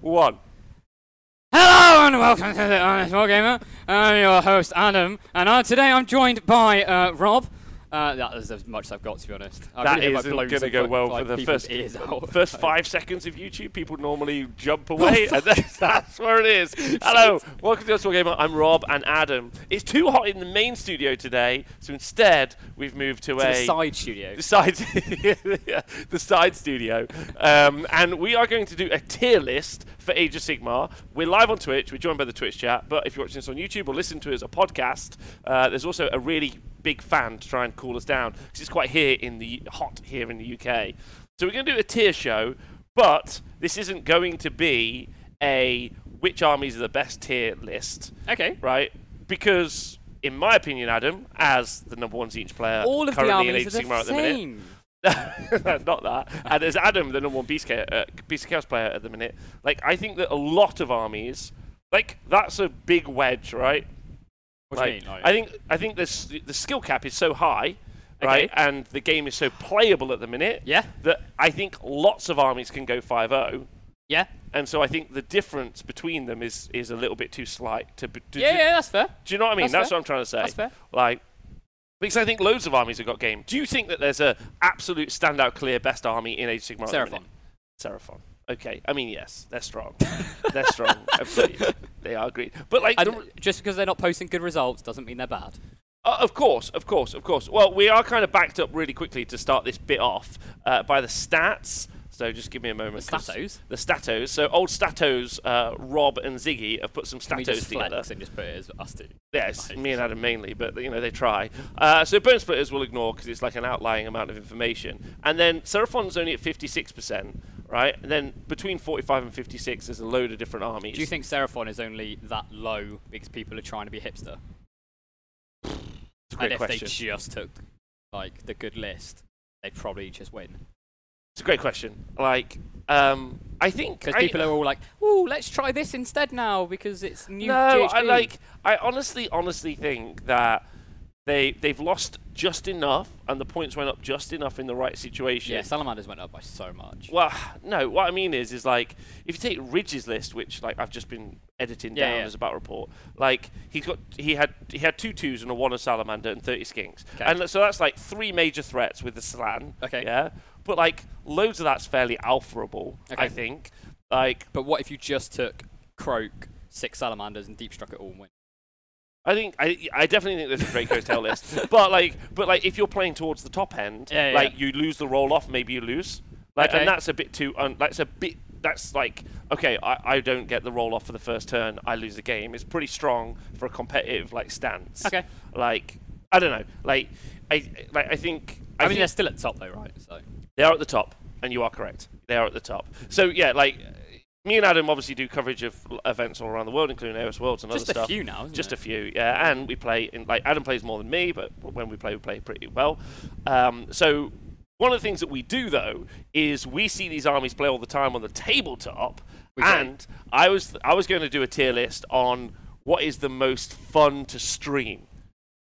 one. Hello and welcome to the Honest Wargamer. I'm your host Adam, and uh, today I'm joined by uh, Rob. Uh, that is as much as I've got to be honest. I That really hope I've isn't blown going to some go fuck- well like for the people's first ears out. first five seconds of YouTube. People normally jump away, fuck. and that's, that's where it is. Hello, welcome to Oswald Gamer. I'm Rob and Adam. It's too hot in the main studio today, so instead we've moved to, to a the side studio. the side, the side studio, um, and we are going to do a tier list for Age of Sigmar. We're live on Twitch. We're joined by the Twitch chat. But if you're watching this on YouTube or listen to it as a podcast, uh, there's also a really big fan to try and cool us down because it's quite here in the hot here in the UK. So we're going to do a tier show, but this isn't going to be a which armies are the best tier list, Okay. right? Because in my opinion, Adam, as the number one Zinch player All of the currently in armies Age of Sigmar are the at the minute, same. not that. And as Adam, the number one Beast, Cha- uh, Beast of Chaos player at the minute, like I think that a lot of armies, like that's a big wedge, right? What do Like, you mean? I think I think this the skill cap is so high, right? Okay. And the game is so playable at the minute, Yeah. that I think lots of armies can go 5-0. yeah. And so I think the difference between them is is a little bit too slight to. be- to Yeah, to- yeah, that's fair. do you know what I mean? That's That's, fair. what I'm trying to say. That's fair. Like, because I think loads of armies have got game. Do you think that there's a absolute standout, clear best army in Age of Sigmar? at the Seraphon. minute? Seraphon. Okay. I mean, yes, they're strong. they're strong. Absolutely, they are great. But like, And the- just because they're not posting good results doesn't mean they're bad. uh, of course, of course, of course. Well, we are kind of backed up really quickly to start this bit off uh, by the stats. So just give me a moment. The 'cause- statos? The statos. So old statos, uh, Rob and Ziggy have put some statos Can we just flex together. and just put it as us two? Yes, Like- me and Adam mainly, but you know they try. Uh, so burn splitters will ignore because it's like an outlying amount of information. And then Seraphon's only at 56%, right? And then between 45 and 56, there's a load of different armies. Do you think Seraphon is only that low because people are trying to be hipster? It's a And great if question. they just took like the good list, they'd probably just win. it's a great question. Like, um, I think Because I- people are all like, "Ooh, let's try this instead now because it's new." No, I GHB." like. I honestly, honestly think that they they've lost just enough, and the points went up just enough in the right situation. Yeah, Salamanders went up by so much. Well, no. What I mean is, is like if you take Ridge's list, which like I've just been editing Yeah, down yeah. as a battle report, like he's got he had he had two twos and a one of salamander and thirty skinks, 'Kay. and so that's like three major threats with the slan. Okay. Yeah, but like loads of that's fairly alphaable, I Okay. think. Like But what if you just took Croak, six Salamanders, and deep struck it all and win? I think I, I definitely think there's a Great Coast Tail list, but like but like if you're playing towards the top end, Yeah, yeah. like you lose the roll off, maybe you lose, like Okay. and that's a bit too un, that's a bit that's like okay I, I don't get the roll off for the first turn, I lose the game. It's pretty strong for a competitive like stance. Okay. like I don't know, like I like I think I, mean, think- they're still at the top though, right? So they are at the top, and you are correct. They are at the top. So yeah, like me and Adam obviously do coverage of l- events all around the world, including AOS Worlds and Just other a stuff. few now, isn't just it? a few, yeah. And we play in like Adam plays more than me, but when we play, we play pretty well. Um, so one of the things that we do though is we see these armies play all the time on the tabletop, We do. and I was I was going to do a tier list on what is the most fun to stream.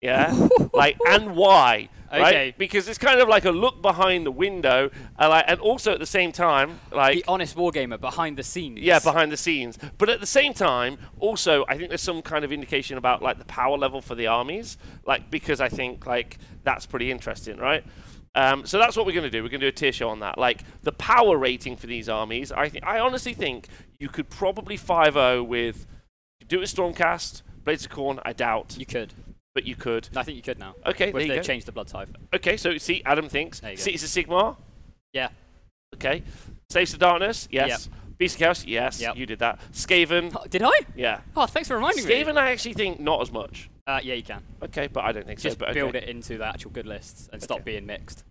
Yeah, like and why, Okay. right? Because it's kind of like a look behind the window, and, like, and also at the same time, like the honest wargamer behind the scenes. yeah, behind the scenes. But at the same time, also I think there's some kind of indication about like the power level for the armies, like because I think like that's pretty interesting, right? Um, so that's what we're going to do. We're going to do a tier show on that, like the power rating for these armies. I think I honestly think you could probably 5-0 with do it with Stormcast, Blades of Corn. I doubt, you could. but you could. I think you could now. Okay, there If you they go. changed the blood type. Okay, so see, Adam thinks There you go. Cities of Sigmar. Yeah. Okay, Saves the Darkness. Yes. Beast of Chaos. Yes. Yep. You did that. Skaven. Oh, did I? Yeah. Oh, thanks for reminding me. Skaven, I actually think not as much. Uh, yeah, you can. Okay, but I don't think Just so. But build okay. it into the actual good lists and stop Okay. being mixed.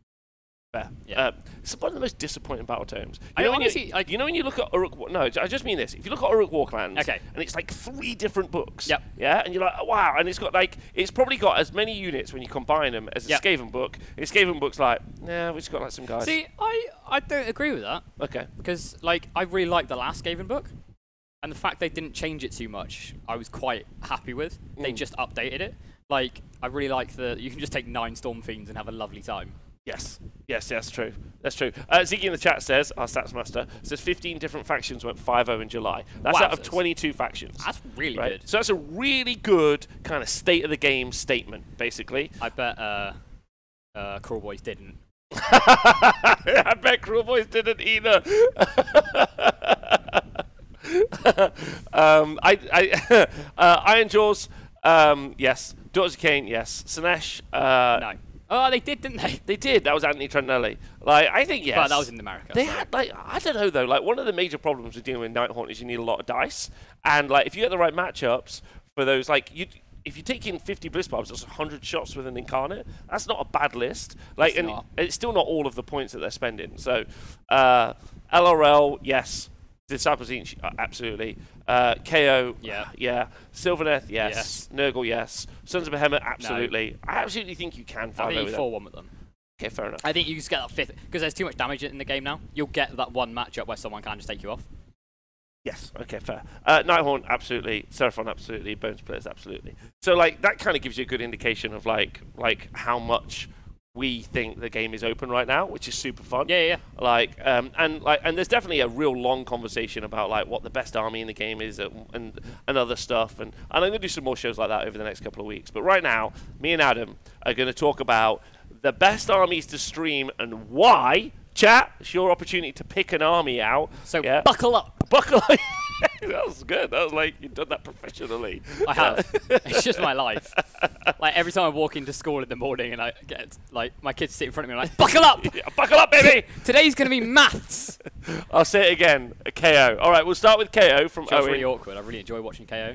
Fair. Yeah. Uh, it's one of the most disappointing battle tomes. You I know when honestly- you, I- you know when you look at Uruk. Wa- No, I just mean this. If you look at Uruk Warclans, Okay. and it's like three different books. Yep. Yeah, and you're like, oh, wow, and it's got like it's probably got as many units when you combine them as a Yep. Skaven book. And Skaven book's like, nah, we just got like some guys. See, I, I don't agree with that. Okay. because like I really liked the last Skaven book, and the fact they didn't change it too much, I was quite happy with. They Mm. just updated it. Like I really like the you can just take nine storm fiends and have a lovely time. Yes. Yes, yes, true. That's true. Uh, Ziggy in the chat says, our stats master, says 15 different factions went 5-0 in July. That's out of Wowzers. 22 factions. That's really right? good. So that's a really good kind of state of the game statement, basically. I bet uh, uh, Crawl Boys didn't. I bet Cruel Boys didn't either. um, I, I, uh, Iron Jaws, um, yes. Daughter Kane, yes. Sinesh, uh, No. Oh, they did, didn't they? they did. That was Anthony Trentinelli. Like, I think yes. But that was in America. They so- had like I don't know though. Like one of the major problems with dealing with Night Haunt is you need a lot of dice, and like if you get the right matchups for those, like you. If you take in 50 bliss barbs, that's 100 shots with an incarnate. That's not a bad list. Like, It's and not. it's still not all of the points that they're spending. So, uh, LRL, yes. Disciples each, uh, absolutely. Uh, KO, Yeah. yeah. Silverneth, yes. Yes. Nurgle, yes. Sons of Behemoth, absolutely. I absolutely think you can I find think over you them. 4 1 with them. Okay, fair enough. I think you just get that fifth because there's too much damage in the game now. You'll get that one matchup where someone can just take you off. Yes. Okay. Fair. Uh, Nighthorn, absolutely. Seraphon, absolutely. Bone Splitters, absolutely. So like that kind of gives you a good indication of like like how much we think the game is open right now, which is super fun. Yeah, yeah, yeah. Like um, and like and there's definitely a real long conversation about like what the best army in the game is and and, and other stuff and and I'm gonna do some more shows like that over the next couple of weeks. But right now, me and Adam are gonna talk about the best armies to stream and why. Chat, it's your opportunity to pick an army out. So yeah. buckle up. Buckle. that was good. That was like you've done that professionally. I have. it's just my life. Like every time I walk into school in the morning and I get like my kids sit in front of me and I'm like, buckle up. Yeah, buckle up, baby. Today's gonna be maths. I'll say it again. A KO. All right, we'll start with KO from That was Owen. really awkward. I really enjoy watching KO.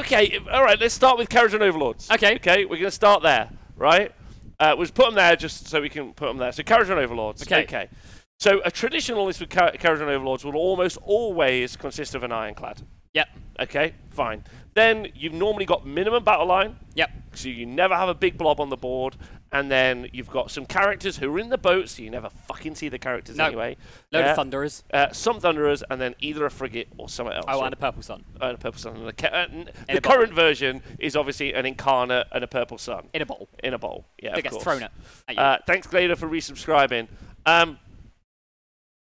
Okay. if- All right. Let's start with Carriage and Overlords. Okay. Okay. We're gonna start there. Right. Uh, we'll just put them there just so we can put them there. So Carriage and Overlords. Okay. So a traditional list with Car- Carriage and Overlords will almost always consist of an ironclad. Yep. Okay. Fine. Then you've normally got minimum battle line. Yep. so you never have a big blob on the board. And then you've got some characters who are in the boat, so you never fucking see the characters No. anyway. Load Yeah. of thunderers. Uh, some thunderers, and then either a frigate or something else. Oh, So- and a purple sun. and a purple sun. And a ca- uh, n- In the a bottle. current version is obviously an incarnate and a purple sun In a bottle. in a bowl. Yeah, That of gets course. thrown at at you. Uh, thanks, Glader, for resubscribing. Um,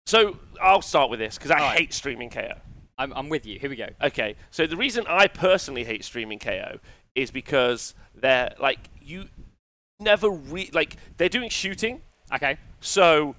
so I'll start with this because I Alright. hate streaming KO. I'm, I'm with you. Here we go. Okay, so the reason I personally hate streaming KO is because they're like you never re- like they're doing shooting, Okay. so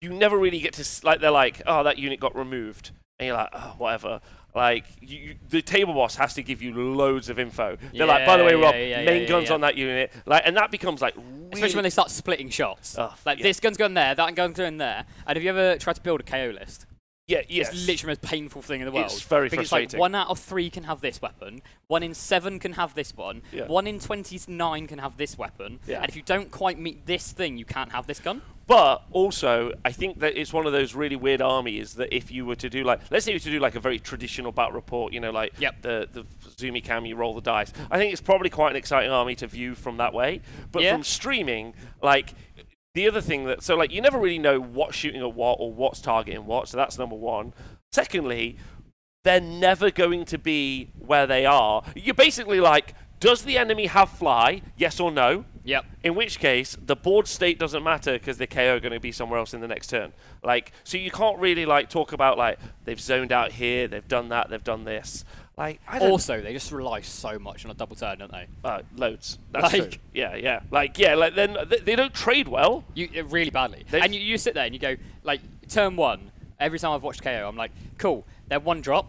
you never really get to s- like they're like oh that unit got removed and you're like oh whatever like you, you, the table boss has to give you loads of info. They're like by the way Yeah, Rob, yeah, yeah, main yeah, yeah, guns yeah. on that unit like and that becomes like Especially when really- they start splitting shots. Oh, like yeah. this gun's going there, that gun's going there. And have you ever tried to build a KO list? yeah It's yes literally the most painful thing in the world. It's very because It's frustrating. like one out of three can have this weapon, one in seven can have this one, Yeah. one in twenty-nine can have this weapon, Yeah. and if you don't quite meet this thing, you can't have this gun. But also, I think that it's one of those really weird armies that if you were to do like, let's say you were to do like a very traditional battle report, you know, like Yep. the the zoomy cam, you roll the dice. I think it's probably quite an exciting army to view from that way. But Yeah. from streaming, like the other thing that so like you never really know what's shooting at what or what's targeting what. So that's number one. Secondly, they're never going to be where they are. You're basically like, does the enemy have fly? Yes or no? Yep. In which case, the board state doesn't matter because the KO are going to be somewhere else in the next turn. Like, so you can't really like talk about like they've zoned out here, they've done that, they've done this. Like, I don't Also, they just rely so much on a double turn, don't they? uh, loads. That's Like- true. yeah, yeah, like yeah, like then they, they don't trade well. You uh, really badly. They- and you, you sit there and you go like turn one. Every time I've watched KO, I'm like, cool. They're one drop.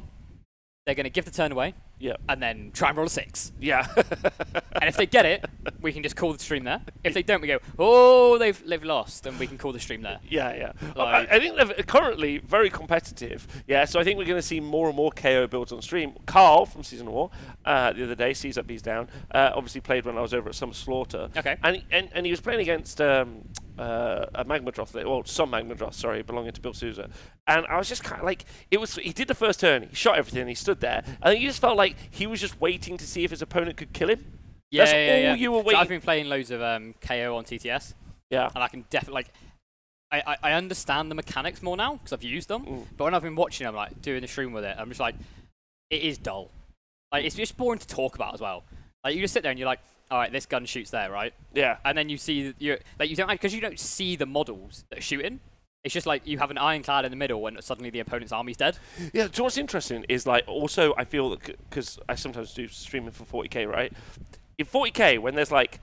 They're going to give the turn away Yeah, and then try and roll a six. yeah, And if they get it, we can just call the stream there. If they don't, we go, oh, they've, they've lost, and we can call the stream there. yeah, yeah. I- Like- I, I think they're currently very competitive. Yeah, so I think we're going to see more and more KO builds on stream. Carl from Season War uh, the other day, C's up, B's down. Uh, obviously played when I was over at Summer Slaughter. Okay. and and, and he was playing against um, uh, a Magmadroth, that- well, some Magmadroth, sorry, belonging to Bill Souza. And I was just kind of like, it was. He did the first turn, he shot everything, he stood there, and you just felt like he was just waiting to see if his opponent could kill him. Yeah, That's yeah, all yeah. you were So waiting. I've been playing loads of um, KO on TTS, yeah, and I can definitely like, I, I, I understand the mechanics more now because I've used them. Mm. But when I've been watching, I'm like doing the stream with it. I'm just like, it is dull. Like it's just boring to talk about as well. Like you just sit there and you're like, all right, this gun shoots there, right? Yeah. And then you see you like you don't because you don't see the models that are shooting. It's just like you have an ironclad in the middle, and suddenly the opponent's army's dead. Yeah, do you know what's interesting is like also I feel that because I sometimes do streaming for 40k, right? In 40k, when there's like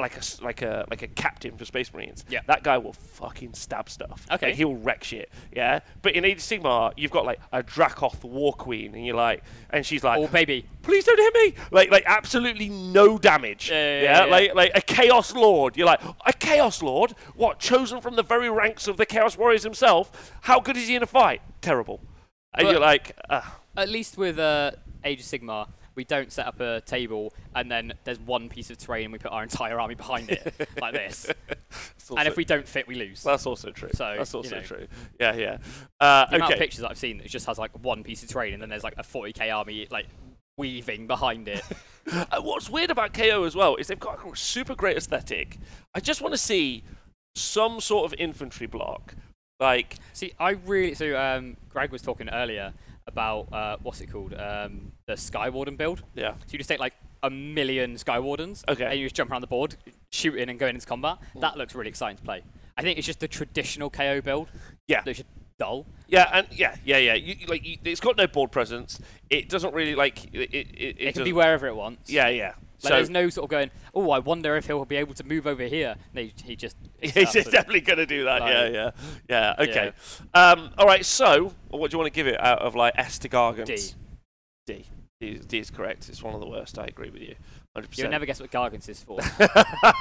like a s- like a like a captain for Space Marines, Yeah. that guy will fucking stab stuff. Okay. Like, he'll wreck shit. Yeah, but in Age of Sigmar, you've got like a Dracoth War Queen, and you're like, and she's like, Oh baby, please don't hit me like like absolutely no damage Yeah, yeah, yeah, yeah. like like a chaos lord you're like a chaos lord what chosen from the very ranks of the chaos warriors himself how good is he in a fight terrible and But- you're like uh, at least with uh, Age of Sigmar, we don't set up a table and then there's one piece of terrain and we put our entire army behind it like this. And if we don't fit, we lose. that's also true So, that's you also know. true yeah yeah uh, the amount of okay pictures that I've seen that just has like one piece of terrain and then there's like a 40k army like weaving behind it. Uh, what's weird about KO as well is they've got a super great aesthetic I just want to see some sort of infantry block like See, I really so um, Greg was talking earlier about uh, what's it called um, the Skywarden build. yeah So you just take like a million Skywardens, Okay. Mm. and you just jump around the board, shooting and going into combat. That looks really exciting to play. I think it's just the traditional KO build yeah that's just dull. Yeah, and yeah, yeah, yeah. You, you- like, you, it's got no board presence. It doesn't really like it. It, it, It, can be doesn't- wherever it wants. Yeah, yeah. Like so there's no sort of going. Oh, I wonder if he'll be able to move over here. No, he- he just. picks he's it up and- definitely gonna do that. yeah, Like- yeah, yeah. Okay. Um. All right. So, what do you want to give it out of like S to Gargant? D. D. D is, D is correct. It's one of the worst. I agree with you. Hundred You'll percent. never guess what Gargants is for.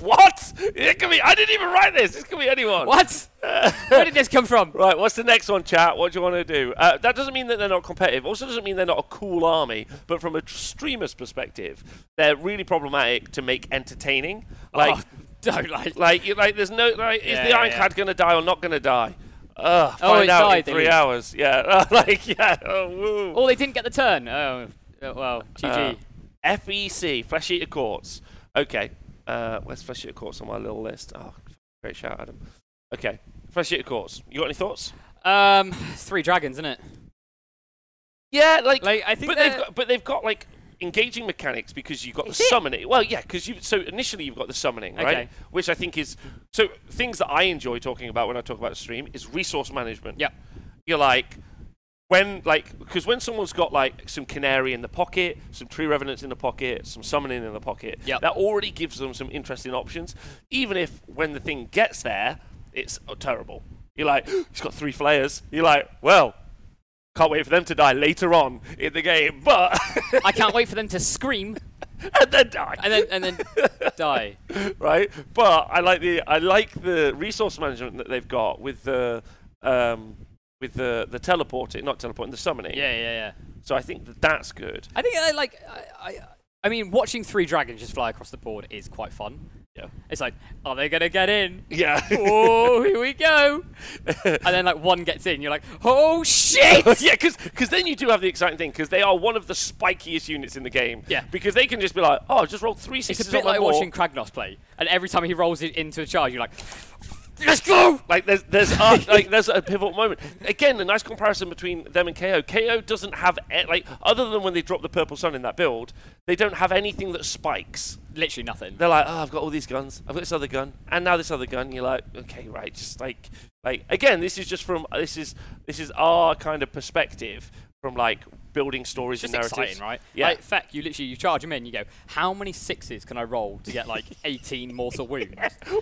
what? It could be. I didn't even write this. This could be anyone. what? Where did this come from? Right, what's the next one, chat? What do you want to do? Uh, that doesn't mean that they're not competitive. Also, doesn't mean they're not a cool army. But from a tr- streamer's perspective, they're really problematic to make entertaining. Like, Oh, don't like. like, you, like, there's no like, is Yeah, the yeah, ironclad gonna die or not gonna die? Ugh, Oh, find it out died, in they three lose. hours. Yeah, like, yeah. Oh, woo. Oh, they didn't get the turn. Oh, oh, well, GG. Uh, FEC, Flesh Eater Courts. Okay. Uh, where's Flesh Eater Courts on my little list? Oh, great shout, Adam. Okay. Flesh Eater Courts. You got any thoughts? um, three dragons, isn't it? Yeah, Like, I think but they've they're- got, but they've got like engaging mechanics because you've got Is the it? summoning. Well, yeah, because you so initially you've got the summoning, right? Okay. Which I think is so things that I enjoy talking about when I talk about the stream is resource management. Yep. You're like when like because when someone's got like some canary in the pocket, some tree revenants in the pocket, some summoning in the pocket, Yep. that already gives them some interesting options. Even if when the thing gets there, it's uh, terrible. You're like, he's got three flayers. You're like, well, can't wait for them to die later on in the game, but I can't wait for them to scream and then die. and then and then die. right? But I like the I like the resource management that they've got with the um, with the the teleporting, not teleporting, the summoning. Yeah, yeah, yeah. So I think that that's good. I think I like. I, I, I mean, watching three dragons just fly across the board is quite fun. Yeah. It's like, are they gonna get in? Yeah. Oh, here we go! and then like one gets in, you're like, oh shit! yeah, because then you do have the exciting thing because they are one of the spikiest units in the game. Yeah. Because they can just be like, oh, I just rolled three It's sixes a bit on my like board." watching Kragnos play, and every time he rolls it into a charge, you're like, let's go! Like there's there's uh, like there's a pivotal moment. Again, a nice comparison between them and KO. KO doesn't have a- like other than when they drop the purple sun in that build, they don't have anything that spikes. Literally nothing. They're like, oh, I've got all these guns. I've got this other gun, and now this other gun. You're like, okay, right, just like like again, this is just from this is this is our kind of perspective from like building stories It's and just narratives, exciting, right? Yeah. Like, feck, you literally you charge him in, you go, how many sixes can I roll to get like 18 mortal wounds?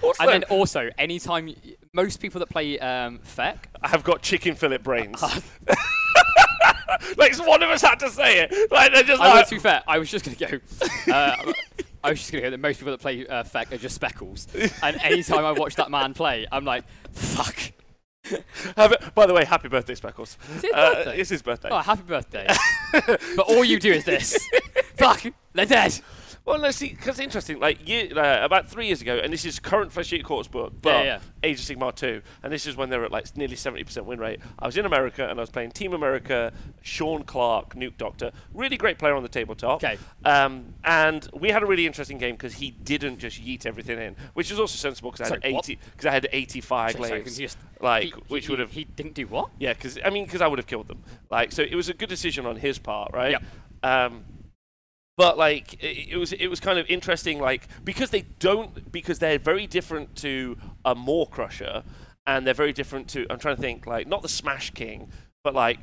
Also- and then also, anytime, y- most people that play um, feck, I've got chicken fillet brains. like one of us had to say it. Like they're just I was, like, to be fair, I was just gonna go. Uh, I was just gonna go that most people that play uh, feck are just speckles, and anytime I watch that man play, I'm like, fuck. have it- by the way, happy birthday, Speckles. Is it Uh, birthday? it's his birthday. Oh, happy birthday! but all you do is this. fuck, they're dead. Well, no, see, because interesting. Like year, uh, about three years ago, and this is current Flesh Eater Courts book, but yeah. Age of Sigmar two, and this is when they were at like nearly seventy percent win rate. I was in America and I was playing Team America, Sean Clark, Nuke Doctor, really great player on the tabletop. 'Kay. Um, and we had a really interesting game because he didn't just yeet everything in, which was also sensible because I had Sorry, what? eighty, because I had eighty-five Sorry, lanes, 'cause he just- like he- which he- would have He didn't do what? yeah, because I mean, because I would have killed them. Like, so it was a good decision on his part, right? Yep. Um, But like it, it was, it was kind of interesting, like because they don't, because they're very different to a Moor Crusher, and they're very different to. I'm trying to think, like not the Smash King, but like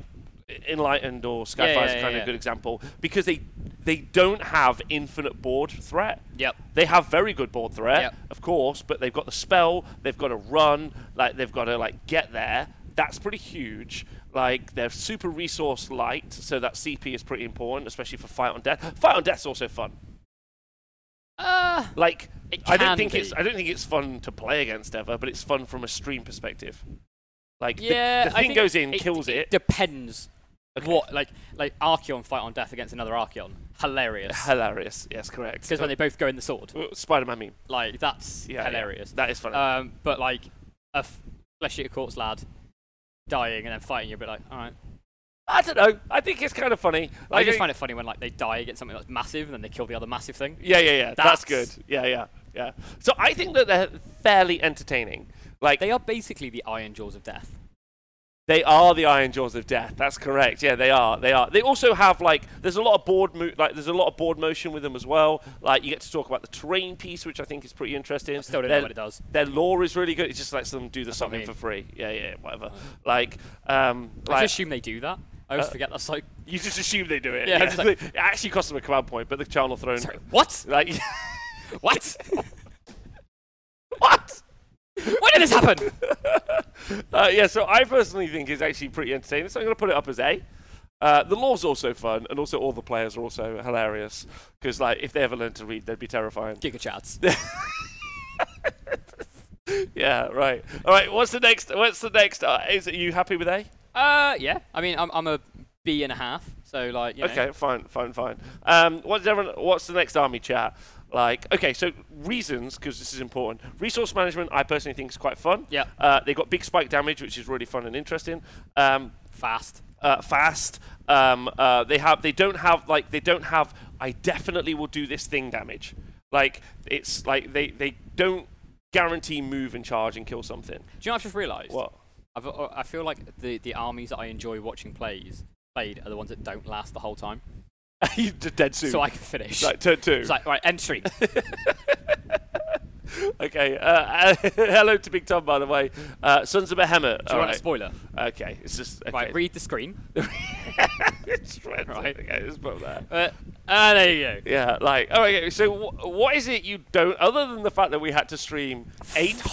E, Enlightened or Skyfire's yeah, kind yeah, of yeah. good example because they they don't have infinite board threat. Yep. They have very good board threat, Yep. of course, but they've got the spell, they've got to run, like they've got to like get there. That's pretty huge. Like they're super resource light, so that CP is pretty important, especially for fight on death. Fight on death's also fun. Uh, Like It I don't can think it's be. I don't think it's fun to play against ever, but it's fun from a stream perspective. Like the- yeah. the, I thing think goes in, kills it. Depends. What like like Archeon fight on death against another Archeon? Hilarious. Hilarious. Yes, correct. Because when they both go in the sword, Uh, Spider-Man meme. like that's Yeah, yeah. hilarious. That is funny. Um, but like a f- flesh eater corpse lad dying and then fighting you, but like all right. I don't know. I think it's kind of funny. I just find it funny when like they die against something that's massive and then they kill the other massive thing. Yeah, yeah, yeah. That's, That's- good. Yeah, yeah, yeah. So I think that they're fairly entertaining. Like They are basically the Iron Jaws of death. They are the Iron Jaws of Death. That's correct. Yeah, they are. They are. They also have like there's a lot of board mo- like there's a lot of board motion with them as well. Like you get to talk about the terrain piece, which I think is pretty interesting. still don't know their, what it does. Their lore is really good. It just lets them do the what I something mean. for free. Yeah, yeah, whatever. Like, um, I like just assume they do that. I always Uh, forget that's like you just assume they do it. Yeah, it's like- it actually costs them a command point, but the channel throne. sorry, what? Like, What? what? when did this happen? Uh, yeah, so I personally think it's actually pretty entertaining, so I'm going to put it up as A. Uh, the lore's also fun, and also all the players are also hilarious because, like, if they ever learned to read, they'd be terrifying. Giga chats. yeah, right. All right, what's the next? What's the next? Uh, is are you happy with A? Uh, yeah. I mean, I'm I'm a B and a half, so like you know. Okay, fine, fine, fine. Um, what's everyone, What's the next army chat? Like, okay, so reasons because this is important. Resource management, I personally think is quite fun. Yeah. Uh, they got big spike damage, which is really fun and interesting. Um, Fast. uh, fast. Um, uh, they have they don't have like they don't have I definitely will do this thing damage. Like it's like they they don't guarantee move and charge and kill something. Do you know what I've just realised? What? I've, uh, I feel like the the armies that I enjoy watching plays played are the ones that don't last the whole time, you d- dead soon. so I can finish. like turn two. it's like right entry. okay. Uh, hello to Big Tom, by the way. Uh, Sons of Behemoth. Do you All want a right. spoiler? Okay. It's just okay. Right, read the screen. it's dreadful. Right. Okay, it's about that. Uh, uh, there you go. Yeah, like, all right, okay, so wh- what is it you don't, other than the fact that we had to stream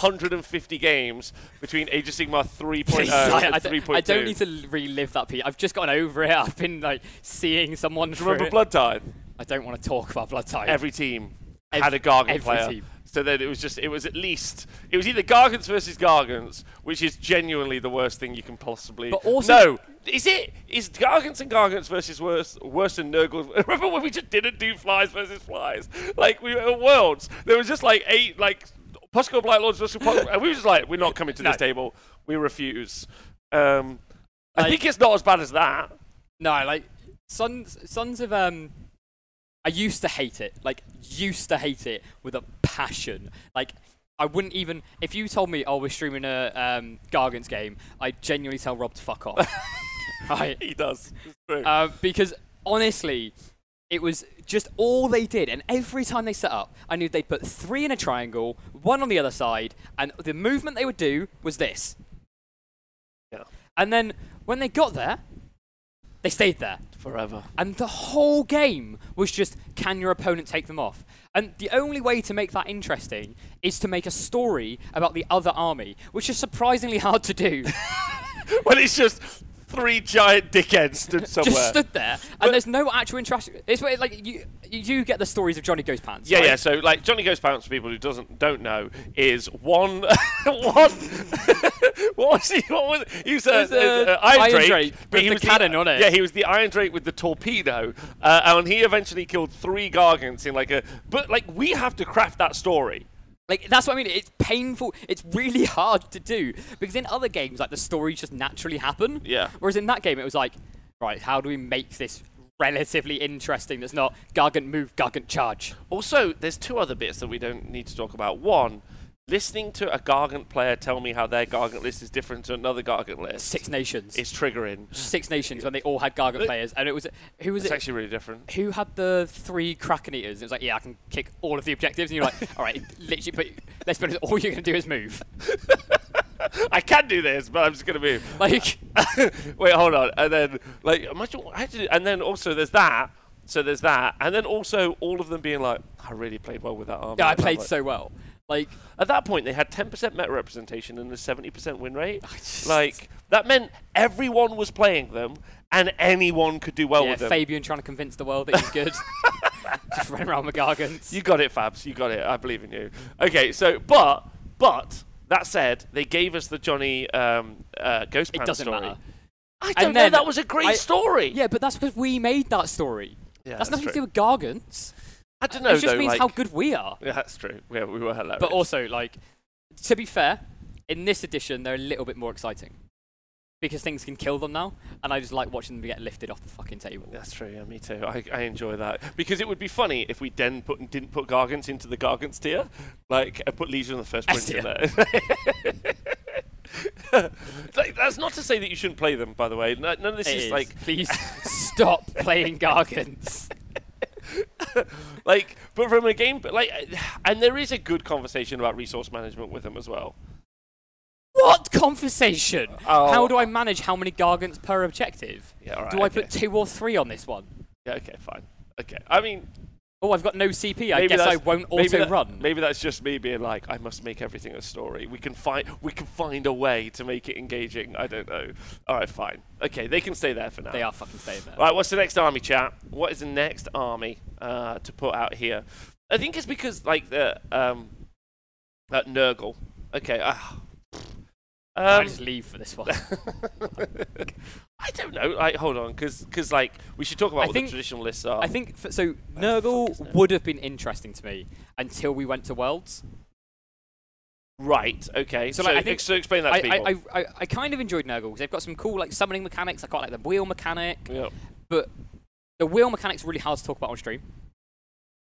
850 games between Age of Sigmar 3.0 Please, uh, I, and I don't- 3.2? I don't need to l- relive that. Pete. I've just gotten over it. I've been like seeing someone. Do you remember through it. Blood Tithe? I don't want to talk about blood type. Every team Ev- had a Gargan every player. team. So then it was just, it was at least, it was either Gargants versus Gargants, which is genuinely the worst thing you can possibly. But also- no, is it? Is Gargants and Gargants versus worse, worse than Nurgle? Remember when we just didn't do flies versus flies? Like we were at Worlds, there was just like eight, like Postcode Blight Lords versus Postcode, and we were just like, we're not coming to this No. table. We refuse. Um, I Like- think it's not as bad as that. No, like Sons Sons of um I used to hate it. Like used to hate it with a passion. Like I wouldn't even if you told me oh we're streaming a um Gargant's game, I'd genuinely tell Rob to fuck off. right. He does. It's true. Uh, because honestly, it was just all they did, and every time they set up, I knew they'd put three in a triangle, one on the other side, and the movement they would do was this. Yeah. And then when they got there, they stayed there. Forever. And the whole game was just can your opponent take them off? And the only way to make that interesting is to make a story about the other army, which is surprisingly hard to do. when it's just three giant dickheads stood somewhere. just stood there, and there's no actual interaction. It's where, like you you get the stories of Johnny Goes Pants. yeah, right? yeah. So, like, Johnny Goes Pants, for people who doesn't don't know, is one, one. what was he? What was he was, uh, was, uh, uh, Iron, Iron Drake, Drake but with he the was cannon on it. Yeah, he was the Iron Drake with the torpedo, uh, and he eventually killed three gargants in like a. But like, we have to craft that story. Like that's what I mean. It's painful. It's really hard to do because in other games, like the stories just naturally happen. Yeah. Whereas in that game, it was like, right, how do we make this relatively interesting? That's not Gargant move, Gargant charge. Also, there's two other bits that we don't need to talk about. One, listening to a Gargant player tell me how their Gargant list is different to another Gargant list Six Nations. is triggering. Six Nations when they all had Gargant players, and it was who was It's it? actually really different. who had the three Kraken Eaters? It was like, yeah, I can kick all of the objectives, and you're like, all right, literally, but let's be honest, all you're gonna do is move. I can do this, but I'm just gonna move. Like, Wait, hold on. And then, like, imagine what I had to do. And then also, there's that. So there's that. And then also, all of them being like, I really played well with that army. yeah, I And I'm played like- so well. Like, At that point, they had 10% meta representation and a 70% win rate. Like, that meant everyone was playing them and anyone could do well yeah, with them. Fabian trying to convince the world that he's good. Just running around with Gargants. You got it, Fabs. You got it. I believe in you. Okay, so but but that said, they gave us the Johnny um, uh, Ghost it Pan doesn't story. matter. I And don't then know. That was a great I- story. Yeah, but that's because we made that story. Yeah, that's, that's nothing true. to do with Gargants. I don't know it just though. means like, how good we are. Yeah, that's true. Yeah, we were hilarious. But also, like, to be fair, in this edition, they're a little bit more exciting because things can kill them now, and I just like watching them get lifted off the fucking table. That's true. Yeah, me too. I, I enjoy that because it would be funny if we then put didn't put Gargants into the Gargants tier, like and put Legion on the first S print in there. like, that's not to say that you shouldn't play them, by the way. No- None of this It is, is. like please stop playing Gargants. like, but from a game, but like, and there is a good conversation about resource management with them as well. What conversation? Oh. How do I manage how many Gargants per objective? Yeah, all right. Do I put two or three on this one? Yeah, okay, fine. Okay, I mean, Oh, I've got no CP. I maybe guess I that's- won't maybe auto that- run. Maybe that's just me being like, I must make everything a story. We can find we can find a way to make it engaging. I don't know. All right, fine. Okay, they can stay there for now. They are fucking saying that. All right, what's the next army chat? What is the next army uh, to put out here? I think it's because like the um, uh, Nurgle. Okay. Uh, I um, just leave for this one. I don't know. Like, hold on, because like we should talk about I what think- the traditional lists are. I think f so. fuck is Nurgle Nurgle? would have been interesting to me until we went to Worlds. right. Okay. So, So, like, I think- ex- so explain that to people. I, I, I, I kind of enjoyed Nurgle because they've got some cool like summoning mechanics. I quite like the wheel mechanic, yeah. but the wheel mechanic's really hard to talk about on stream.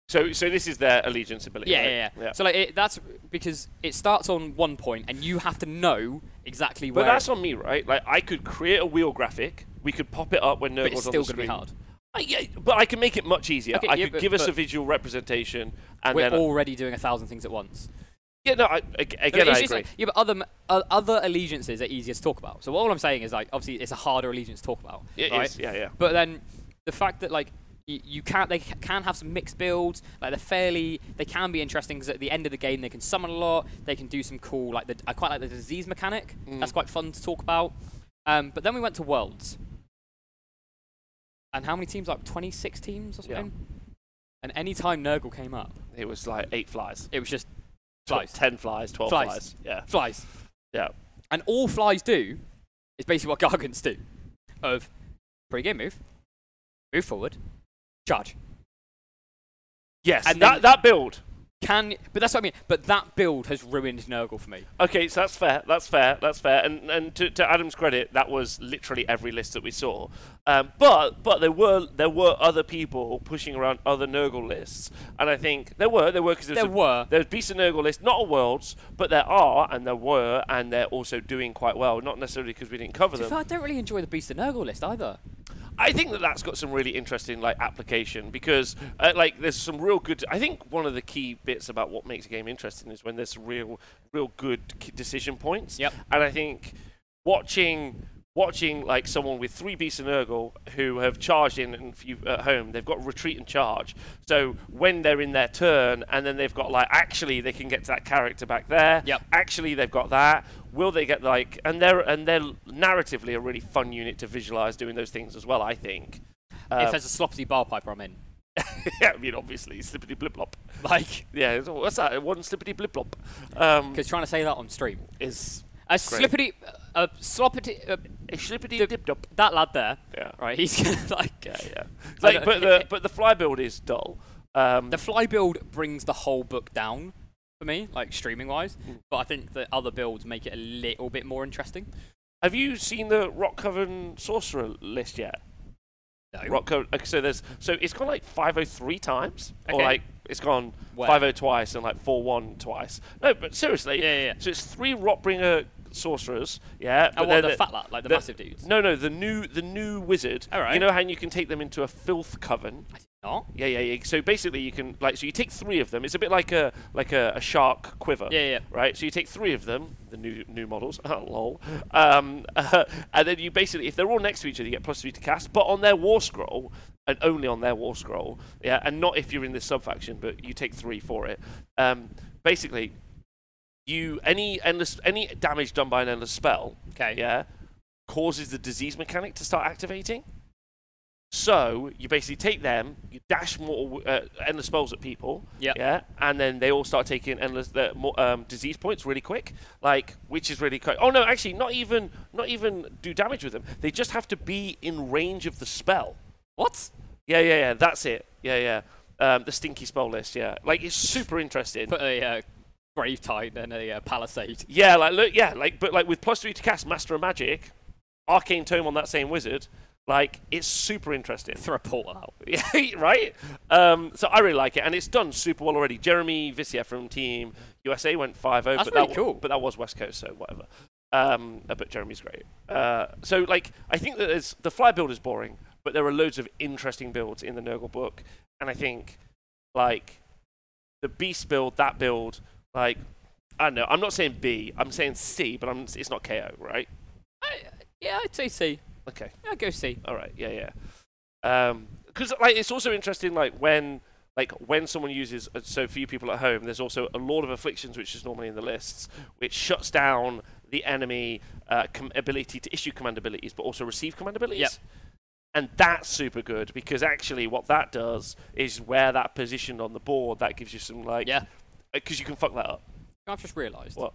So, so this is their allegiance ability. Yeah, right? yeah, yeah. So like it, that's because it starts on one point and you have to know exactly but where. that's on me, right? Like, I could create a wheel graphic. We could pop it up when Nurgle's but it's on still the going screen. to be hard. I, yeah, but I can make it much easier. Okay, I yeah, could but- give us a but- visual representation, and We're then uh, already doing a thousand things at once. yeah, no, I, ag- No, again, it's I just agree. like- yeah, but other m- o- other allegiances are easier to talk about. So all I'm saying is like obviously it's a harder allegiance to talk about. It right? is, yeah, yeah. But then the fact that like y- you can't they c- can have some mixed builds like they're fairly they can be interesting because at the end of the game they can summon a lot they can do some cool like the, I quite like the disease mechanic Mm. that's quite fun to talk about um, but then we went to worlds and how many teams like 26 teams or Yeah. something and any time Nurgle came up It was like eight flies, it was just Tw- flies ten flies, twelve Flies. flies. Yeah, flies yeah. and all flies do is basically what gargants do of pre-game move move forward charge Yes, And and then- that that build. Can but that's what I mean. But that build has ruined Nurgle for me. Okay, so that's fair. That's fair. That's fair. And and to, to Adam's credit, that was literally every list that we saw. Um, but but there were there were other people pushing around other Nurgle lists, and I think there were there were because There were. there's Beast of Nurgle list, not a Worlds, but there are and there were, and they're also doing quite well. Not necessarily because we didn't cover To be them. fair, I don't really enjoy the Beast of Nurgle list either. I think that that's got some really interesting like application because uh, like there's some real good. I think one of the key bits about what makes a game interesting is when there's real, real good k- decision points. Yep. And I think watching watching like someone with three beasts and Urgle who have charged in and if you at home they've got retreat and charge. So when they're in their turn and then they've got like actually they can get to that character back there. Yep. Actually they've got that. Will they get like and they're and they're narratively a really fun unit to visualize doing those things as well, I think. if Um, there's a sloppy bar piper, I'm in. yeah, I mean obviously slippity blip blop. Like, Yeah, it's- what's that? One slippity blip blop. Um because trying to say that on stream, is a Great. slippity, a sloppity, uh, a slippity dip dop. that lad there. Yeah. Right, he's gonna, like uh, Yeah, yeah. I Like, don't- but the but the fly build is dull. Um, the fly build brings the whole book down for me, like streaming wise. Mm. But I think the other builds make it a little bit more interesting. have you seen the Rockcoven sorcerer list yet? No. Rockcoven. Okay, so there's so it's gone like 503 times, or Okay. like it's gone Where? 5 0 twice and like 4 1 twice. No, but seriously. Yeah, yeah, yeah. So it's three Rotbringer sorcerers, yeah. but And they're what, the fat lot, like the they're- massive dudes? No, no, the new the new wizard. All right. You know how you can take them into a filth coven. I did not. Yeah, yeah, yeah. So basically, you can like so you take three of them. It's a bit like a like a, a shark quiver. Yeah, yeah. Right. So you take three of them, the new new models. Oh, lol. Um, and then you basically, if they're all next to each other, you get plus three to cast, but on their war scroll and only on their war scroll. Yeah, and not if you're in this sub faction, but you take three for it. Um, basically, you any endless any damage done by an endless spell Okay. yeah, causes the disease mechanic to start activating. So you basically take them, you dash more uh, endless spells at people, Yep. yeah, and then they all start taking endless uh, more, um, disease points really quick, like which is really cool. Oh no, actually, not even not even do damage with them. They just have to be in range of the spell. What? Yeah, yeah, yeah. That's it. Yeah, yeah. Um, the stinky spell list. Yeah, like it's super interesting. Put a uh, grave tide and a uh, palisade. Yeah, like look, yeah, like but like with plus three to cast Master of Magic, Arcane Tome on that same wizard, like it's super interesting, Throw a portal out. Yeah, right? Um, so I really like it, and it's done super well already. Jeremy Vissier from Team USA went five zero, That's but really that cool. but that was West Coast, so whatever. Um, uh, but Jeremy's great. Uh, so like I think that there's, the fly build is boring, but there are loads of interesting builds in the Nurgle book, and I think like the beast build, that build, like I don't know. I'm not saying B. I'm saying C, but I'm, it's not KO, right? I, yeah, I'd say C. Okay, Yeah, I'd go C. all right, yeah, yeah. Because like it's also interesting, like when like when someone uses uh, so few people at home. There's also a Lord of Afflictions, which is normally in the lists, which shuts down the enemy uh, com- ability to issue command abilities, but also receive command abilities. Yep. And that's super good because actually, what that does is where that positioned on the board, that gives you some like Yeah. because you can fuck that up. I've just realised. What?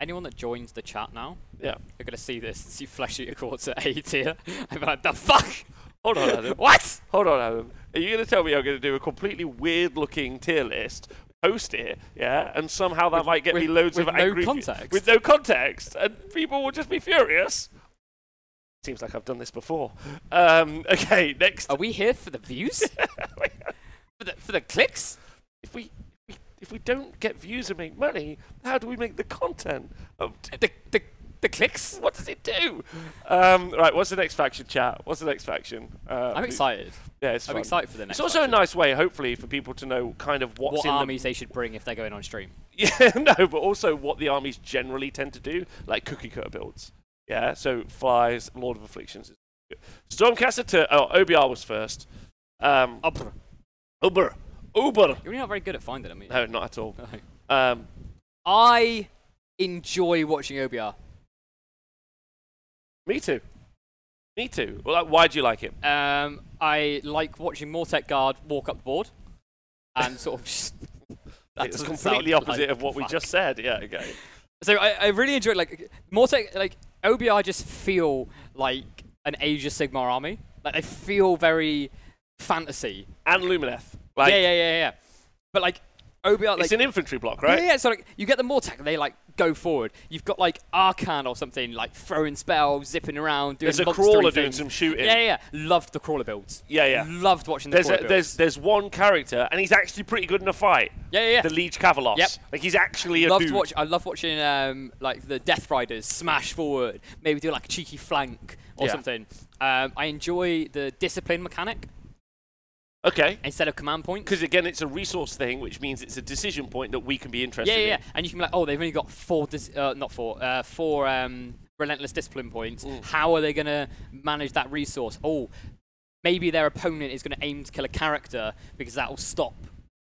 Anyone that joins the chat now, Yeah. you're gonna see this and see flesh eater courts at A tier. I'm like, the fuck? Hold on, Adam. What? Hold on, Adam. Are you going to tell me I'm going to do a completely weird-looking tier list, post it, yeah, and somehow that might get me with- loads with of no angry view- context. with no context, and people will just be furious. Seems like I've done this before. Um, okay, next. Are we here for the views? for the for the clicks? if we if we don't get views and make money, how do we make the content? Um, t- The the the clicks? what does it do? Um, right, what's the next faction, chat? What's the next faction? Uh, I'm we- excited. Yeah, it's I'm fun. excited for the next. It's also faction. a nice way, hopefully, for people to know kind of what's what in the armies they should bring if they're going on stream. Yeah, no, but also what the armies generally tend to do, like cookie cutter builds. Yeah, so flies, Lord of Afflictions. is good. Stormcaster to oh, OBR was first. Um, Oh, brr. Uber, Uber. you're not very good at finding them. are you? No, not at all. Um, I enjoy watching OBR. me too. Me too. Well, like, why do you like it? Um, I like watching Mortec Guard walk up the board and sort of just. that it's doesn't sound completely opposite like of what we fuck. just said. Yeah, okay. So I, I really enjoy like Mortec like OBR just feel like an Age of Sigmar army. Like they feel very fantasy. And Lumineth. Like, yeah, yeah, yeah, yeah. But like OBR like it's an infantry block, right? Yeah, yeah, so like you get the Mortec, they like go forward. You've got like Arcan or something, like throwing spells, zipping around, doing There's a monstery crawler doing things. some shooting. Yeah, yeah, yeah. Loved the crawler builds. Yeah, yeah. Loved watching the There's, crawler a, builds. there's, there's one character, and he's actually pretty good in a fight. yeah, yeah, yeah. The Liege Cavalos. Yep. Like, he's actually a Loved dude. watch. I love watching um, like the Death Riders smash forward, maybe do like a cheeky flank or Yeah. something. Um, I enjoy the discipline mechanic Okay. instead of command points. Because again, it's a resource thing, which means it's a decision point that we can be interested Yeah, yeah, yeah. in. And you can be like, oh, they've only got four, dis- uh, not four, uh, four um, relentless discipline points. Mm. How are they going to manage that resource? Oh, maybe their opponent is going to aim to kill a character because that will stop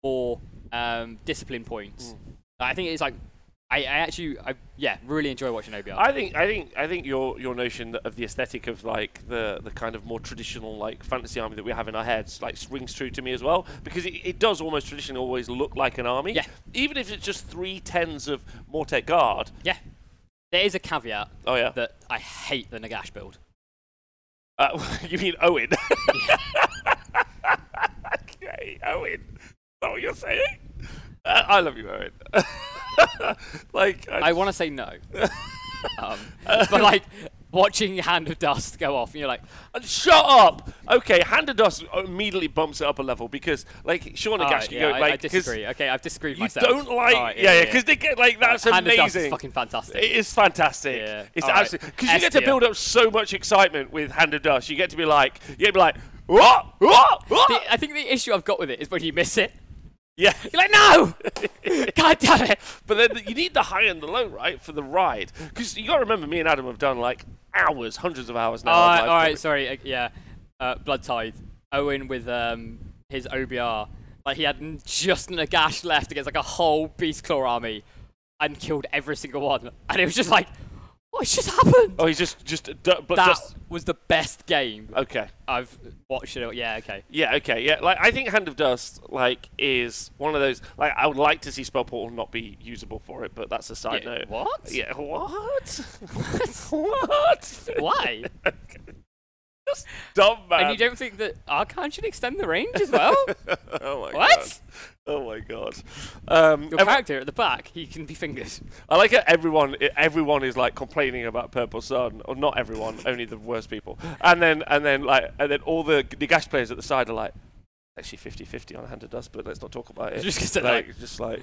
more um, discipline Mm. points. I think it's like, I, I actually, I, yeah, really enjoy watching OBR. I think, I think, I think your your notion of the aesthetic of like the the kind of more traditional like fantasy army that we have in our heads like rings true to me as well because it, it does almost traditionally always look like an army. Yeah. Even if it's just three tens of Mortec Guard. yeah. There is a caveat Oh yeah. that I hate the Nagash build. Uh, you mean Owen? okay, Owen. Is that what you're saying? Uh, I love you, Owen. like I want to say no. um, but like, watching your hand of dust go off, and you're like, And Uh, shut up. Okay, Hand of Dust immediately bumps it up a level because like Sean "All and right, Gash can yeah, go I- like I 'cause disagree. Okay, I've disagreed You myself. don't like All right, yeah yeah because they get like that's Hand amazing. of Dust is fucking fantastic. It is fantastic. Yeah. It's All right. absolutely because you S get to tier. build up so much excitement with Hand of Dust. You get to be like you get to be like what what what The- I think the issue I've got with it is when you miss it, yeah. you're like, no, god damn it. But then you need the high and the low, right, for the ride? Because you got to remember, me and Adam have done like hours, hundreds of hours now. All of right, live all right, streaming. sorry. Uh, yeah, uh, Blood Tithe. Owen with um, his OBR. Like he had n- just Nagash left against like a whole Beast Claw army, and killed every single one. And it was just like, what just happened? Oh, he's just just d- but that just Uh, was the best game okay. I've watched. It. Yeah, okay. Yeah, okay, yeah. Like I think Hand of Dust like is one of those like I would like to see Spell Portal not be usable for it, but that's a side Yeah, note. what? Yeah, what? what? Why? Just dumb man. and you don't think that Archon should extend the range as well? oh my What? god. Oh my god. Um Your ev- character at the back, he can be fingered. I like how everyone i- everyone is like complaining about Purple Sun, or not everyone, only the worst people. And then and then like and then all the the Gash players at the side are like actually 50-50 on Hand of Dust, but let's not talk about it. Just 'cause they're like just like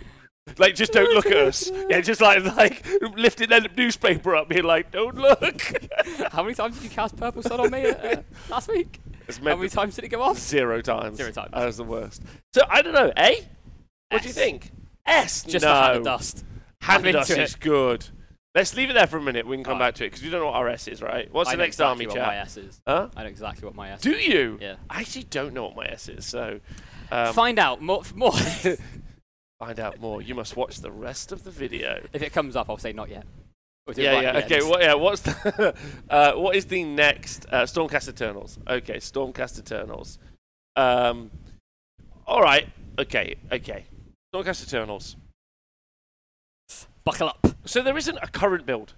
like just don't look at us. Yeah, just like like lifting that newspaper up, being like, don't look. How many times did you cast Purple Sun on me uh, last week? It's How meant many to- times did it go off? Zero times. Zero times. That was the worst. So I don't know. A. What do you S. think? S. Just no. the hand of dust. Hand I'm of Dust into is good. Let's leave it there for a minute. We can come Alright. back to it because we don't know what RS is, right? What's I the know next army exactly what my chat? S is. Huh? I know exactly what my S. Do you? Yeah. I actually don't know what my S is, so um, Find out more. more. if find out more. You must watch the rest of the video. it comes up, I'll say not yet. We'll do it Yeah, right yeah. at Okay. the end. What? Yeah. What's the? uh, what is the next? Uh, Stormcast Eternals. Okay. Stormcast Eternals. Um. All right. Okay. Okay. Stormcast Eternals. Buckle up. So there isn't a current build.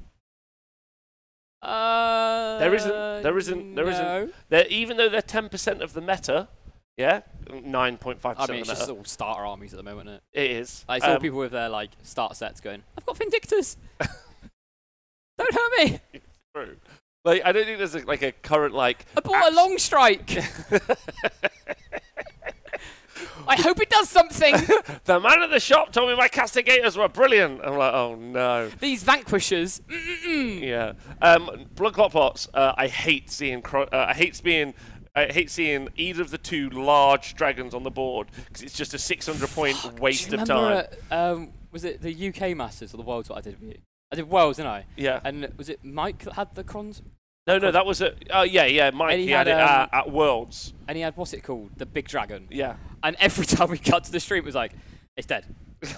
Uh, There isn't- there isn't- there isn't- no. They're, even though they're ten percent of the meta. Yeah. Nine point five I percent mean, of it's the meta. just all starter armies at the moment. Isn't It it? is. Like, it's all Um, people with their like start sets going. I've got vindictors. Don't hurt me. True. Like I don't think there's a, like a current like. I bought a long strike. I hope it does something. The man at the shop told me my castigators were brilliant. I'm like, oh no. These vanquishers. Mm-mm-mm. Yeah. Um, blood clot pots. Uh, I hate seeing. Cro- uh, I hate seeing. I hate seeing either of the two large dragons on the board because it's just a 600 point Do waste you of remember, time. uh, um, was it the UK Masters or the Worlds? What I did with you? I did Worlds, didn't I? yeah. And was it Mike that had the crons? No, no, that was a. Oh yeah, yeah. Mike, And he, he had, had, it uh, um, at Worlds. And he had what's it called? The big dragon. Yeah. And every time we cut to the stream, it was like, it's dead. It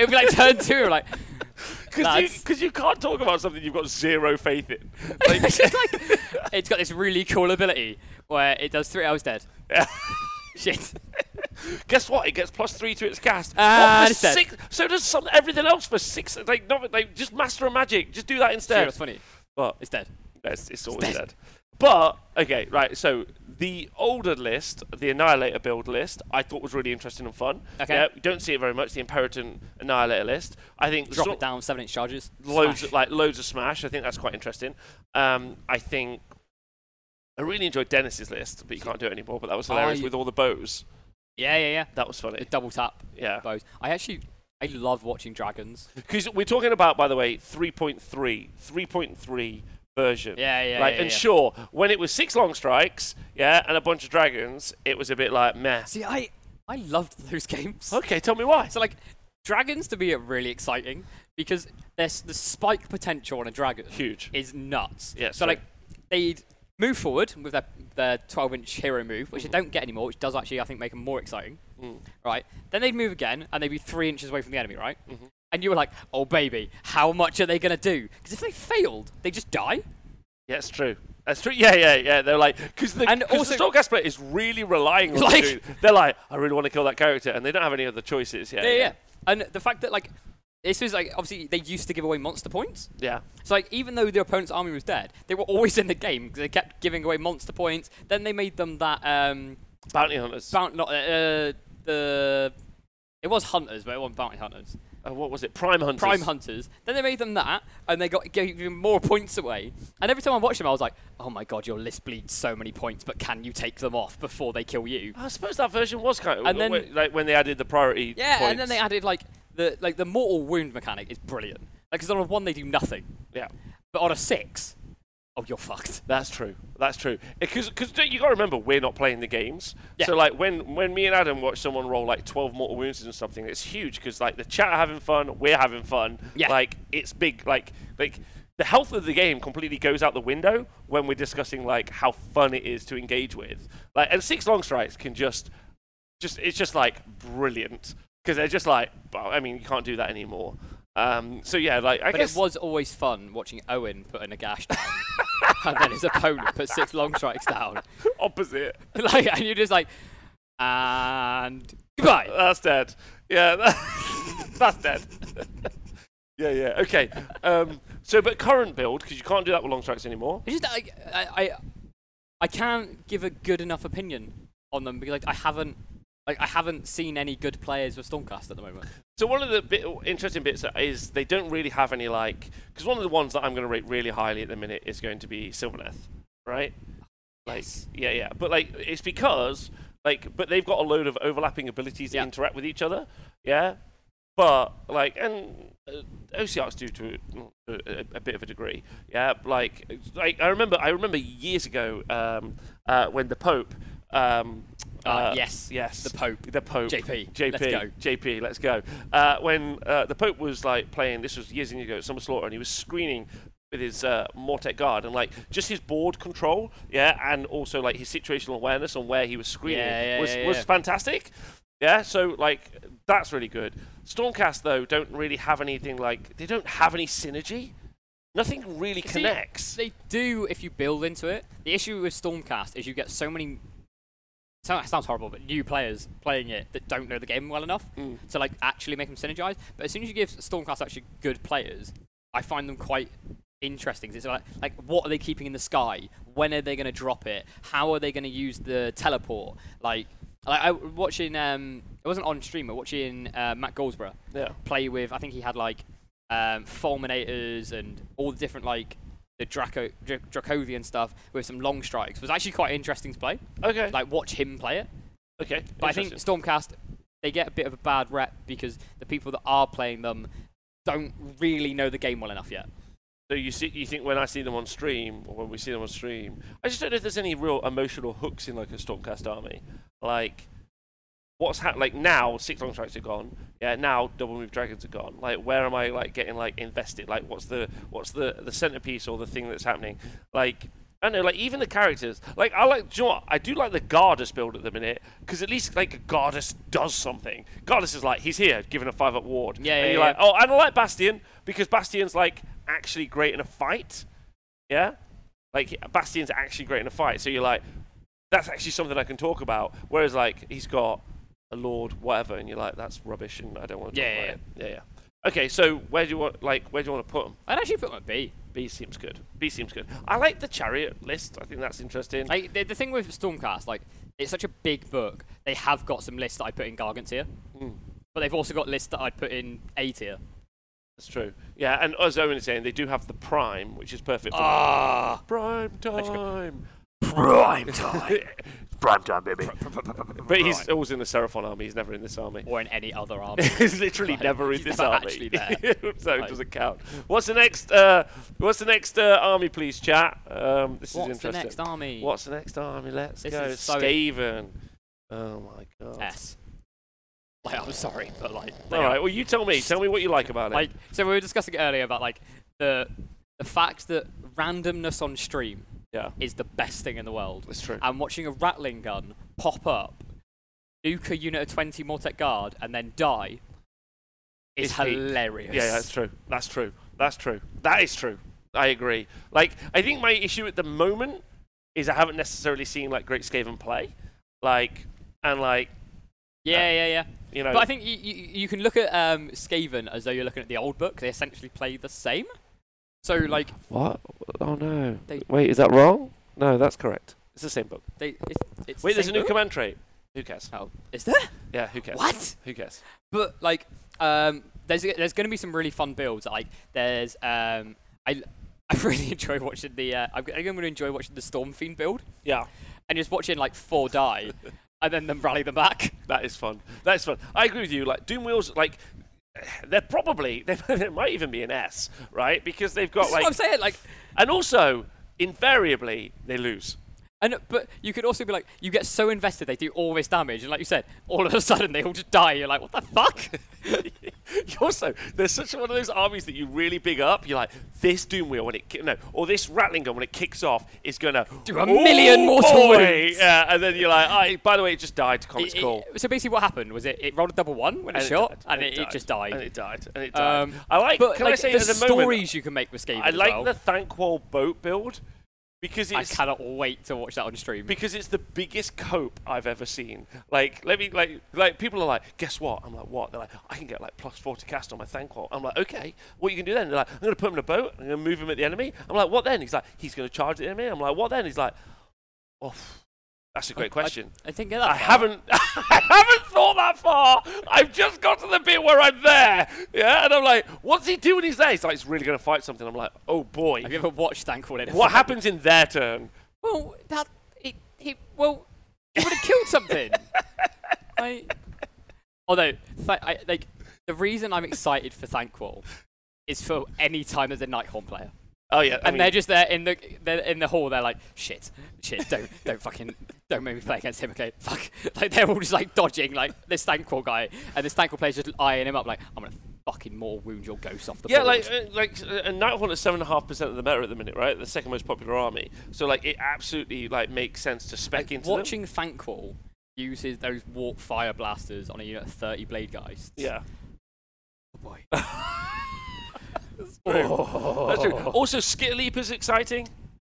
would be like turn two, we're like, Because you, That's- 'cause you can't talk about something you've got zero faith in. Like, it's just like, it's got this really cool ability where it does three hours dead. Shit. Guess what? It gets plus three to its cast. Ah, What, for it's dead. six, so does some, everything else for six. Like, not, like just master of magic. Just do that Sure, instead. it's funny. But It's dead. it's, it's always dead. dead. But okay, right. So the older list, the Annihilator build list, I thought was really interesting and fun. Okay. Yeah, we don't see it very much. The Imperator Annihilator list. I think Drop sort- it down, seven inch charges. loads Smash. of, like loads of smash. I think that's quite interesting. Um, I think I really enjoyed Dennis's list, but you can't do it anymore. But that was hilarious I- with all the bows. Yeah, yeah, yeah. That was The funny. double tap Yeah. bows. I actually, I love watching dragons. Because we're talking about, by the way, 3.3, 3.3 version. Yeah, yeah, Like, yeah, and yeah. sure, when it was six long strikes, yeah, and a bunch of dragons, it was a bit like meh. See, I I loved those games. Okay, tell me why. So like, dragons to me are really exciting because there's the spike potential on a dragon Huge. is nuts. Yeah, So sorry. like, they'd move forward with their their 12 inch hero move, which they don't get anymore, which does actually I think make them more exciting. Right. Then they'd move again and they'd be three inches away from the enemy. Right. And you were like, oh baby, how much are they gonna do? Because if they failed, they just die. Yeah, it's true. That's true. Yeah, yeah, yeah. They're like, because the, And cause the also- Stormcast player is really relying on Like- doing- They're like, I really want to kill that character, and they don't have any other choices. Yeah, Yeah, yeah. And the fact that like. This is like obviously they used to give away monster points, Yeah. So like even though their opponent's army was dead, they were always in the game because they kept giving away monster points. Then they made them that um Bounty hunters. uh, bounty not uh, the it was hunters, but it wasn't bounty hunters. uh, what was it? Prime Hunters. Prime Hunters. Then they made them that, and they got gave even more points away. And every time I watched them, I was like, "Oh my god, your list bleeds so many points, but can you take them off before they kill you?" I suppose that version was kind of And then- when- like when they added the priority. Yeah, and then points. they added like the like the mortal wound mechanic is brilliant. Like, because on a one they do nothing, Yeah, but on a six, oh you're fucked. that's true. That's true. Eh, Because you got to remember we're not playing the games. Yeah. So like when when me and Adam watch someone roll like 12 mortal wounds and something, it's huge because like the chat are having fun, we're having fun. Yeah. Like it's big. Like like. The health of the game completely goes out the window when we're discussing like how fun it is to engage with. Like, and six long strikes can just just it's just like brilliant because they're just like "Well, I mean you can't do that anymore. Um, so yeah, like I But guess it was always fun watching Owen put in a gash down, and then his opponent put six long strikes down. opposite. like, and you're just like, and goodbye. That's dead. Yeah, that- that's dead. yeah, yeah. Okay. Um, so, but current build because you can't do that with long strikes anymore. It's just like, I, I, I can't give a good enough opinion on them because like I haven't, like I haven't seen any good players with Stormcast at the moment. So one of the bit, interesting bits is they don't really have any like because one of the ones that I'm going to rate really highly at the minute is going to be Sylvaneth, right? Like Yes. yeah, yeah. But like it's because like but they've got a load of overlapping abilities Yeah. that interact with each other. Yeah. But like and uh, OCRs do to a, a, a bit of a degree. Yeah. Like it's- like I remember I remember years ago um, uh, when the Pope. Um, Ah, yes. Yes. The Pope. The Pope. JP, JP. let's go. JP, let's go. Uh, when uh, the Pope was like playing, this was years and years ago at Summer Slaughter, and he was screening with his uh, Mortec guard and like just his board control, yeah, and also like his situational awareness on where he was screening Yeah, yeah, was yeah, was yeah. fantastic. Yeah, so like that's really good. Stormcast though don't really have anything like they don't have any synergy. Nothing really See, connects. They do if you build into it. The issue with Stormcast is you get so many. so- Sounds horrible, but new players playing it that don't know the game well enough Mm. to like actually make them synergize. But as soon as you give Stormcast actually good players, I find them quite interesting. 'cause It's like, like what are they keeping in the sky? When are they going to drop it? How are they going to use the teleport? Like, like I was watching. Um, it wasn't on stream. But watching uh, Matt Goldsborough yeah. play with. I think he had like um, fulminators and all the different like the Draco Dra- Dracovian stuff with some long strikes. It was actually quite interesting to play. Okay. Like watch him play it. okay. But I think interesting. Stormcast they get a bit of a bad rep because the people that are playing them don't really know the game well enough yet. So you see, you think when I see them on stream, or when we see them on stream, I just don't know if there's any real emotional hooks in like a Stormcast army. Like, what's happening? Like now, six long strikes are gone. Yeah, now double move dragons are gone. Like, where am I like getting like invested? Like, what's the what's the the centerpiece or the thing that's happening? Like. I don't know, like even the characters. Like I like, do you know what? I do like the Gardas build at the minute because at least like Gardas does something. Gardas is like he's here, giving a five up ward. Yeah, and yeah, you're yeah. like, Oh, and I like Bastion because Bastion's like actually great in a fight. Yeah, like Bastion's actually great in a fight. So you're like, that's actually something I can talk about. Whereas like he's got a lord, whatever, and you're like, that's rubbish, and I don't want to Yeah, talk yeah, about it. Yeah, yeah. Okay, so where do you want like where do you want to put him? I'd actually put him at B. B seems good. B seems good. I like the chariot list. I think that's interesting. Like the, the thing with Stormcast, like it's such a big book. They have got some lists that I put in Gargant tier, Mm. but they've also got lists that I'd put in A tier. that's true. Yeah, and as Owen is saying, they do have the prime, which is perfect. For Ah, prime time. prime time. Prime time, baby. But he's always in the Seraphon army. He's never in this army. or in any other army. He's literally Right. never in He's this never army. actually there. so it Right. doesn't count. What's the next? Uh, what's the next uh, army, please, chat? Um, this is What's the interesting. next army? What's the next army? Let's This go. is so- Skaven. Oh my god. S? Like, I'm sorry, but like, they All are- right. Well, you tell me. Tell me what you like about it. like, so we were discussing it earlier about like the the fact that randomness on stream yeah, is the best thing in the world. that's true. And watching a rattling gun pop up, nuke a unit of 20 Mortec guard, and then die is It's peak. hilarious. Yeah, that's true. That's true. That's true. That is true. I agree. Like, I think my issue at the moment is I haven't necessarily seen like Great Skaven play, like, and like, yeah, yeah, yeah. you know, But I think you, you, you can look at um, Skaven as though you're looking at the old book. They essentially play the same. So like What? Oh no. They- Wait, is that wrong? No, that's correct. It's the same book. they, it's, it's the Wait, there's a same new book? command trait. Who cares? Oh, is there? Yeah, who cares? What? Who cares? But like, um, there's there's gonna be some really fun builds. Like, there's um, I I really enjoy watching the uh, I'm, g- I'm gonna enjoy watching the Storm Fiend build Yeah. and just watching like four die, and then them rally them back. That is fun. That is fun. I agree with you. Like Doom Wheels, like they're probably they, they might even be an S, right? Because they've got That's what like, I'm saying. Like, and also invariably they lose. and but you could also be like, you get so invested, they do all this damage, and like you said, all of a sudden they all just die. You're like, what the fuck? also, there's such one of those armies that you really big up. You're like, this Doom Wheel when it ki- no, or this Rattling Gun when it kicks off is gonna Do a million more boy! toys. Yeah, and then you're like, I, by the way, it just died to Comet's It- it- Call. So basically, what happened was it, it rolled a double one when it And shot, died, and, it, it just died. And it died. And it died. Um, I like. but can like, I say the at the stories moment, you can make with Skaven I as like well. the Thankwall boat build because I it's cannot wait to watch that on stream. because it's the biggest cope I've ever seen. Like, let me like like people are like, guess what? I'm like, what? They're like, I can get like plus four to cast on my Thankwall. I'm like, okay, what you can do then? They're like, I'm gonna put him in a boat. I'm gonna move him at the enemy. I'm like, what then? He's like, he's gonna charge the enemy. I'm like, what then? He's like, oh, that's a great question. I didn't get that. I haven't I haven't thought that far. I've just got to the bit where I'm there. Yeah, and I'm like, what's he doing he's there? He's like, he's really gonna fight something. I'm like, oh boy. Have you ever watched Thankful in a What fight? happens in their turn? Well, that it, he well, he would have killed something. I, although th- I, like the reason I'm excited for Thankful is for any time there's a Nighthorn player, Oh yeah. I and mean- they're just there in the they're in the hall. They're like, shit, shit, don't don't fucking don't make me play against him again. Fuck, like they're all just like dodging like this Thankful guy, and this Thankful player's just eyeing him up like I'm gonna fucking mortal wound your ghost off the Yeah, board. like uh, like uh, and Nighthorn is seven and a half percent of the meta at the minute, right? The second most popular army. So like it absolutely like makes sense to spec into them. Watching Thankful uses those warp fire blasters on a unit of 30 blade guys. Yeah. Oh boy. That's true. Also, Skitter Leap is exciting.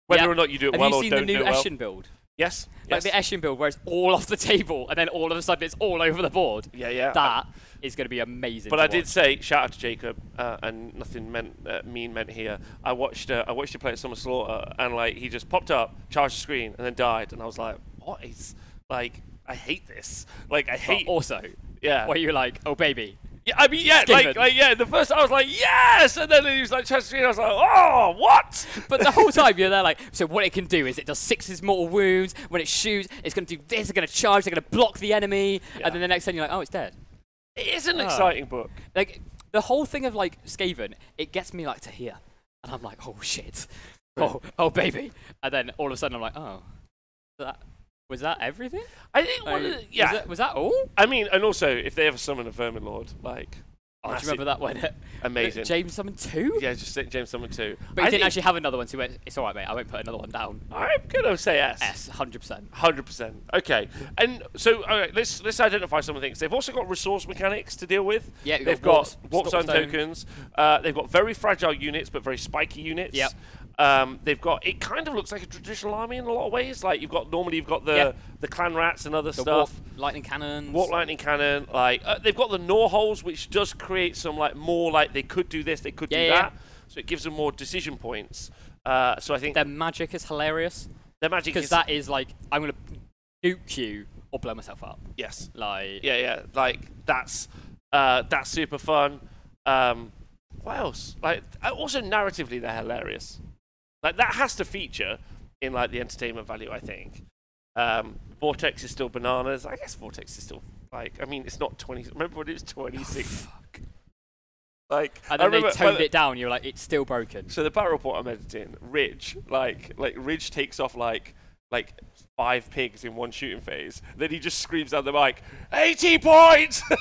Whether Yeah. or not you do it Have well you or seen don't the new do it well. Eshin build? Yes. Like yes. the Eshin build where it's all off the table and then all of a sudden it's all over the board. yeah, yeah. That is going to be amazing. But to I did watch. say shout out to Jacob, uh, and nothing meant uh, mean meant here. I watched uh, I watched him play at Summer Slaughter, and like he just popped up, charged the screen, and then died, and I was like, what is like I hate this. Like I But hate. also, yeah. where you're like, oh baby, Yeah, I mean, yeah, Given. like, like, yeah. The first I was like, yes, and then he was like, Chester, and I was like, oh, what? But the whole time you're there, like, so what it can do is it does sixes mortal wounds. When it shoots, it's going to do this, it's going to charge, it's going to block the enemy. Yeah. And then the next thing you're like, oh, it's dead. it is an exciting book. Like, the whole thing of, like, Skaven, it gets me, like, to here. And I'm like, oh, shit. Oh, oh, baby. And then all of a sudden I'm like, oh, that, was that everything? I think, one of the, Like, uh, yeah. Was that, was that all? Um, I mean, and also if they ever summon a Vermin Lord, like, Oh, do massive- you remember that one? Amazing. James summoned two? Yeah, just think James summon two. But he I didn't think- actually have another one, so he went, it's all right, mate. I won't put another one down. I'm gonna say S. S, 100%. Hundred percent. Okay, and so all right, let's let's identify some of the things. They've also got resource mechanics to deal with. Yeah, you've they've got got warps- warp zone stone- tokens. Uh, they've got very fragile units, but very spiky units. Yep. Um, they've got it. Kind of looks like a traditional army in a lot of ways. Like you've got normally you've got the Yeah. the clan rats and other The stuff. warp, lightning cannons. Warp lightning cannon, like uh, they've got the gnaw holes, which does create some like more like they could do this, they could Yeah, do yeah, yeah. that, so it gives them more decision points. Uh, so I think Their magic is hilarious. their magic because is that is like I'm gonna nuke you or blow myself up. yes, Like yeah, yeah. Like that's uh, that's super fun. Um, what else? Like uh, also narratively, they're hilarious. Like that has to feature in like the entertainment value, I think. Um, Vortex is still bananas. I guess Vortex is still like. I mean, it's not twenty. Remember when it was twenty six? fuck. Oh, Like And I then they remember- toned well, it down. You're like it's still broken. So the battle report I'm editing, Ridge, like like Ridge takes off like like five pigs in one shooting phase. Then he just screams out the mic, 80 points!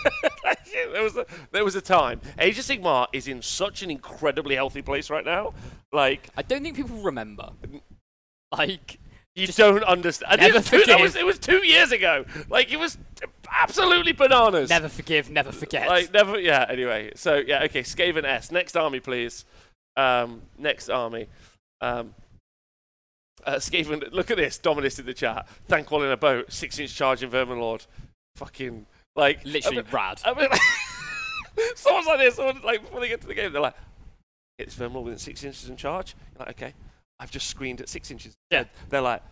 Like, yeah, there was a there was a time. Age of Sigmar is in such an incredibly healthy place right now. Like I don't think people remember. Like you don't understand. never it, was two, that forgive. was, it was two years ago. Like it was absolutely bananas. never forgive, never forget. Like never. Yeah. Anyway. So yeah. Okay. Skaven S. Next army, please. Um, next army. Um, uh, Skaven. Look at this. Dominus in the chat. Thankwall in a boat. Six-inch charge in Vermin Lord. Fucking like Literally I mean- rad. I mean, someone's like this. Someone's like before they get to the game, they're like, "It's Vermin Lord within six inches in charge." You're like, okay. I've just screened at six inches. Yeah. They're like,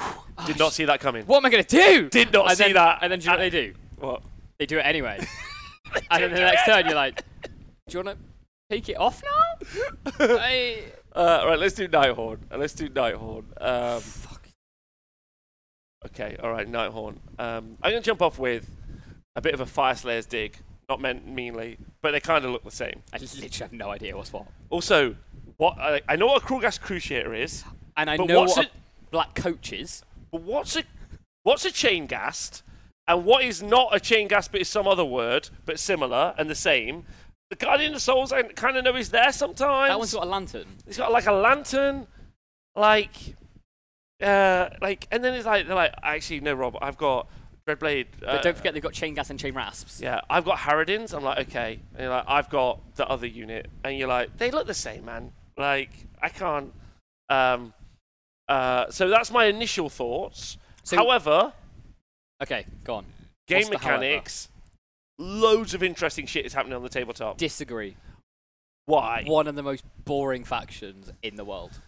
Ah, Did not see that coming. What am I gonna do? Did not and see then, that. And then do you know what they do? What? They do it anyway. and then the next turn, you're like, do you want to take it off now? I Uh, right, let's do Nighthorn. Uh, Let's do Nighthorn. Um, fuck. okay, all right, Nighthorn. Um, I'm gonna jump off with a bit of a Fire Slayer's dig. Not meant meanly, but they kind of look the same. I literally have no idea what's what. Also, what I, I know what a Krulgas Cruciator is, And I But know what's what a it- black coach is. but what's a what's a chain gast, and what is not a chain gast but is some other word but similar and the same. The Guardian of Souls, I kind of know is there sometimes. That one's got a lantern. It's got like a lantern, like, uh, like, and then it's like they're like, actually, no, Rob, I've got Dreadblade. Uh, But don't forget they've got chain gas and chain rasps. Yeah, I've got Harradins. I'm like, okay, and you're like, I've got the other unit, and you're like, they look the same, man. Like, I can't. Um, uh, so that's my initial thoughts. So- however, Okay, go on. game What's the however? mechanics, loads of interesting shit is happening on the tabletop. Disagree. Why? One of the most boring factions in the world.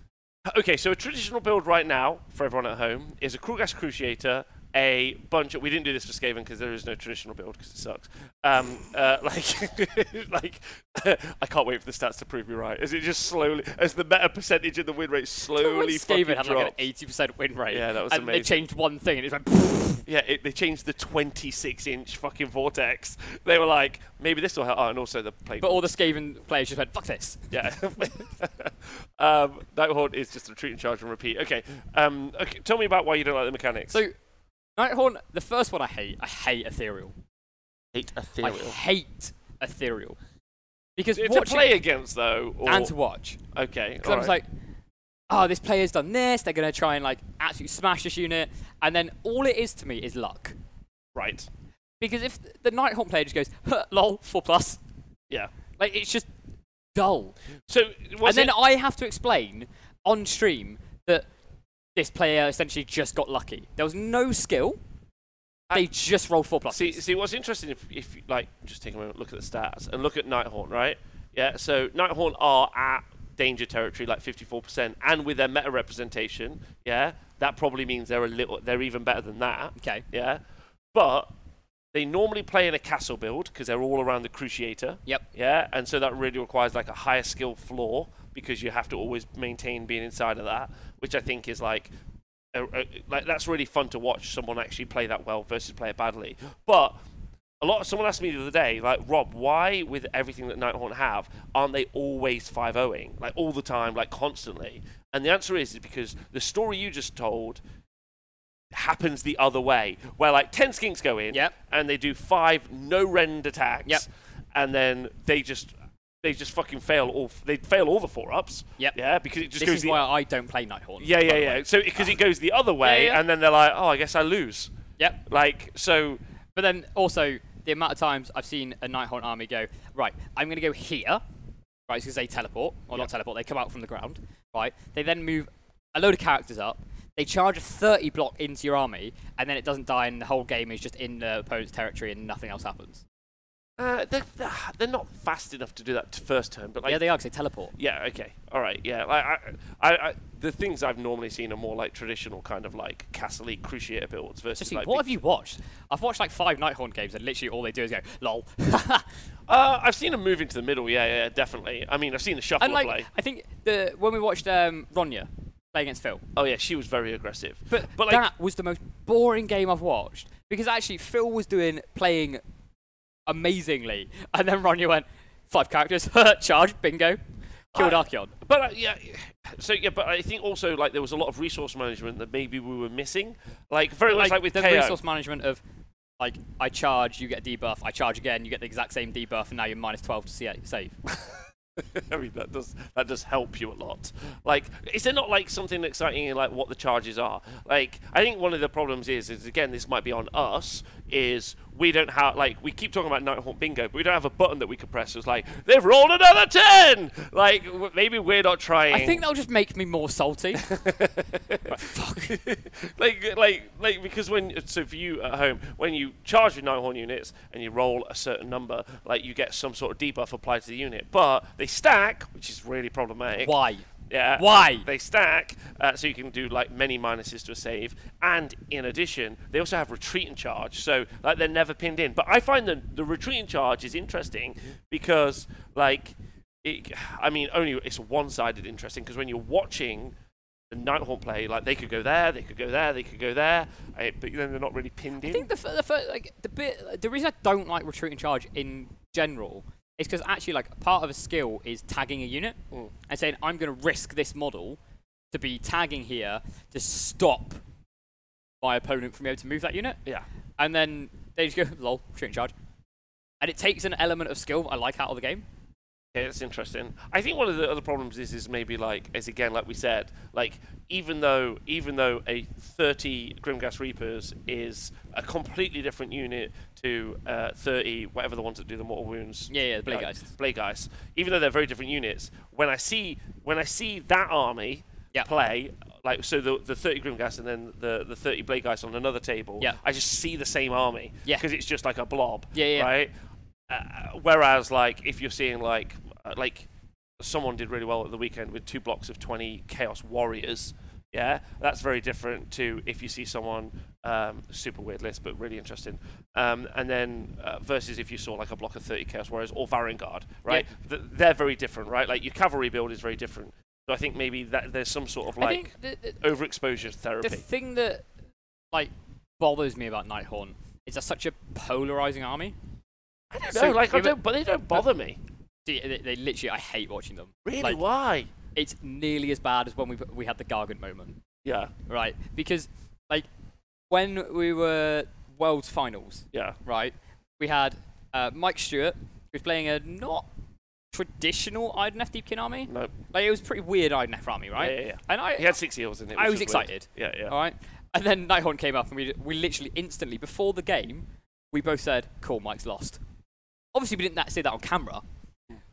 Okay, so a traditional build right now for everyone at home is a Krulgas Cruciator, a bunch of. We didn't do this for Skaven because there is no traditional build because it sucks. Um, uh, like, like I can't wait for the stats to prove me right. As it just slowly, as the meta percentage and the win rate slowly fucking Skaven had like an drops. 80% win rate. Yeah, that was and amazing. they changed one thing and it went. Pfft. Yeah, it, they changed the 26-inch fucking vortex. They were like, maybe this will help. Oh, and also the plate. But all the Skaven players just went, fuck this. Yeah. um, Nighthorn is just a retreat and charge and repeat. Okay. Um, okay. Tell me about why you don't like the mechanics. So, Nighthorn, the first one I hate, I hate Ethereal. hate I hate Ethereal. Because to watching play against though, or, and to watch. okay, Because I was like, oh, this player's done this, they're going to try and like absolutely smash this unit. And then all it is to me is luck. right, Because if the Nighthawk player just goes, huh, lol, 4 plus, yeah. like it's just dull. So was and it, then I have to explain on stream that this player essentially just got lucky. There was no skill. They just rolled four plus. Uh, see, see, what's interesting if, if you, like just take a moment, look at the stats and look at Nighthorn, right? Yeah. So Nighthorn are at danger territory, like 54%, and with their meta representation, yeah, that probably means they're a little, they're even better than that. Okay. Yeah, but they normally play in a castle build because they're all around the cruciator. Yep. Yeah, and so that really requires like a higher skill floor because you have to always maintain being inside of that, which I think is like, a, a- like that's really fun to watch someone actually play that well versus play it badly. But a lot. Someone asked me the other day, like Rob, why with everything that Nighthorn have, aren't they always 5-0ing like all the time, like constantly? And the answer is, is because the story you just told happens the other way, where like ten skinks go in, Yep. and they do five no rend attacks, Yep. and then they just they just fucking fail all. f- They fail all the four ups. Yep. Yeah, because it just this goes is the why I don't play Nighthorn. yeah yeah by the yeah. way. So because it goes the other way, yeah. and then they're like, oh, I guess I lose. Yep. Like so. But then also the amount of times I've seen a Nighthorn army go, right, I'm going to go here, right, because they teleport, Yep. or not teleport, they come out from the ground, right? They then move a load of characters up, they charge a 30 block into your army, and then it doesn't die, and the whole game is just in the opponent's territory and nothing else happens. Uh, they're, they're not fast enough to do that t- first turn, but like yeah, they are, 'cause they teleport. Yeah. Okay. All right. Yeah. Like I, I, I, the things I've normally seen are more like traditional kind of like castle cruciator builds versus Actually, like. what big- have you watched? I've watched like five Nighthorn games, and literally all they do is go, lol. uh, I've seen them move into the middle. Yeah. Yeah. Definitely. I mean, I've seen the shuffle and like, play. I think the when we watched um, Ronya play against Phil, Oh yeah, she was very aggressive. But, but like, that was the most boring game I've watched because actually Phil was doing playing amazingly, and then Ronnie went five characters, charge, bingo, killed I- Archeon. But uh, yeah, so yeah, but I think also like there was a lot of resource management that maybe we were missing. Like very much like with the KO. resource management of like I charge, you get a debuff. I charge again, you get the exact same debuff, and now you're minus twelve to ca- save. I mean that does that does help you a lot. Like, is there not like something exciting in like what the charges are? Like, I think one of the problems is is again this might be on us is we don't have like we keep talking about Nighthawk Bingo, but we don't have a button that we could press. It's like they've rolled another ten. Like w- maybe we're not trying. I think that'll just make me more salty. Fuck. like, like, like, because when so for you at home, when you charge with Nighthorn units and you roll a certain number, like you get some sort of debuff applied to the unit, but they stack, which is really problematic. Why? Yeah. Why? They stack, uh, so you can do like many minuses to a save. And in addition, they also have retreat and charge, so like they're never pinned in. But I find the the retreat and charge is interesting because like, it, I mean, only it's one-sided interesting because when you're watching. The Nighthorn play, like they could go there, they could go there, they could go there, uh, but then they're not really pinned in. I think the, f- the first, like the bit the reason I don't like retreat and charge in general is because actually like part of a skill is tagging a unit Mm. and saying I'm going to risk this model to be tagging here to stop my opponent from being able to move that unit yeah. and then they just go lol retreat and charge and it takes an element of skill I like out of the game Yeah, that's interesting. I think one of the other problems is is maybe like is again like we said, like even though even though a thirty Grimgas Reapers is a completely different unit to uh, thirty whatever the ones that do the mortal wounds. Yeah, yeah, the Blade guys, Geists. Blade guys. Even though they're very different units, when I see when I see that army Yeah. play like so the the thirty Grimgas and then the the thirty Blade guys on another table, Yeah. I just see the same army Yeah. because it's just like a blob, Yeah, yeah. right? Uh, whereas, like, if you're seeing like uh, like someone did really well at the weekend with two blocks of 20 Chaos Warriors, yeah, that's very different to if you see someone um, super weird list, but really interesting. Um, and then uh, versus if you saw like a block of 30 Chaos Warriors or Varangard, right? Th- they're very different, right? Like your cavalry build is very different. So I think maybe that there's some sort of I like think the, the, overexposure the therapy. thing that like bothers me about Nighthorn is they're such a polarizing army I don't know, so- like I yeah, but- don't, but they don't bother me. See, they, they literally I hate watching them Really? like- why? it's nearly as bad as when we we had the Gargant moment, Yeah, right? Because like when we were World Finals, yeah, right? We had uh, Mike Stewart who was playing a not traditional IDNF Deepkin army. no. Like it was a pretty weird IDNF army, right? Yeah, yeah, yeah. And I He had six heals in it. I which was weird. excited. Oh. Yeah, yeah. all right. And then Nighthorn came up, and we we literally instantly before the game, we both said, "Cool, Mike's lost." Obviously, we didn't that, say that on camera,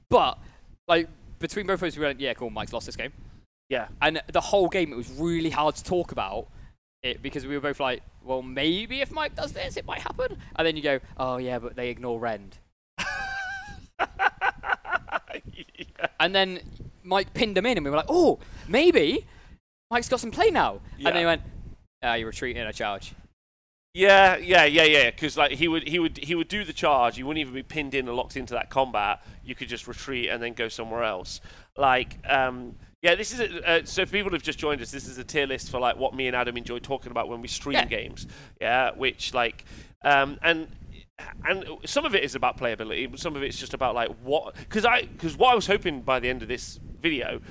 but like between both of us, we went, "Yeah, cool, Mike's lost this game." Yeah. And the whole game, it was really hard to talk about it because we were both like, "Well, maybe if Mike does this, it might happen." And then you go, "Oh yeah, but they ignore Rend." yeah. And then Mike pinned him in, and we were like, "Oh, maybe Mike's got some play now." And Yeah. then he went, uh, "You're retreating a charge." Yeah, yeah, yeah, yeah. Because like he would, he would, he would do the charge. You wouldn't even be pinned in and locked into that combat. You could just retreat and then go somewhere else. Like, um, yeah, this is a, uh, so. If people have just joined us, this is a tier list for like what me and Adam enjoy talking about when we stream Yeah. games. Yeah, which like, um, and and some of it is about playability. Some of it's just about like what because I because what I was hoping by the end of this video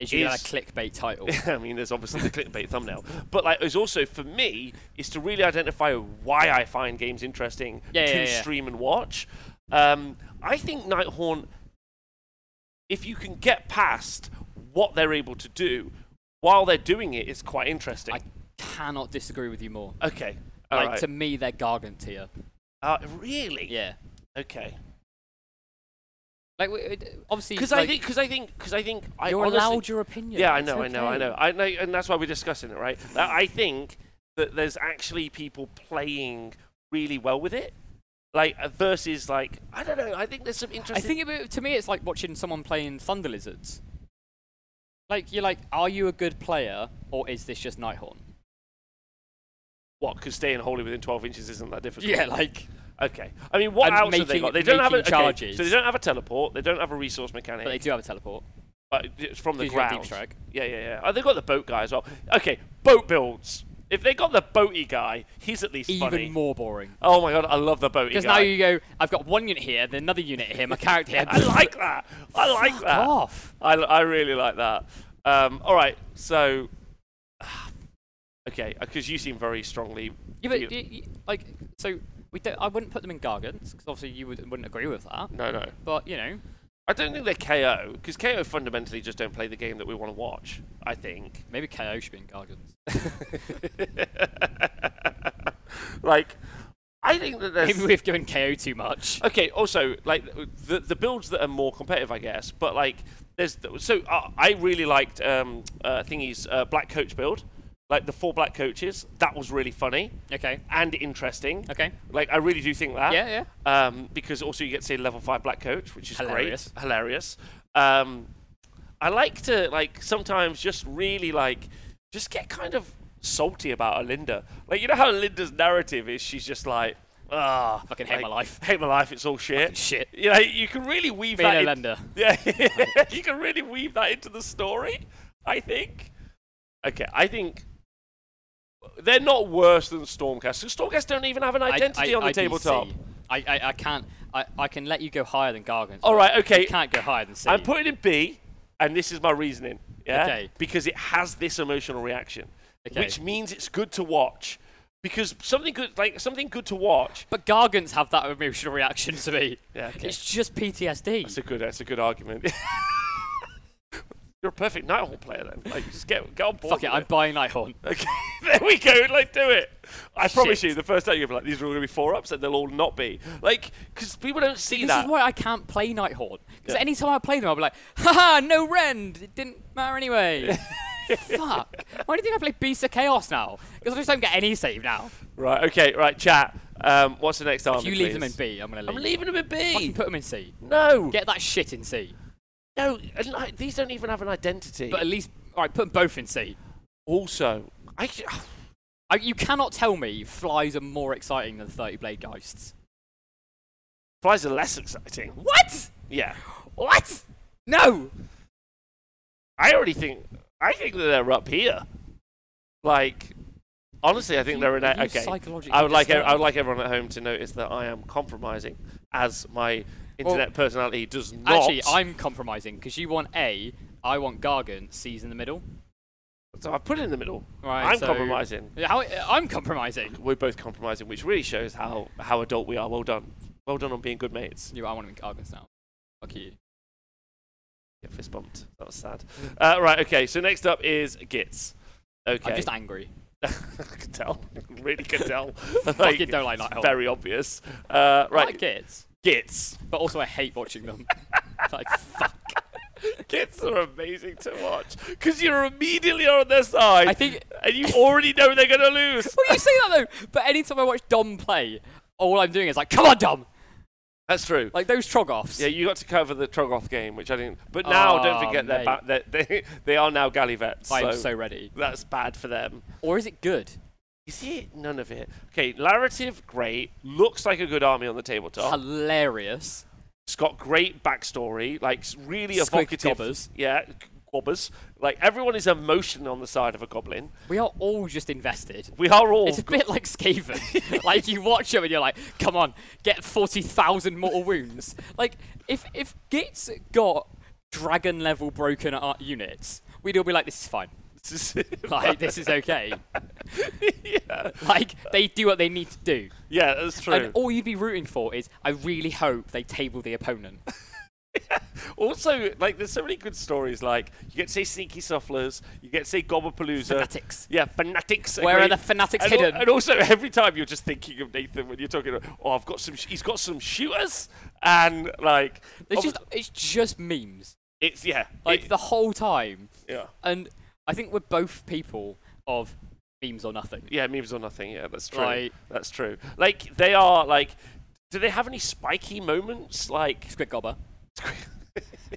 Is you Is- got a clickbait title? I mean, there's obviously the clickbait thumbnail, but like, it's also for me is to really identify why I find games interesting Yeah, to yeah, yeah. stream and watch. Um, I think Nighthorn, if you can get past what they're able to do while they're doing it, is quite interesting. I cannot disagree with you more. okay, all like right. to me, they're gargant tier. uh, really? Yeah. Okay. Like we- it- obviously, Because I like, think, because I think, because I think, I you're honestly, allowed your opinion. Yeah, I it's know, I know, I okay. know, I know, and that's why we're discussing it, right? That I think that there's actually people playing really well with it, like uh, versus like I don't know. I think there's some I interesting. think it, to me, it's like watching someone playing Thunder Lizards. Like you're like, are you a good player or is this just Nighthorn? what because staying holy within 12 inches isn't that difficult. Yeah, like, Okay. I mean, what And else have they making- got? They don't have a making okay, charges. so they don't have a teleport. They don't have a resource mechanic. but they do have a teleport. but it's from the Did you get ground. deep strike? Yeah, yeah, yeah. Oh, they've got the boat guy as well. Okay, boat builds. If they got the boaty guy, he's at least Even funny. more boring. Oh my god, I love the boaty guy. Because now you go, I've got one unit here, then another unit here, my character here. I like that. I like Fuck that. off. I, I really like that. Um, all right, so okay, because you seem very strongly. Yeah, but you- y y like, so we don't. I wouldn't put them in gargants because obviously you would, wouldn't agree with that. no, no, But you know, I don't think they're KO because KO fundamentally just don't play the game that we want to watch. I think. maybe KO should be in gargants. like, I think that there's Maybe we've given KO too much. okay. Also, like the the builds that are more competitive, I guess, but like there's th- so uh, I really liked um, uh, thingy's uh, black coach build, like the four black coaches. That was really funny. Okay. and interesting. Okay. Like I really do think that. Yeah, yeah. Um, because also you get to see level five black coach, which is Hilarious. great, hilarious. Um, I like to like sometimes just really like just get kind of salty about Alinda. Like you know how Linda's narrative is she's just like ah Fucking hate my like, life. Hate my life, it's all shit. Shit. You know, you can really weave Being that a in- lender. Yeah. you can really weave that into the story, I think. Okay, I think they're not worse than Stormcast. 'cause Stormcast don't even have an identity on the tabletop. DC. I, I, I can't. I, I can let you go higher than Gargant. All right, okay. You can't go higher than C. I'm putting it B, and this is my reasoning. Yeah. Okay. Because it has this emotional reaction, Okay. which means it's good to watch. Because something good, like something good to watch. but Gargants have that emotional reaction to me. Yeah, okay. It's just PTSD. That's a good. That's a good argument. You're a perfect Nighthawk player then. Like, just get get on board. Fuck it, with I'm buying Nighthorn. Okay, there we go. Like, do it. I promise Shit. you, the first time you're gonna be like, these are all going to be four ups, and they'll all not be. Like, because people don't see This that. is why I can't play Nighthorn. Because Yeah. anytime I play them, I'll be like, haha, no rend. It didn't matter anyway. Fuck. Why do you think I play Beast of Chaos now? Because I just don't get any save now. Right. Okay. Right. Chat. Um, what's the next army? If you leave them in please? B, I'm going to I'm leave. leaving them in Fucking B. put them in C. No. Get that shit in C. No. And, like, these don't even have an identity. But at least, all right, put them both in C. also, I. I, you cannot tell me flies are more exciting than 30 Blade Geists. Flies are less exciting. What? Yeah. What? No! I already think. I think that they're up here. Like, honestly, I think You- they're in. you A, okay. psychologically I would like. e- disturbed. I would like everyone at home to notice that I am compromising, as my internet personality does not. Actually, I'm compromising because you want A, I want Gargant, C's in the middle. So I put it in the middle. Right, I'm so- compromising. Yeah, How, I'm compromising. We're both compromising, which really shows how how adult we are. Well done. Well done on being good mates. Yeah, but I want him in Gargants now. Fuck you. Get fist bumped. That was sad. Uh, right. Okay. So next up is Gits. Okay. I'm just angry. I could tell. really could tell. Fucking don't like that it's hole. Very obvious. Uh, Right. right. I like kids, Gits. but also I hate watching them. like, fuck. Gits are amazing to watch because you're immediately on their side. I think- and you already know they're gonna lose. Well, you say that though, but anytime I watch Dom play, all I'm doing is like, come on, Dom! That's true. Like those Trogoffs. Yeah, you got to cover the Trogoth game, which I didn't. But now, don't Oh, forget, mate. they're ba- they're, they they are now galley vets. I am so so ready. that's bad for them. Or is it good? Is it none of it? Okay, narrative great. Looks like a good army on the tabletop. Hilarious. It's got great backstory, like s- really Squig evocative. gobbers. Yeah, g- gobbers. Like everyone is emotional on the side of a goblin. We are all just invested. We are all. It's a bit like Skaven. like you watch him and you're like, come on, get forty thousand mortal wounds. Like if if Gitz got dragon level broken art units, we'd all be like, this is fine. Like this is okay. yeah. Like they do what they need to do, yeah, that's true. and all you'd be rooting for is, I really hope they table the opponent. also, like, there's so many good stories. Like, you get to see sneaky sufflers, you get to see gobberpalooza. Fanatics. Yeah, fanatics. Where agree. are the fanatics and al- hidden? and also, every time you're just thinking of Nathan when you're talking. About, oh, I've got some. Sh- he's got some shooters, and like, It's obvi- just it's just memes. it's yeah, Like it- the whole time. yeah, And I think we're both people of memes or nothing. yeah, memes or nothing. Yeah, that's true. Like- that's true. Like, they are like. Do they have any spiky moments? Like, Squid gobber.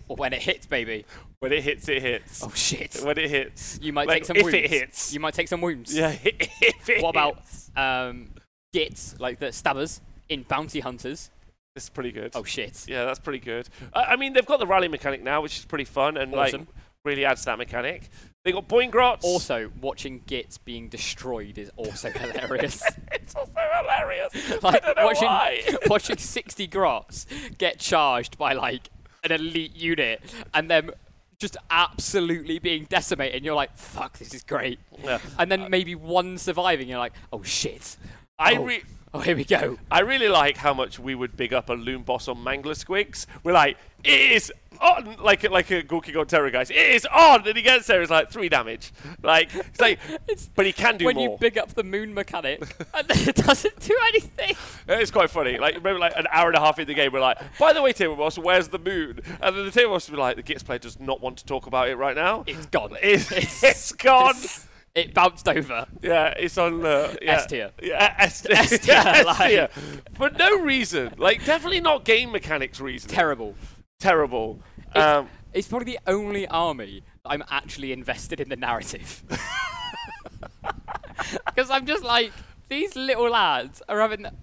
Or when it hits, baby. when it hits, it hits. Oh shit. When it hits, You might Like, take some if wounds. it hits. You might take some wounds. yeah, if it What about hits. um, gits, like the stabbers in bounty hunters? It's pretty good. Oh shit. Yeah, that's pretty good. I, I mean, they've got the rally mechanic now, which is pretty fun and Awesome. like really adds to that mechanic. They got Boingrots. Also, watching gits being destroyed is also hilarious. it's also hilarious. Like I don't know watching why. watching 60 grots get charged by like an elite unit and them just absolutely being decimated and you're like fuck this is great. Yeah. And then maybe one surviving you're like oh shit. I oh, re- Oh here we go. I really like how much we would big up a loom boss on Mangler Squigs. We're like, it is on, like like a Gorky God Terror guys. It is on, and he gets there. It's like three damage. Like, it's like, It's- but he can do when more. you big up the moon mechanic and then it doesn't do anything. It's quite funny. Like remember, like an hour and a half in the game, we're like, "By the way, Table Boss, where's the moon?" And then the Table Boss would be like, "The Gits player does not want to talk about it right now. It's gone. It's, it's gone." It bounced over. Yeah, it's on uh, yeah. S tier. Yeah, S tier. S tier, S like- tier. For no reason. Like definitely not game mechanics reason. Terrible. Terrible. Um, It's probably the only army that I'm actually invested in the narrative. Because I'm just like, these little lads are having the,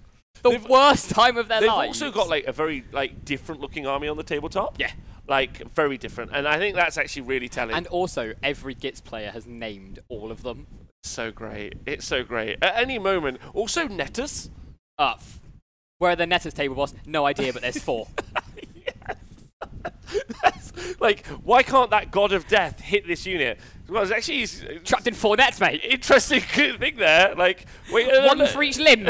the They've- worst time of their They've lives. also got like a very like different looking army on the tabletop. Yeah. Like very different, and I think that's actually really telling. And also, every Gits player has named all of them. so great, it's so great. At any moment, also Nettus. Up. Where are the Netters table boss? No idea, but there's four. That's, like, why can't that god of death hit this unit? Well, it's actually it's- it's Trapped in four nets, mate. interesting thing there. Like, wait, no, no, One no. for each limb.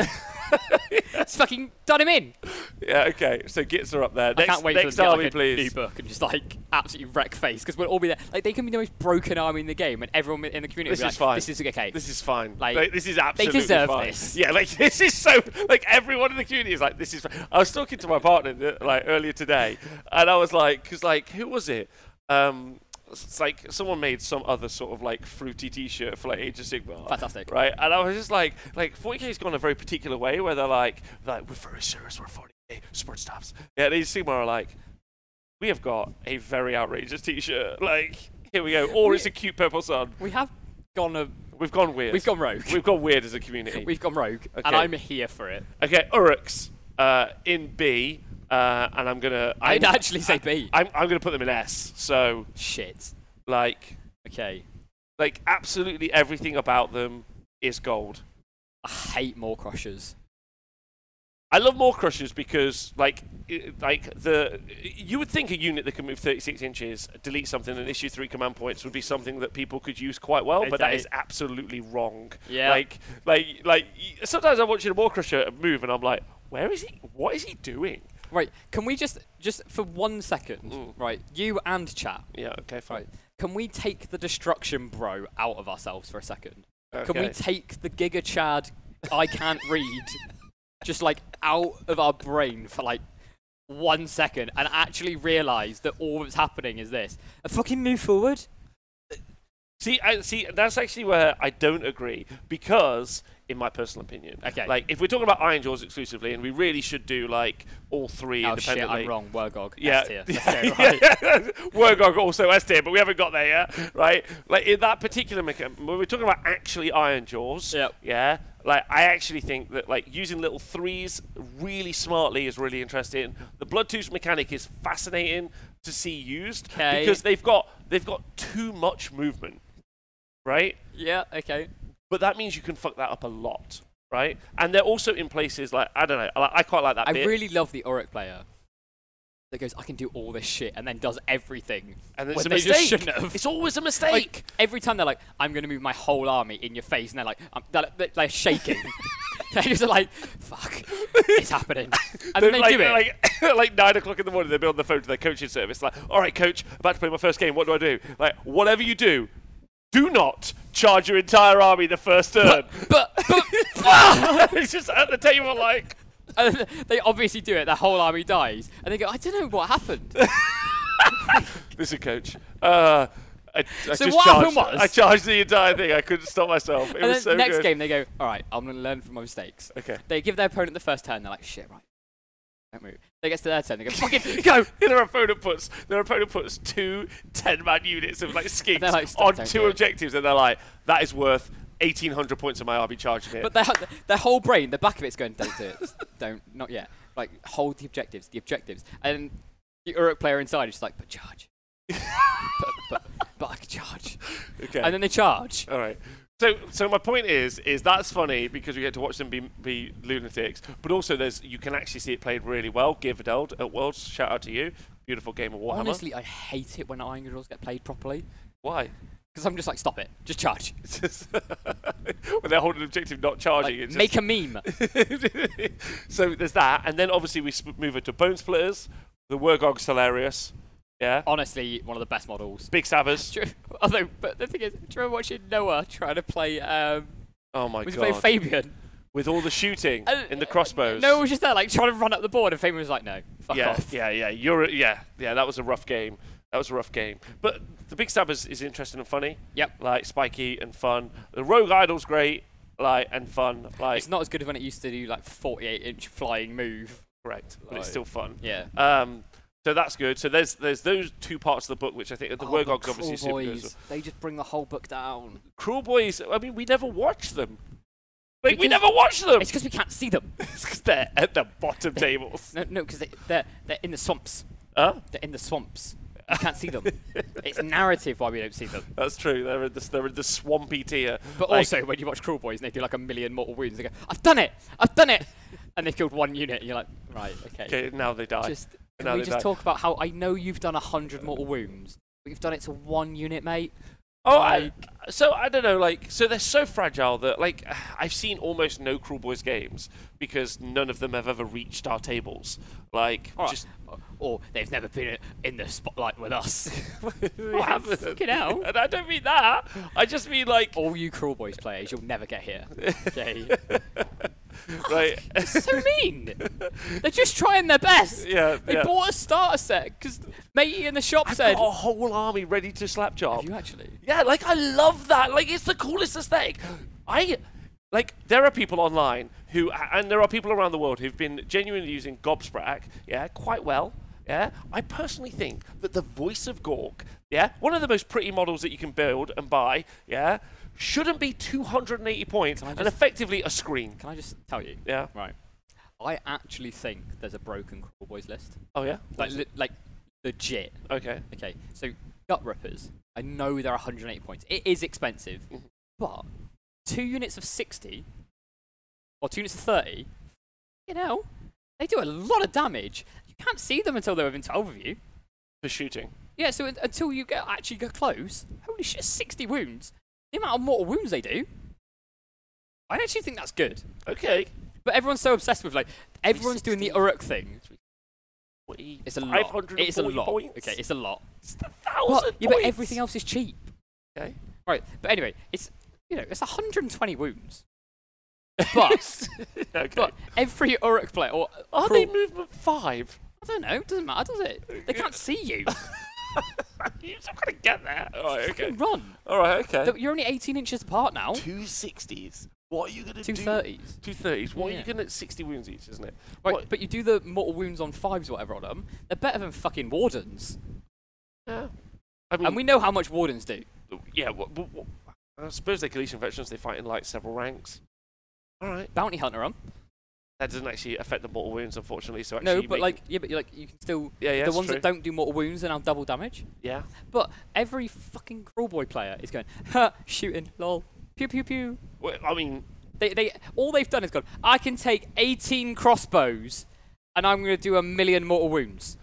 it's fucking done him in. Yeah, okay. So Gits are up there. I next can't wait next for them to army, get, like, a new please. book and just like absolutely wreck face because we'll all be there. Like they can be the most broken army in the game, and everyone in the community This will be is like, fine. "This is okay." This is fine. Like, Like, this is absolutely deserve fine. this. Yeah, like this is so like everyone in the community is like this is. Fine. I was talking to my partner th- like earlier today, and I was like, because like who was it? Um, it's like someone made some other sort of like fruity T-shirt for like Age of Sigmar. Fantastic. right? And I was just like, like 40k's gone a very particular way where they're like, like we're very serious, we're 40k, support stops. Yeah, and Age of Sigmar are like, we have got a very outrageous T-shirt. Like here we go, or it's a cute purple sun. we have gone a, We've gone weird. we've gone rogue. We've gone weird as a community. We've gone rogue, Okay. and I'm here for it. okay, Uruks uh, in B, uh, and I'm gonna. I'd I'm- actually say B. I'm, I'm gonna put them in S. So Shit. like, Okay. like absolutely everything about them is gold. I hate more crushers. I love more crushers because like, i like the you would think a unit that can move 36 inches, delete something, and issue three command points would be something that people could use quite well, but that Okay. is absolutely wrong. Yeah. Like, like, like y- sometimes I watch a war crusher move, and I'm like, where is he? What is he doing? Right? Can we just just for one second, Mm. right? You and chat, Yeah. Okay. Fine. right? Can we take the destruction bro out of ourselves for a second? Can we Okay. take the Giga Chad I can't read just like out of our brain for like one second and actually realize that all that's happening is this? And fucking move forward? See, I, see, that's actually where I don't agree because, in my personal opinion, Okay. like if we're talking about Iron Jaws exclusively, and we really should do like all three Oh shit, independently. I'm wrong. Wergog. Yeah, S tier. Let's yeah, go, right. Wergog also S tier, but we haven't got there yet, right? Like in that particular mecha- when we're talking about actually Iron Jaws, Yep. yeah. Like I actually think that like using little threes really smartly is really interesting. The blood tooth mechanic is fascinating to see used 'Kay. because they've got they've got too much movement, right? Yeah, okay. But that means you can fuck that up a lot, right? And they're also in places like I don't know. I, I quite like that I bit, really love the Auric player that goes, I can do all this shit and then does everything. and it's when a they just mistake. shouldn't have. It's always a mistake. Like, every time they're like, I'm going to move my whole army in your face, and they're like, I'm, they're, they're, they're shaking. they're just like, fuck, it's happening. And then they like, do it. Like, like nine o'clock in the morning, they'll be on the phone to their coaching service. Like, all right, coach, about to play my first game. What do I do? Like, whatever you do, do not charge your entire army the first turn. but, but it's just at the table, like, and they obviously do it. Their whole army dies, and they go, "I don't know what happened." listen, coach. Uh, I, I So just what charged, happened was- I charged the entire thing. I couldn't stop myself. It and then was so next good. game, they go, "All right, I'm gonna learn from my mistakes." Okay. They give their opponent the first turn. They're like, "Shit, right." Don't move. They get to their turn. They go, "Fucking Go! Their opponent puts their opponent puts two 10 man units of like skinks they're like, "Stop, on don't two do it." objectives, and they're like, "That is worth 1,800 points of my army charging it." But their, their whole brain, the back of it's going, don't do it. don't, not yet. Like, hold the objectives, the objectives. And the Uruk player inside is just like, but charge. but, but, but I can charge. okay. Uh, And then they charge. All right. So, so my point is, is that's funny because we get to watch them be, be lunatics, but also there's you can actually see it played really well. Giverdeld at Worlds, shout out to you, beautiful game of Warhammer. Honestly, I hate it when Iron Girls get played properly. Why? Because I'm just like, stop it. Just charge. It's just when they're holding an objective, not Like, charging. it's make a meme. just so there's that, and then obviously we sp- move it to Bone Splitters, the Wergog's hilarious, yeah, Oh, Honestly, one of the best models. Big Sabbers. Do you- Although, but the thing is, do you remember watching Noah trying to play, um, Oh my was he god! playing Fabian? With all the shooting And- in the crossbows. Noah was just there, like, trying to run up the board, and Fabian was like, no, fuck yeah, off. yeah, yeah. You're yeah, yeah. That was a rough game. That was a rough game. But the big stab is, is interesting and funny. Yep. Like spiky and fun. The rogue idol's great. Like and fun. Like It's not as good as when it used to do like 48 inch flying move. correct, but it's like- still fun. Yeah. Um, So that's good. So there's there's those two parts of the book which I think the Oh, Wergog's but obviously Cruel super good. as Boys, They just bring the whole book down. well. Cruel Boys. I mean, we never watch them. Like we Because- never watch them. It's because we can't see them. It's 'cause they're at the bottom tables. No, no, because they, they're they're in the swamps. Huh? They're in the swamps. You can't see them. it's narrative why we don't see them. That's true. They're in the they're in the swampy tier. But Like, also, when you watch Cruel Boys and they do like a million mortal wounds, they go, "I've done it! I've done it!" and they've killed one unit. And you're like, right, okay. okay, now they die. Just can Now we they just die. talk about how I know you've done a hundred mortal wounds, but you've done it to one unit, mate. Oh, I, Like- so I don't know. Like, so they're so fragile that like I've seen almost no Cruel Boys games because none of them have ever reached our tables. Like, All right. just Or they've never been in the spotlight with us. we haven't. fucking hell. And I don't mean that. I just mean like All you Cruel Boys players, you'll never get here. Okay. right. so mean. They're just trying their best. Yeah, They yeah. bought a starter set because matey in the shop I've said. got a whole army ready to slap job. Have you actually? Yeah, like I love that. Like it's the coolest aesthetic. I like there are people online who and there are people around the world who've been genuinely using Gobsprack, yeah, quite well. Yeah. I personally think that the voice of Gork, yeah, one of the most pretty models that you can build and buy, yeah, shouldn't be 280 points Can I and just- effectively a screen. Can I just tell you? Yeah. Right. I actually think there's a broken Cruel Boys list. Oh yeah. Like, le- like legit. Okay. Okay, so gut rippers. I know they're 180 points. It is expensive, Mhm. but two units of 60 or two units of 30, you know, they do a lot of damage. You can't see them until they're within 12 of you. For shooting. Yeah, so un- until you get actually get close, holy shit, 60 wounds. The amount of mortal wounds they do. I actually think that's good. Okay. But everyone's so obsessed with like everyone's doing the 360. Uruk thing. It's a lot. It is a 540 lot. Points. Okay, it's a lot. It's a But- thousand. yeah, but everything else is cheap. Okay. Right, but anyway, it's you know it's 120 wounds, but okay. but every Uruk player or Are cruel- they movement five? I don't know. It doesn't matter, does it? They can't see you. You're not gonna get there. All right, okay. Fucking Run. All right, okay. You're only 18 inches apart now. Two sixties. What are you gonna Two do? thirties. Two thirties. What are Yeah. you gonna? Sixty wounds each, isn't it? Right, What- but you do the mortal wounds on fives, or whatever on them. They're better than fucking wardens, yeah. I mean, and we know how much wardens do. yeah. What, what, what, I suppose they're Galician veterans. They fight in like several ranks. All right. Bounty hunter 'em. That doesn't actually affect the mortal wounds, unfortunately. So actually, No, you but make- like yeah, but you like you can still yeah, yeah, the it's ones true. that don't do mortal wounds and have double damage. Yeah. But every fucking crawl boy player is going ha shooting lol pew pew pew. Well, I mean, They, they all they've done is gone. I can take 18 crossbows, and I'm going to do a million mortal wounds.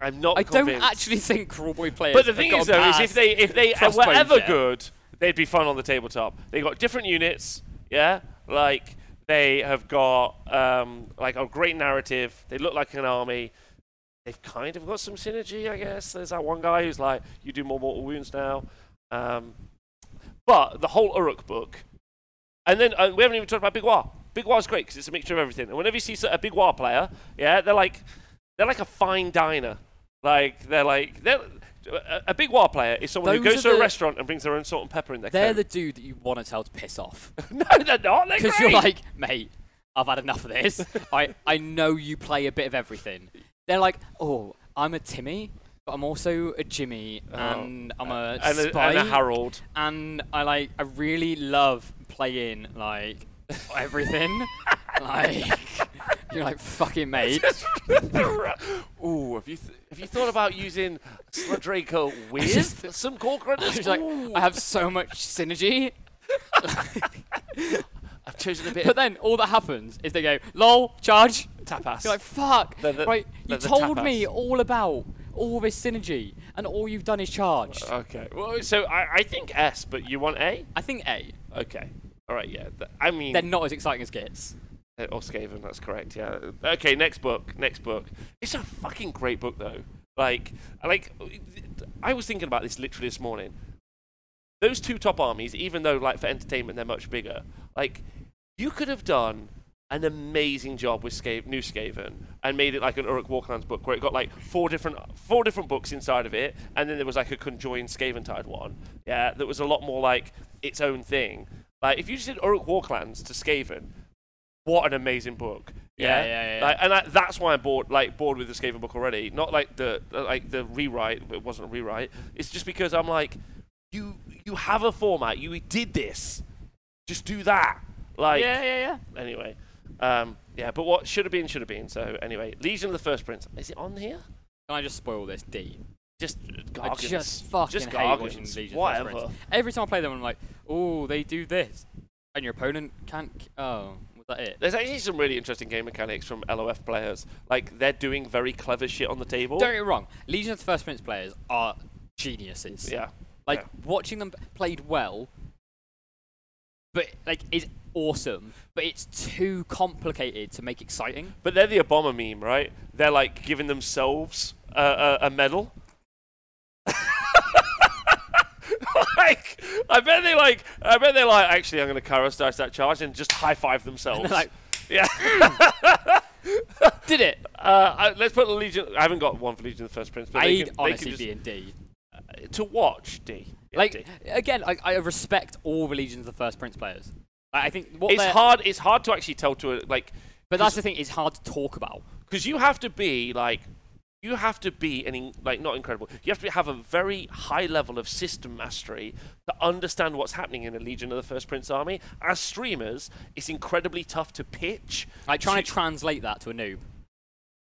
I'm not. I don't convinced. actually think crawlboy players. But the have thing got is, though, is if past- they if they uh, were crossbones ever yet. good, they'd be fun on the tabletop. They got different units, yeah. Like they have got um, like a great narrative. They look like an army. They've kind of got some synergy, I guess. There's that one guy who's like, "You do more mortal wounds now." Um, but the whole Uruk book, and then uh, we haven't even talked about Big War. Big War's great because it's a mixture of everything. And whenever you see a Big War player, yeah, they're like they're like a fine diner. Like they're like they're, a, a big war player is someone who Those goes are to a the- restaurant and brings their own salt and pepper in their they're the coat. dude that you want to tell to piss off no, they're not. They're because great. you're like, mate, I've had enough of this. I I know you play a bit of everything. They're like, oh, I'm a Timmy, but I'm also a Jimmy, Oh, and I'm a and a, spy, and a Harold. and I like I really love playing like everything. like you're like fucking mate. Ooh, have you th- have you thought about using Sladraco just- with some cork runners? She's like, I have so much synergy. I've chosen a bit. But of then all that happens is they go, lol, charge. tapas. You're like, fuck. The- the- right, the- you the told me tapas. all about all this synergy, and all you've done is charge. okay. Well, so I, I think S, but you want A? I think A. Okay. All right. Yeah. Th- I mean, They're not as exciting as gets. Uh, Oscaven, that's correct. Yeah. Okay, next book. Next book. It's a fucking great book, though. Like, I like, I was thinking about this literally this morning. Those two top armies, even though like for entertainment they're much bigger, like you could have done an amazing job with Sca- New Skaven and made it like an Uruk Warclans book where it got like four different four different books inside of it, and then there was like a conjoined Skaventide one. Yeah, that was a lot more like its own thing. Like if you just did Uruk Warclans to Skaven, what an amazing book. Yeah, yeah, yeah, Like, and I, that's why I'm bored, like bored with Escape from Book already. Not like the like the rewrite. but It wasn't a rewrite. It's just because I'm like, you you have a format. You did this. Just do that. Like yeah, yeah, yeah. anyway. Um, yeah, but what should have been should have been. So anyway, Legion of the First Prince. Is it on here? Can I just spoil this D? Just I gargants. just fucking just hate watching gargants. Legion of the First Whatever. Prince. Every time I play them, I'm like, oh, they do this, and your opponent can't. c- Oh, was that it? There's actually some really interesting game mechanics from LOF players. Like they're doing very clever shit on the table. Don't get me wrong. Legion of the First Prince players are geniuses. Yeah. Like yeah. watching them played well, but like is awesome. But it's too complicated to make exciting. But they're the Obama meme, right? They're like giving themselves a, a, a medal. like, I bet they like, I bet they like. Actually, I'm gonna Kairos dice that charge and just high five themselves. like- yeah. Did it? Uh, I, let's put Legion. I haven't got one for Legion of the First Prince, but they I'd can, they honestly can be in D. just, to watch D. Yeah, Like D. again, I, I respect all the Legions of the First Prince players. I, I think what it's they're- hard. It's hard to actually tell to a, like but that's the thing. It's hard to talk about. because you have to be like you have to be an in, like not incredible you have to have a very high level of system mastery to understand what's happening in a legion of the first prince army as streamers it's incredibly tough to pitch Like trying to translate that to a noob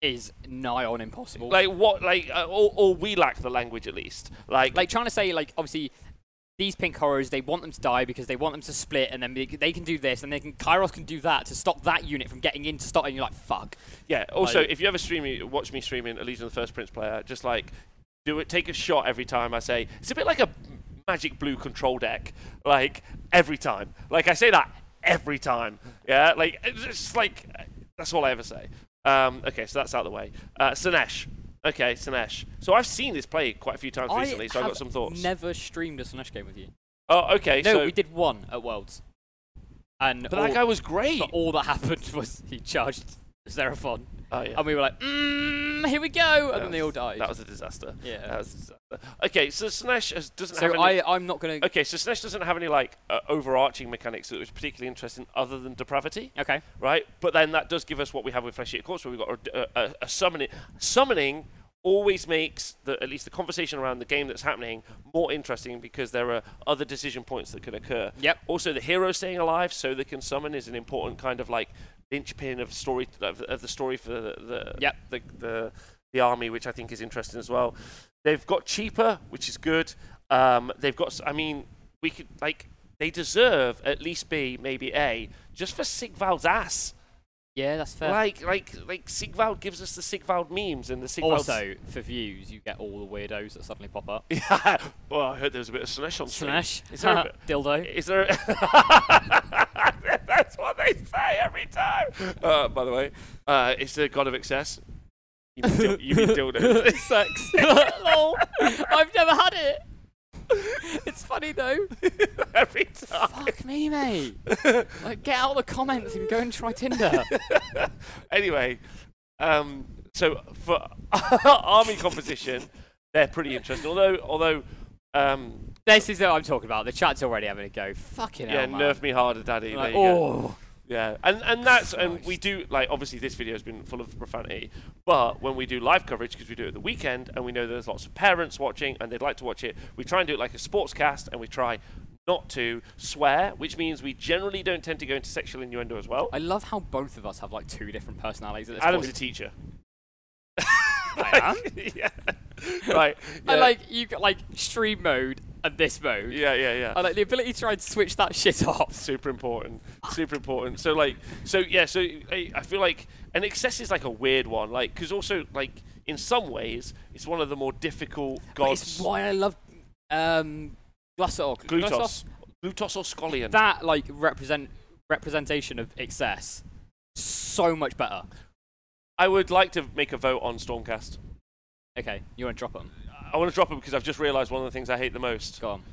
is nigh on impossible. like what like uh, or, or we lack the language at least like like trying to say like obviously these pink horrors they want them to die because they want them to split and then they, they can do this and they can Kairos can do that to stop that unit from getting in to start and you're like fuck yeah also like- if you ever stream me watch me streaming a legion of the first prince player just like do it take a shot every time i say it's a bit like a magic blue control deck like every time like i say that every time yeah like it's just like that's all i ever say um, okay so that's out of the way uh, Sinesh. okay Sinesh. so i've seen this play quite a few times recently so i've have got some thoughts never streamed a Slanesh game with you oh okay no so we did one at Worlds and but all, that guy was great but all that happened was he charged Xerophon oh yeah and we were like mm, here we go and then That they all was- died that was a disaster Yeah. that was a disaster. okay so Sinesh has, doesn't so have any... I, I'm not gonna okay, Okay, so Snesh doesn't have any like uh, overarching mechanics that was particularly interesting other than depravity, right? But then that does give us what we have with Flesh Eater Corpse, where we've got a, a, a summoning. Summoning always makes the at least the conversation around the game that's happening more interesting because there are other decision points that can occur. Yep. Also, the hero staying alive so they can summon is an important kind of like linchpin of story of, of the story for the the, Yep. the the the army, which I think is interesting as well. They've got cheaper, which is good. Um, they've got. s- I mean, we could like they deserve at least B, maybe A, just for Sigvald's ass. yeah that's fair Like like like Sigvald gives us the Sigvald memes and the Sigvald. Oh, also for views you get all the weirdos that suddenly pop up yeah. Well, I heard there was a bit of Slanesh on stream. Slanesh Is there a bit- dildo Is there? That's what they say every time. Uh, by the way, uh, it's the god of excess. You mean, dil- you mean dildos? sex. Lol. I've never had it. It's funny though. every time. Fuck me, mate. Like, get out of the comments and go and try Tinder. Anyway, um, so for army composition, they're pretty interesting. Although, although, um, this is what I'm talking about. The chat's already having a go. Fucking yeah, hell, man. nerf me harder, daddy. Like, there you go. oh, Yeah, and and that's and we Christ. do like obviously this video has been full of profanity, but when we do live coverage because we do it at the weekend and we know there's lots of parents watching and they'd like to watch it, we try and do it like a sports cast and we try not to swear, which means we generally don't tend to go into sexual innuendo as well. I love how both of us have like two different personalities at this Adam's a point. teacher. I am. yeah. Right. I yeah, like you got like stream mode and this mode. Yeah, yeah, yeah. I like the ability to try and switch that shit off. super important super important so like so yeah so I, I feel like and excess is like a weird one like because also like in some ways it's one of the more difficult It's gods why I love um, Glassorg. glutos glutos or scolion that like represent representation of excess so much better. i would like to make a vote on stormcast Okay, you want to drop them? i want to drop it because i've just realized one of the things i hate the most Go on.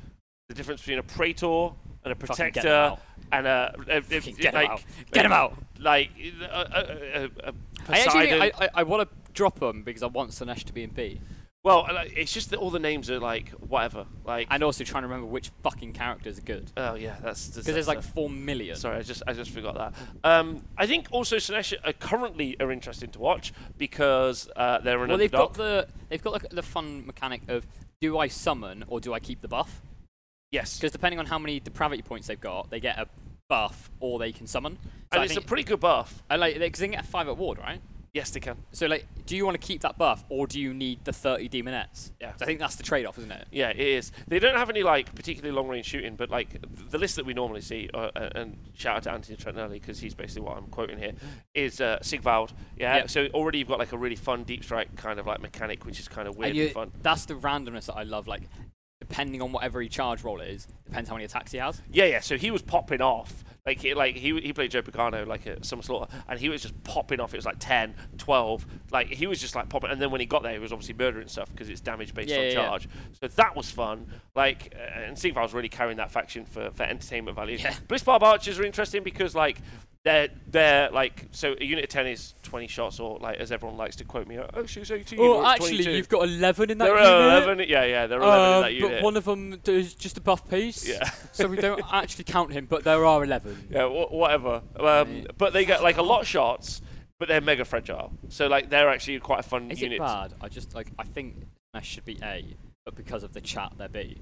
the difference between a praetor and a Fucking get protector 'em out. and a, a, a- Fucking get 'em like, out. Get 'em out. like a, a, a, a I actually Poseidon. I, I, I want to drop them because I want Sunesh to be in B. Well, I like- it's just that all the names are like whatever. Like And also trying to remember which fucking characters are good. oh yeah, that's Because there's like four million. Sorry, I just I just forgot that. Um, I think also Sinesh are currently are interesting to watch because uh, they're an Well, they've underdog. got the they've got the, the fun mechanic of do I summon or do I keep the buff? yes, Because depending on how many depravity points they've got, they get a buff or they can summon. So and I it's a think- pretty good buff. I like because they can get a five at ward, right? Yes, they can. So like, do you want to keep that buff or do you need the thirty demonettes? Yeah. So I think that's the trade-off, isn't it? Yeah, it is. They don't have any like particularly long range shooting, but like th- the list that we normally see, uh, uh, and shout out to Anthony Trentinelli because he's basically what I'm quoting here, is uh, Sigvald. Yeah, Yep. so already you've got like a really fun deep strike kind of like mechanic, which is kind of weird and and, you, fun. that's the randomness that I love. Like, depending on whatever he charge roll is, depends how many attacks he has. Yeah, yeah. So he was popping off. Like, he, like he, he played Joe Picano like at Summer Slaughter, and he was just popping off. It was like 10, 12. Like, he was just like popping. And then when he got there, he was obviously murdering stuff because it's damage based Yeah, on yeah, yeah. charge. So that was fun. Like, uh, and Steve was really carrying that faction for, for entertainment value. Yeah. Bliss Barb Archers are interesting because, like, they're, they're like, so a unit of 10 is 20 shots, or like, as everyone likes to quote me, oh, she's 18. Oh, or actually, 22. you've got eleven in that There unit. Uh, Um, are 11. Yeah, yeah, there are 11 in that unit. But one of them is just a buff piece. Yeah. so we don't actually count him, but there are eleven. Yeah, wh- whatever. Um, but they get like a lot of shots, but they're mega fragile. So like they're actually quite a fun Is unit. it bad? I just like I think Smash should be A, but because of the chat, they're B.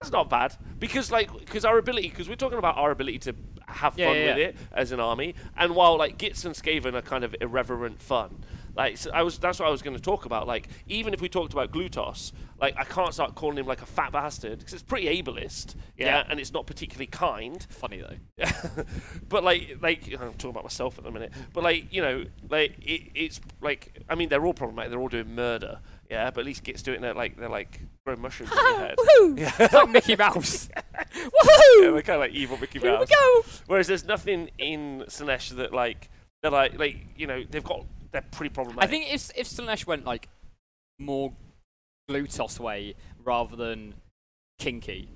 That's not bad because like because our ability because we're talking about our ability to have Yeah, fun yeah, with yeah. it as an army, and while like Gitz and Skaven are kind of irreverent fun. Like so I was, that's what I was going to talk about. Like even if we talked about Glutos, like I can't start calling him like a fat bastard because it's pretty ableist, yeah, Yeah. and it's not particularly kind. Funny though. but like like I'm talking about myself at the minute. But like you know like it, it's like I mean they're all problematic. They're all doing murder. Yeah, but at least gets doing it like they're like throwing mushrooms in your head. Woohoo! It's like Mickey Mouse. Woohoo! Yeah, they're kind of like evil Mickey Here we Mouse. go. Whereas there's nothing in Sinesh that like they're like like you know they've got they're pretty problematic. I think if if Slanesh went like more Glutos way rather than kinky,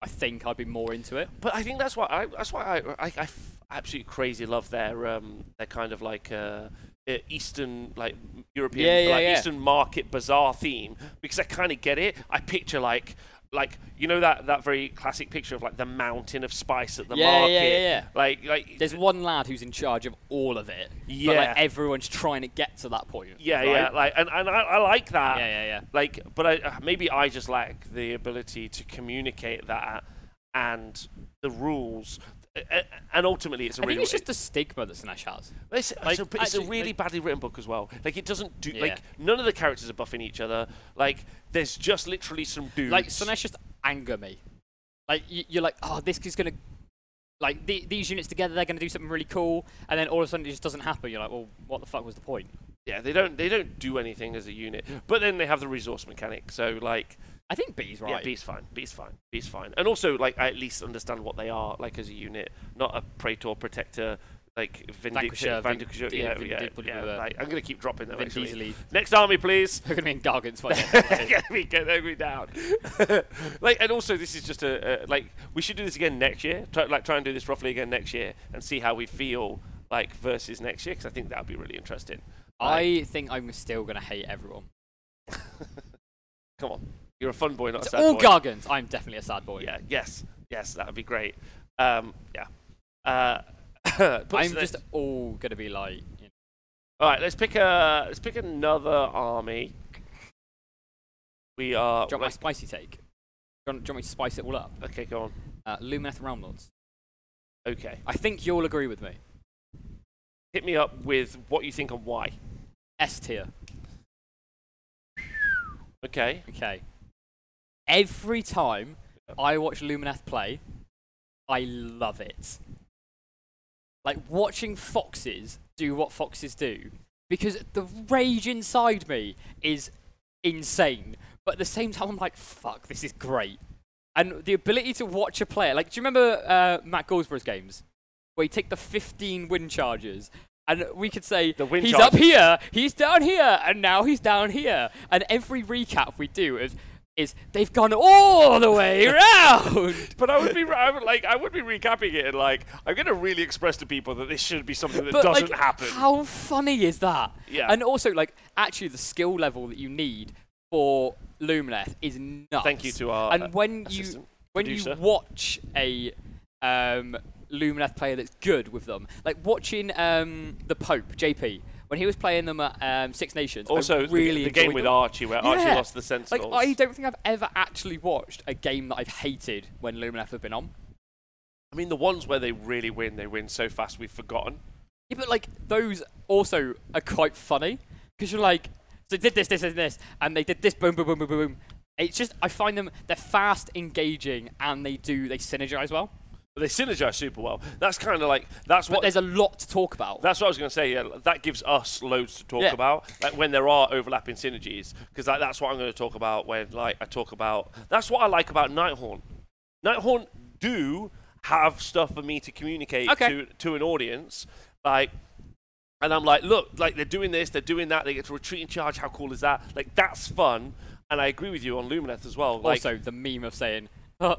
I think I'd be more into it. but I think that's why I that's why I I, I f- absolutely crazy love their um their kind of like uh. uh, Eastern, like European, Yeah, yeah, like yeah. Eastern market bazaar theme because I kind of get it. I picture like, like you know that that very classic picture of like the mountain of spice at the Yeah, yeah, market. yeah, yeah. Like, like There's one lad who's in charge of all of it. But Yeah. like everyone's trying to get to that point. yeah, right? yeah, like, and, and I, I like that. Yeah, yeah, yeah. like but I, uh, maybe i just lack the ability to communicate that and the rules A- a- and ultimately it's a I really think it's just the stigma that Slanesh has. it's, it's like, a, it's a actually, really like- badly written book as well like it doesn't do Yeah. like none of the characters are buffing each other like there's just literally some dudes Like Slanesh just anger me. Like you, you're like, oh, this is gonna, like the, these units together, they're gonna do something really cool, and then all of a sudden it just doesn't happen. You're like, well, what the fuck was the point? yeah they don't they don't do anything as a unit but then they have the resource mechanic so like I think B's right. yeah B's fine B's fine B's fine and also like i at least understand what they are like as a unit not a praetor protector like Vanquisher, vindictive, Vanquisher, Vindi- yeah, Vindi- yeah, Vindi- yeah, Vindi- like, I'm gonna keep dropping them. Vin actually. Diesel-y. Next army, please. They're gonna be in Gargant's fight. get me, get me down. like, and also, this is just a, a like we should do this again next year. Try, like, try and do this roughly again next year and see how we feel like versus next year because I think that would be really interesting. Like, I think I'm still gonna hate everyone. come on, you're a fun boy, not a It's sad all boy. Gargants. I'm definitely a sad boy. Yeah. Yes. Yes. That would be great. Um, yeah. Uh, but I'm so just let's- all gonna be like, you know, all right. Let's pick a. Let's pick another army. We are. drop my like- spicy take. Do you want, do you want me to spice it all up? okay. Go on. Uh, Lumineth Realm Lords. Okay. I think you'll agree with me. Hit me up with what you think and why. S tier. Okay. Okay. Every time I watch Lumineth play, I love it. Like watching foxes do what foxes do, because the rage inside me is insane. But at the same time, I'm like, fuck, this is great. And the ability to watch a player, like, do you remember uh, Matt Goldborough's games? Where you take the 15 wind charges, and we could say, The wind he's charge- up here, he's down here, and now he's down here. And every recap we do is, is they've gone all the way around. But I would be I would, like I would be recapping it and like I'm gonna really express to people that this should be something that But doesn't like, happen. How funny is that? Yeah. And also, like, actually, the skill level that you need for Lumineth is nuts. Thank you to our and uh, when you assistant when producer. you watch a um, Lumineth player that's good with them, like watching um, the Pope JP when he was playing them at um, Six Nations. I Also, the- really the, game enjoyed with them. Archie, where Archie Yeah. lost the Like Sentinels. I don't think I've ever actually watched a game that I've hated when Lumineth have been on. I mean, the ones where they really win, they win so fast we've forgotten. Yeah, but like those also are quite funny because you're like, so they did this, this, and this, and they did this, boom, boom, boom, boom, boom, boom. It's just I find them they're fast, engaging, and they do they synergize well. But they synergize super well. That's kind of like that's But what there's a lot to talk about. That's what I was going to say. Yeah, that gives us loads to talk Yeah. about like, when there are overlapping synergies, because like, that's what I'm going to talk about when like I talk about. That's what I like about Nighthorn. Nighthorn do have stuff for me to communicate Okay. to to an audience, like. And I'm like, look, like they're doing this, they're doing that, they get to retreat and charge. How cool is that? Like that's fun. And I agree with you on Lumineth as well. Like, also, the meme of saying, oh,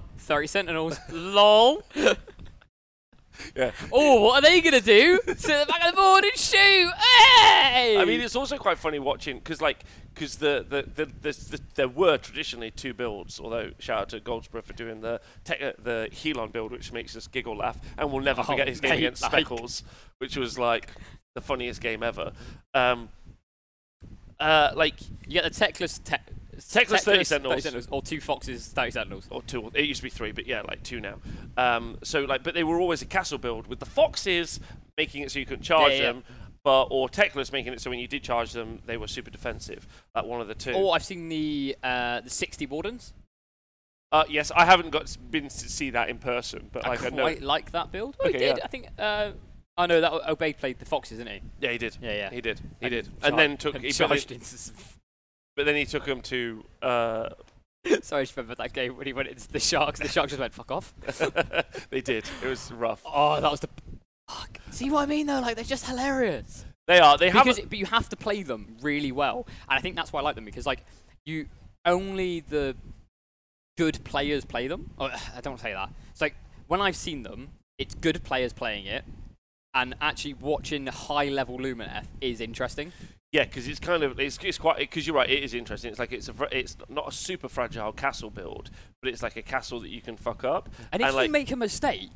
30 Sentinels, lol. yeah. oh, what are they going to do? Sit at the back of the board and shoot. Hey! I mean, it's also quite funny watching because, like, because the the, the, the, the there were traditionally two builds. Although shout out to Goldsborough for doing the tech, uh, the Helon build, which makes us giggle laugh, and we'll never Oh, forget his game mate, against like- Speckles, which was like the funniest game ever. Um, uh, like you get the Techless, te- Techless 30 Sentinels. Or two Foxes, 30 Sentinels. or two. It used to be three, but yeah, like two now. Um, so like, but they were always a castle build with the foxes making it so you couldn't charge Yeah, yeah. them. But, or Techless making it so when you did charge them, they were super defensive. Like one of the two. Or I've seen the uh, the 60 Wardens. Uh, yes, I haven't got s- been to see that in person, but like I, I know. quite like that build. Oh, he Okay, did. yeah. I think. Uh, I know that O- Obey played the Foxes, didn't he? Yeah, he did. Yeah, yeah. He did. He And did. char- And then took. and He, but, charged then, into some- but then he took him to. Uh, Sorry, I just remember that game when he went into the Sharks. The Sharks just went fuck off. they did. It was rough. Oh, that was the. Fuck. See what I mean though? Like they're just hilarious. They are. They have. Because but you have to play them really well, and I think that's why I like them because like you only the good players play them. Oh, I don't want to say that. It's like when I've seen them, it's good players playing it, and actually watching high level Lumineth is interesting. Yeah, because it's kind of it's, it's quite because you're right. It is interesting. It's like it's a fr- it's not a super fragile castle build, but it's like a castle that you can fuck up. And if you like, make a mistake,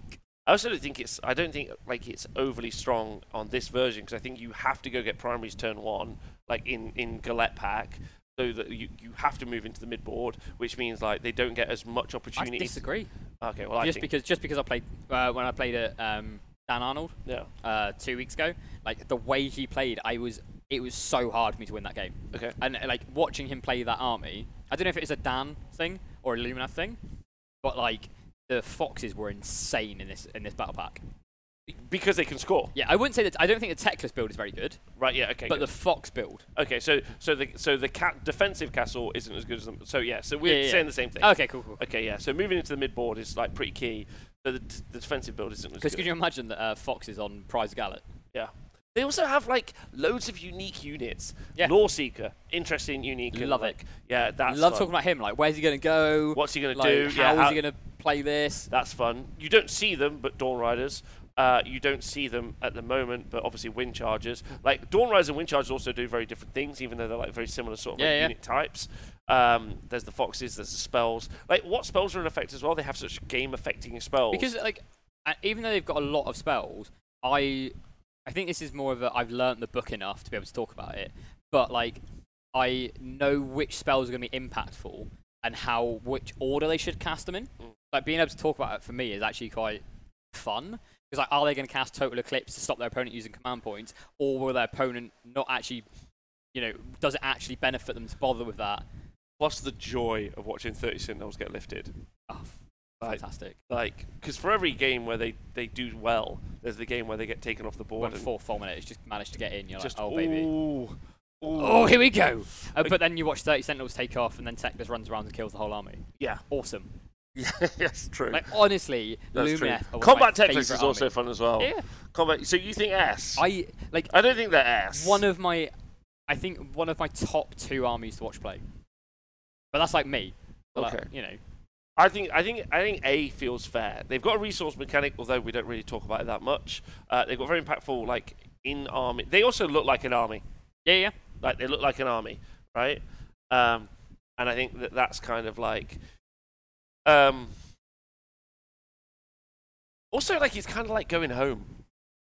I also don't think it's. I don't think like it's overly strong on this version because I think you have to go get primaries turn one, like in in Galette pack, so that you, you have to move into the mid board, which means like they don't get as much I opportunity. disagree. Okay, well I just think because just because I played uh, when I played at um, Dan Arnold yeah. uh, two weeks ago, like the way he played, I was it was so hard for me to win that game. Okay. And uh, like watching him play that army, I don't know if it was a Dan thing or a Lumina thing, but like the foxes were insane in this in this battle pack. Because they can score, Yeah, I wouldn't say that. I don't think the Techless build is very good, right? Yeah. Okay. but good. the fox build. okay. So so the so the cat defensive castle isn't as good as them. So yeah. So we're Yeah, yeah, saying yeah. the same thing. Okay, cool, cool. Okay. Yeah. So moving into the mid board is like pretty key, but the, d- the defensive build isn't as Because good. could you imagine that uh, foxes on Prize Gallet? Yeah. They also have like loads of unique units. Yeah. Law Seeker, interesting, unique. and, Love it. like, Yeah, that's Love fun. talking about him. Like, where's he gonna go? What's he gonna like, do? How is how- he gonna play this? That's fun. You don't see them, but Dawn Riders. Uh, you don't see them at the moment, but obviously Wind Chargers. Like Dawn Riders and Wind Chargers also do very different things, even though they're like very similar sort of like, Yeah, yeah. unit types. Um, there's the foxes, there's the spells. Like what spells are in effect as well? They have such game affecting spells. Because like, uh, even though they've got a lot of spells, I, I think this is more of a I've learnt the book enough to be able to talk about it. But like, I know which spells are going to be impactful and how which order they should cast them in. Mm. Like being able to talk about it for me is actually quite fun. Because like, are they going to cast total eclipse to stop their opponent using command points, or will their opponent not actually, you know, does it actually benefit them to bother with that? plus the joy of watching 30 Sentinels get lifted. Oh, f- Like, fantastic! like because for every game where they they do well there's the game where they get taken off the board Went and four four minutes, just managed to get in. You're just like, oh baby. ooh, ooh. Oh, here we go. Uh, but then you watch 30 Sentinels take off, and then Tech just runs around and kills the whole army. yeah Awesome. that's true Like, honestly, that's true Lumineth are one of combat my tactics is favourite also armies. fun as well Yeah. combat so you think ass I, like, I don't think they're ass one of my, I think one of my top two armies to watch play. But that's like me. But, like, Okay. you know, I think I think I think A feels fair. They've got a resource mechanic, although we don't really talk about it that much. Uh, they've got very impactful like in army. They also look like an army. yeah, yeah. Like they look like an army, right? Um, and I think that that's kind of like, um, also like it's kind of like going home.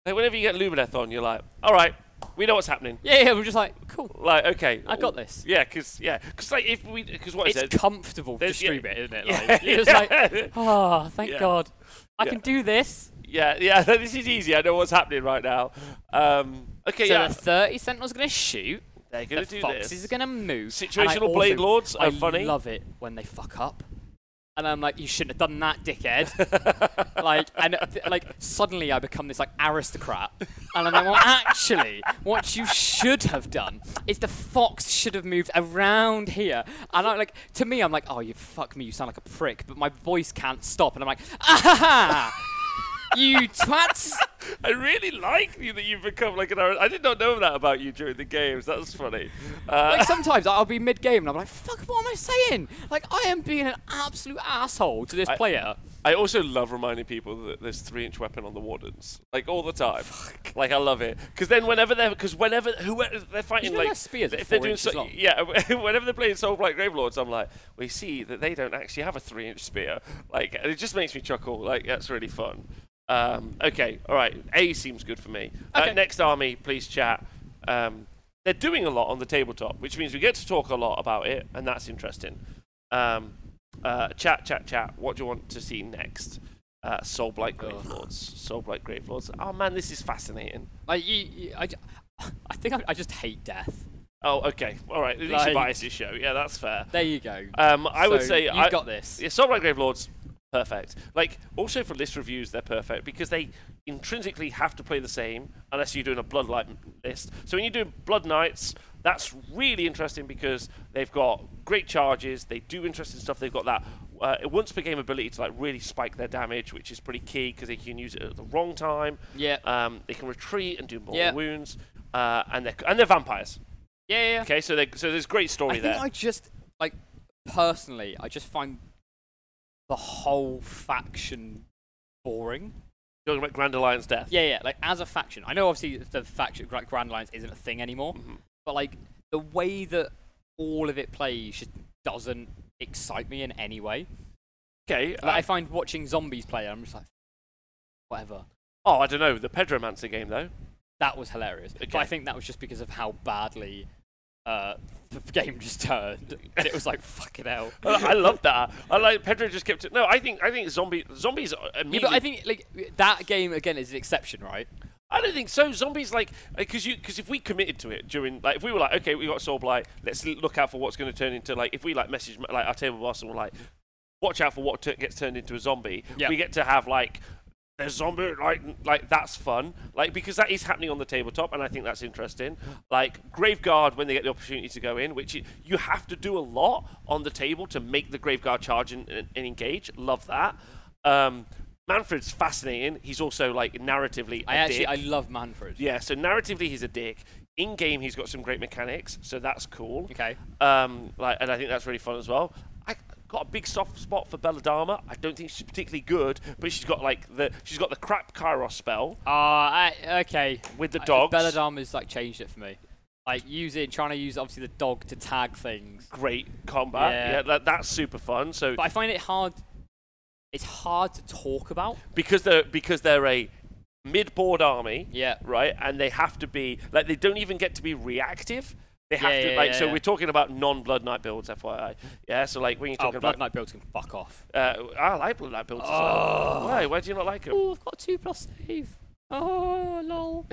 Like whenever you get Lumineth on, you're like, all right, we know what's happening. Yeah, yeah, we're just like, cool. Like okay, I got this. Yeah, because yeah, because like if we, because what I It's said, comfortable to there's- yeah, stream it, isn't it? yeah, Like, you're just like, oh, thank Yeah. God. I Yeah. can do this. yeah, yeah. This is easy. I know what's happening right now. Um, okay, So yeah, the 30 Sentinel's going to shoot. they're gonna the do foxes this. are going to move. and I Situational Blade also- Lords are I funny. love it when they fuck up. And I'm like, you shouldn't have done that, dickhead. like, and uh, th- like suddenly I become this like aristocrat. And I'm like, well, actually, what you should have done is the fox should have moved around here. And I like, to me, I'm like, oh, you fuck me, you sound like a prick. But my voice can't stop, and I'm like, ah ha ha, you twats. I really like you that you've become like an. ar- I did not know that about you during the games. That's funny. Uh, Like sometimes I'll be mid game and I'm like, fuck, what am I saying? Like I am being an absolute asshole to this I- player. I also love reminding people that there's three-inch weapon on the wardens, like all the time. Like I love it because then whenever they're because whenever whoever they're fighting know like their spears are if they're four doing inches so, long? yeah whenever they're playing Soul Blight Gravelords, I'm like we see that they don't actually have a three-inch spear. Like and it just makes me chuckle. Like that's really fun. Um, okay, all right. A seems good for me. Uh, Okay. next army, please chat. Um, they're doing a lot on the tabletop, which means we get to talk a lot about it, and that's interesting. Um, uh, chat, chat, chat. What do you want to see next? Uh, Soulblight Gravelords. Soulblight Gravelords. Oh man, this is fascinating. Like you, you I, ju- I think I, I just hate death. Oh, okay. All right. At least Like- you buy us this show. Yeah, that's fair. There you go. Um, I would So say you've I, got this. Yeah, Soulblight Gravelords, perfect. Like also for list reviews, they're perfect because they intrinsically have to play the same unless you're doing a Bloodlight m- list. So when you're doing Blood Knights, that's really interesting because they've got great charges. They do interesting stuff. They've got that uh, once per game ability to like really spike their damage, which is pretty key because they can use it at the wrong time. Yeah. Um, they can retreat and do more Yeah. wounds. Uh, and they're and they're vampires. yeah, yeah, yeah. Okay, so they so there's great I story think there. I just like personally, I just find the whole faction boring. Talking about Grand Alliance death. Yeah, yeah. Like as a faction, I know obviously the faction Gra- Grand Alliance isn't a thing anymore, but like the way that all of it plays just doesn't excite me in any way. Okay. Like, uh, I find watching zombies play, I'm just like, whatever. Oh, I don't know. The Pedromancer game, though. That was hilarious. But I Okay. think that was just because of how badly uh, the game just turned. And it was like, fucking hell. I I love that. I like Pedro just kept it. No, I think I think zombie zombies. are Yeah, Immediately, but I think like that game again is an exception, right? I don't think so. Zombies like because you because if we committed to it during like if we were like okay we got Soul Blight, let's l- look out for what's going to turn into like if we like message m- like our table boss and we're like watch out for what t- gets turned into a zombie. Yeah. We get to have like. a zombie like like that's fun like because that is happening on the tabletop and I think that's interesting like Graveguard when they get the opportunity to go in which you, you have to do a lot on the table to make the Graveguard charge and, and, and engage love that um, Manfred's fascinating he's also like narratively I a actually dick. I love Manfred. Yeah, so narratively he's a dick. In game he's got some great mechanics, so that's cool. Okay. Um, like, and I think that's really fun as well. I got a big soft spot for Belladama. I don't think she's particularly good, but she's got like the she's got the crap Kairos spell. Ah, I okay. With the I- dogs. Belladama's like changed it for me. Like using trying to use obviously the dog to tag things. Great combat. Yeah. Yeah, that, that's super fun. So But I find it hard it's hard to talk about. because they're because they're a mid-board army, Yeah. right? And they have to be like they don't even get to be reactive. They have Yeah, to yeah, like yeah, so yeah. we're talking about non-blood knight builds, FYI. Yeah, so like when you're Oh, talking about Blood Knight builds can fuck off. Uh, I like Blue Light Builds. as Ah. well. Why? Why do you not like them? Oh, I've got a two plus save. Oh, lol.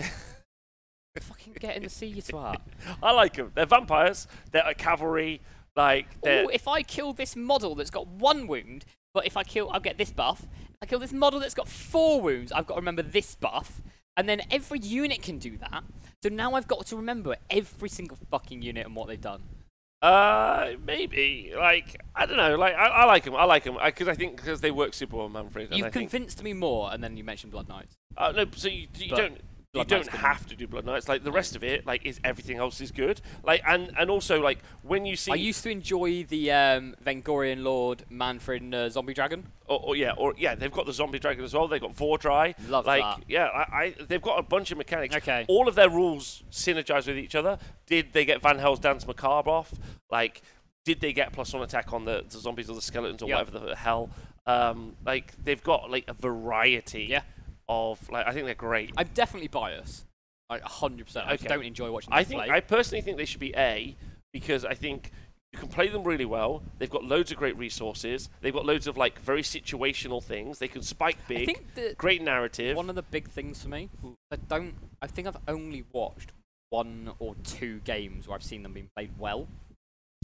Fucking get in the sea, you twat. I like them. They're vampires. They're a cavalry. Like they're. Oh, if I kill this model that's got one wound, but if I kill, I'll get this buff. If I kill this model that's got four wounds, I've got to remember this buff. And then every unit can do that. So now I've got to remember every single fucking unit and what they've done. Uh, maybe. Like I don't know. Like I, I like them. I like them because I, think because they work super well, on Manfred. And You've I think, convinced me more, and then you mentioned Blood Knights. uh, no, so you, you But don't. You Blood don't Knights didn't. have to do Blood Knights. Like the rest of it, like is everything else is good. Like and and also like when you see. I used to enjoy the um, Vengorian Lord Manfred and, uh, Zombie Dragon. or, or yeah, or yeah, they've got the zombie dragon as well. They've got Vordry. Love like, that. Yeah, I, I, they've got a bunch of mechanics. Okay. All of their rules synergize with each other. Did they get Van Hell's Dance Macabre off? Like, did they get plus one attack on the, the zombies or the skeletons or Yeah. whatever the hell? Um, like they've got like a variety Yeah. of like I think they're great. I'm definitely biased. Like 100%. I just Okay. don't enjoy watching them I think play. I personally think they should be A because I think you can play them really well. They've got loads of great resources. They've got loads of like very situational things. They can spike big. think the- great narrative. One of the big things for me, I don't. I think I've only watched one or two games where I've seen them being played well.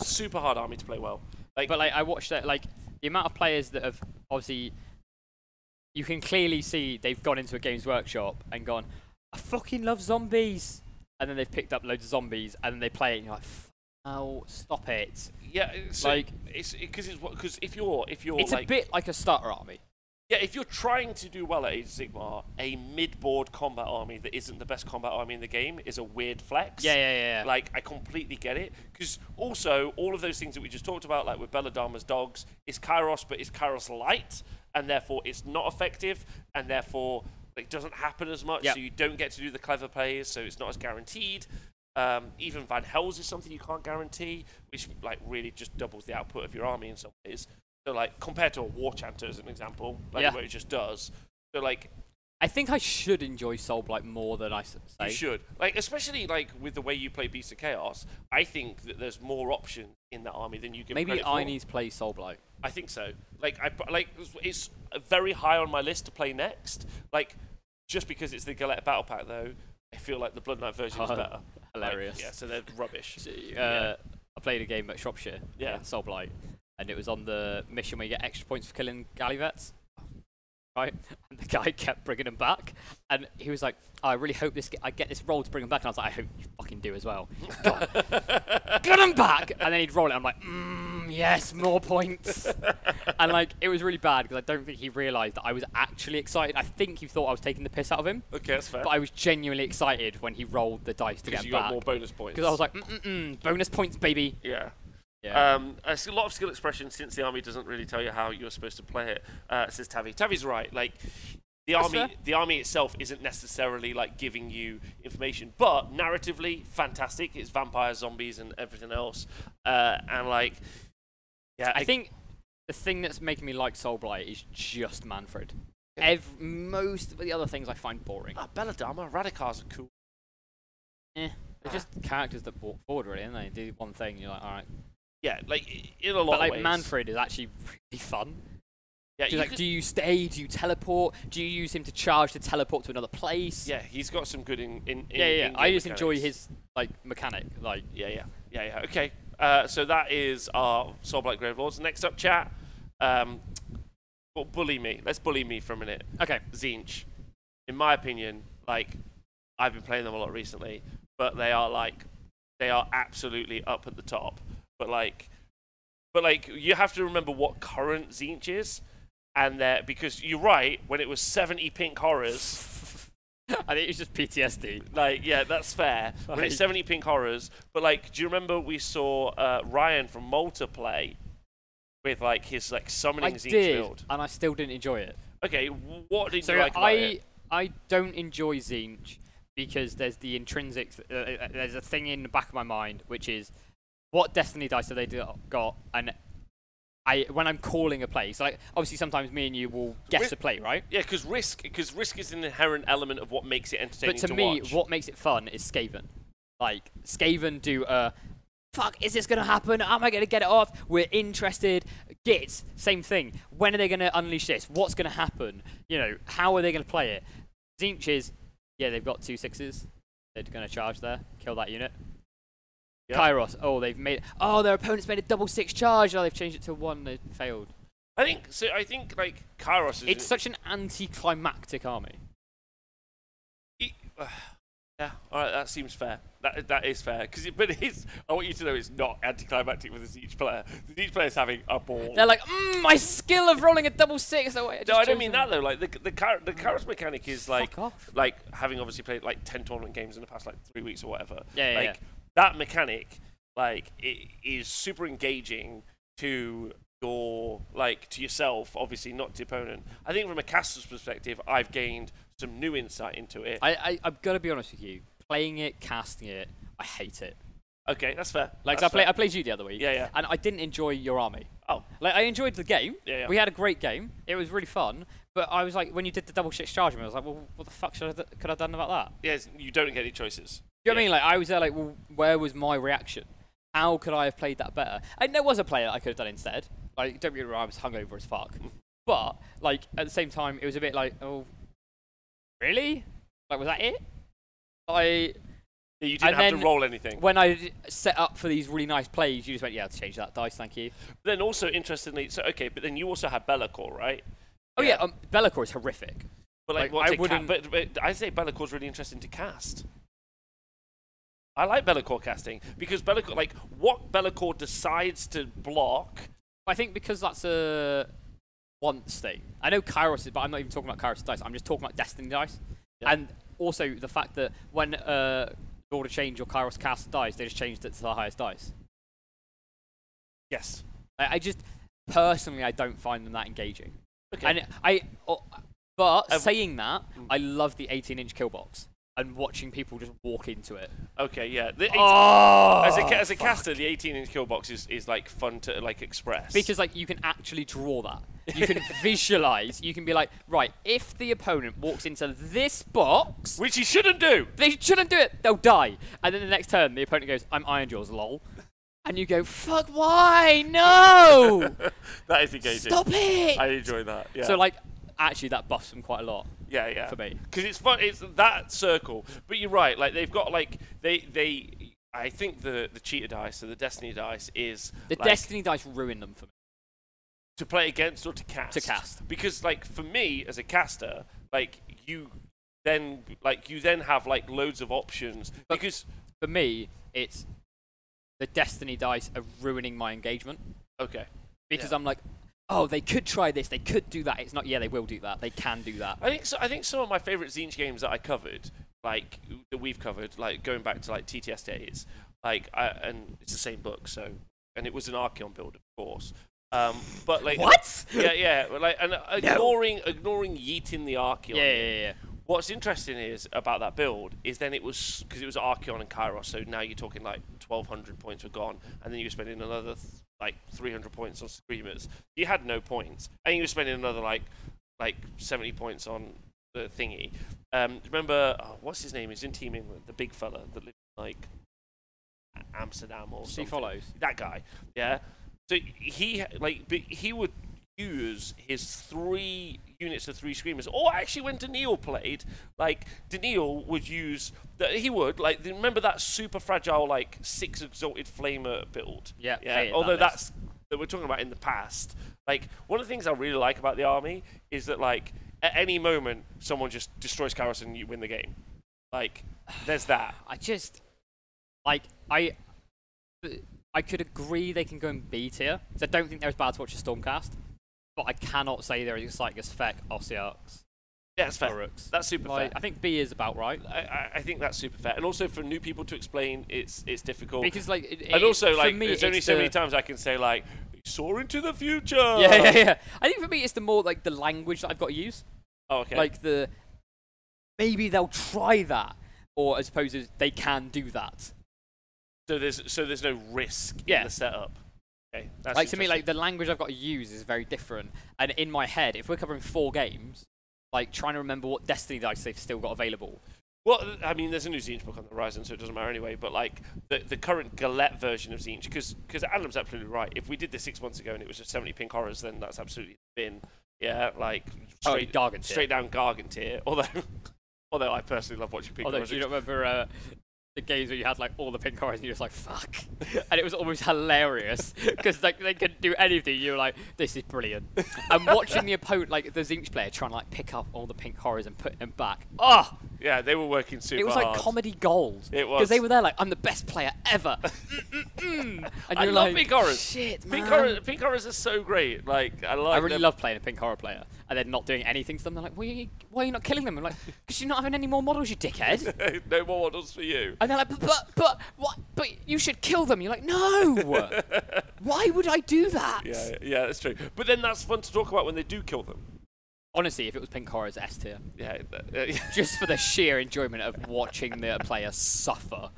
super hard army to play well. Like But like I watched that, like the amount of players that have obviously, you can clearly see they've gone into a Games Workshop and gone, I fucking love zombies, and then they've picked up loads of zombies and then they play it and you're like, "F- oh, stop it. yeah, so like- it's because it's because if you're if you're It's like a bit like a starter army. Yeah, if you're trying to do well at Age of Sigmar, a mid-board combat army that isn't the best combat army in the game is a weird flex. Yeah, yeah, yeah, yeah. Like, I completely get it. Because also, all of those things that we just talked about, like with Belladama's dogs, is Kairos, but is Kairos light, and therefore it's not effective, and therefore it doesn't happen as much, Yeah. so you don't get to do the clever plays, so it's not as guaranteed. Um, even Van Hels is something you can't guarantee, which like really just doubles the output of your army in some ways. So like compared to a War Chanter as an example, like Yeah. where it just does. So like I think I should enjoy Soulblight more than I s- say. you should. Like, especially like with the way you play Beast of Chaos, I think that there's more options in that army than you give Maybe credit I for. need to play Soulblight. I think so. Like, I pr- like it's- it's very high on my list to play next. Like, just because it's the Galette Battle Pack, though, I feel like the Blood Knight version is Oh, better. Like, hilarious. yeah, so they're rubbish. So, uh, Yeah. I played a game at Shropshire Yeah. in Soulblight, and it was on the mission where you get extra points for killing galley vets. Right, and the guy kept bringing him back, and he was like, "Oh, "I really hope this ge- I get this roll to bring him back." And I was like, "I hope you fucking do as well." God. Get him back, and then he'd roll it. I'm like, mm, "Yes, more points." and like, it was really bad because I don't think he realised that I was actually excited. I think he thought I was taking the piss out of him, Okay, that's fair. but I was genuinely excited when he rolled the dice to get because you him back. got more bonus points. Because I was like, Mm-mm-mm, bonus points, baby. yeah. Yeah. Um, I see a lot of skill expression since the army doesn't really tell you how you're supposed to play it. Uh, says Tavi. Tavi's right. Like the That's army, fair. the army itself isn't necessarily like giving you information, but narratively, fantastic. It's vampires, zombies, and everything else. Uh, and like, yeah, I think the thing that's making me like Soulblight is just Manfred. Ev- most of the other things I find boring. Ah, Belladama, Radicars are cool. Eh, they're just characters that walk forward, really, aren't they? Do one thing, you're like, all right. Yeah, like i- in a lot But of like ways. Manfred is actually really fun. yeah, She's you like, could- do you stay? Do you teleport? Do you use him to charge to teleport to another place? yeah, he's got some good in. in, in yeah, yeah. in-game I just enjoy mechanics. his like mechanic. Like, yeah, yeah, yeah, yeah. Okay, uh, so that is our Soul Black Grave Lords. Next up, chat. Um, well, bully me. Let's bully me for a minute. okay, Zinch, in my opinion, like I've been playing them a lot recently, but they are like they are absolutely up at the top. But like, but like you have to remember what current Zinch is, and they because you're right. When it was 70 pink horrors. I think it's just PTSD. Like, yeah, that's fair. When Like- it's 70 Pink Horrors. But, like, do you remember we saw uh, Ryan from Malta play with, like, his, like, I summoning Zinch did, build? and I still didn't enjoy it. Okay, what did So you like about I it? I don't enjoy Zinch because there's the intrinsic uh, uh, there's a thing in the back of my mind which is what Destiny dice have they do- got and I when I'm calling a play so like obviously sometimes me and you will guess With- a play right Yeah, because risk, because risk is an inherent element of what makes it entertaining but to, to, me watch. what makes it fun is Skaven like Skaven do a fuck is this gonna happen am I gonna get it off we're interested gits same thing when are they gonna unleash this what's gonna happen you know how are they gonna play it Zinch is yeah they've got two sixes they're gonna charge there kill that unit Yeah. Kairos oh they've made oh their opponent's made a double six charge oh they've changed it to one they failed I think so. I think like Kairos is. it's such an anticlimactic army it- yeah, all right, that seems fair. That that is fair. Because it, but it's. I want you to know it's not anticlimactic for the Zinch player. The Zinch player is having a ball. they're like mm, my skill of rolling a double six oh, wait, I No, just I don't chose mean them." that though. Like the the car- the Kairos mechanic is like off. like having obviously played like ten tournament games in the past like three weeks or whatever. Yeah, yeah, Like yeah. that mechanic, like it is super engaging to your like to yourself, obviously not to opponent. I think from a caster's perspective, I've gained some new insight into it. I, I I've got to be honest with you. Playing it, casting it, I hate it. Okay, that's fair. Like I That's played, I fair. played you the other week. Yeah, yeah. And I didn't enjoy your army. Oh, Like I enjoyed the game. Yeah, yeah. We had a great game. It was really fun. But I was like, when you did the double shit charge, I was like, well, what the fuck should I d- could I have done about that? yes. You don't get any choices. Do you know Yeah. what I mean? Like I was there, like, well, where was my reaction? How could I have played that better? And there was a play that I could have done instead. Like, don't get me wrong, I was hungover as fuck. Mm. But like at the same time, it was a bit like, oh, really? Like, was that it? Like Yeah, You didn't And have then- to roll anything. when I d- set up for these really nice plays, you just went, yeah, change that dice, thank you. then also interestingly, so okay, but then you also had Bellacore, right? Oh yeah, Yeah. um, Bellacore is horrific. But like, Like, what I to ca- wouldn't- but, but I say Bellacore's really interesting to cast. I like Bellacore casting because Bellacore, like, what Bellacore decides to block. I think because that's a once thing. I know Kairos is, but I'm not even talking about Kairos dice. I'm just talking about Destiny dice. Yeah. And also the fact that when uh, Lord of Change or Kairos cast dice, they just changed it to the highest dice. Yes. I, I just personally, I don't find them that engaging. Okay. And I, oh, but Um, saying that, I love the 18-inch kill box and watching people just walk into it. okay. Yeah. The 18 Oh, as a, ca- as a caster, the 18-inch kill box is, is like fun to like express. because like you can actually draw that you can visualize you can be like right if the opponent walks into this box which he shouldn't do. they shouldn't do it they'll die and then the next turn the opponent goes i'm iron jaws lol and you go fuck why no That is engaging. stop it I enjoy that. Yeah. so like actually that buffs them quite a lot yeah, yeah. for me. Because it's fun. It's that circle. But you're right. Like they've got like they they. I think the the cheater dice or the destiny dice is the like, destiny dice ruin them for me to play against or to cast. To cast. Because like for me as a caster, like you then like you then have like loads of options But- because for me it's the destiny dice are ruining my engagement okay. because i'm like oh they could try this they could do that it's not yeah they will do that they can do that I think so, I think some of my favorite Zinch games that I covered, like that we've covered, like going back to like TTS days, like I, and it's the same book, so and it was an Archeon build, of course. Um, but like What? Yeah, yeah. but, Like and uh, ignoring ignoring yeeting the Archeon. Yeah, yeah, yeah. What's interesting is about that build is then it was because it was Archeon and Kairos, so now you're talking like 1,200 points were gone, and then you were spending another th- like 300 points on Screamers. You had no points, and you were spending another like like 70 points on the thingy. Um, remember oh, what's his name? He's in Team England, the big fella that lived in, like Amsterdam or Steve something. follows. That guy, yeah. So he like but he would use his three units of three screamers. Or actually, when Daniil played, like Daniil would use that he would like remember that super fragile like six exalted flamer build. Yeah, yeah. hated that Although list. that's that we're talking about in the past. Like one of the things I really like about the army is that like at any moment someone just destroys Kairos and you win the game. Like there's that. I just like I I could agree they can go and B tier. 'cause I don't think they're as bad to watch as Stormcast, but I cannot say they're as exciting as Feck, Ossiarchs, Yeah, that's fair. Oryx. That's super Like, fair. I think B is about right I- I, I think that's super fair, and also for new people to explain, it's it's difficult. because like it, and it- also, for like, me, there's only it's so the- many times I can say like, "Soar into the future." Yeah, yeah, yeah. I think for me, it's the more like the language that I've got to use. Oh, okay. Like the maybe they'll try that, or as opposed to they can do that. so there's so there's no risk Yeah. in the setup. Okay, that's like to me, interesting. like the language I've got to use is very different. And in my head, if we're covering four games, like trying to remember what Destiny dice they've still got available. Well, th- I mean, there's a new Zinch book on the horizon, so it doesn't matter anyway. But like the, the current Galette version of Zinch, because Adam's absolutely right. If we did this six months ago and it was just 70 pink horrors, then that's absolutely been yeah, like Oh, straight Gargant tier. straight down Gargant tier. Although, although I personally love watching pink Although, horrors. do you not remember uh, the games where you had like all the pink cards and you were just like fuck, and it was almost hilarious because like they couldn't do anything. You were like, this is brilliant. and watching the opponent, like the Zinch player, trying to like pick up all the pink horrors and put them back. Oh, yeah, they were working super. it was like hard. comedy gold. It because they was. were there like, I'm the best player ever. Mm, mm, mm. and I you're love like, pink horrors. Shit, man. Pink horrors, pink horrors are so great. Like I like. I really them. love playing a pink horror player and then not doing anything to them. They're like, why are you, why are you not killing them? I'm like, because you're not having any more models, you dickhead. no more models for you. And they're like, but, but, but, what? But you should kill them. You're like, no. why would I do that? Yeah, yeah, that's true. But then that's fun to talk about when they do kill them. Honestly, if it was pink horror, it's S tier. Yeah. that- Just for the sheer enjoyment of watching the player suffer.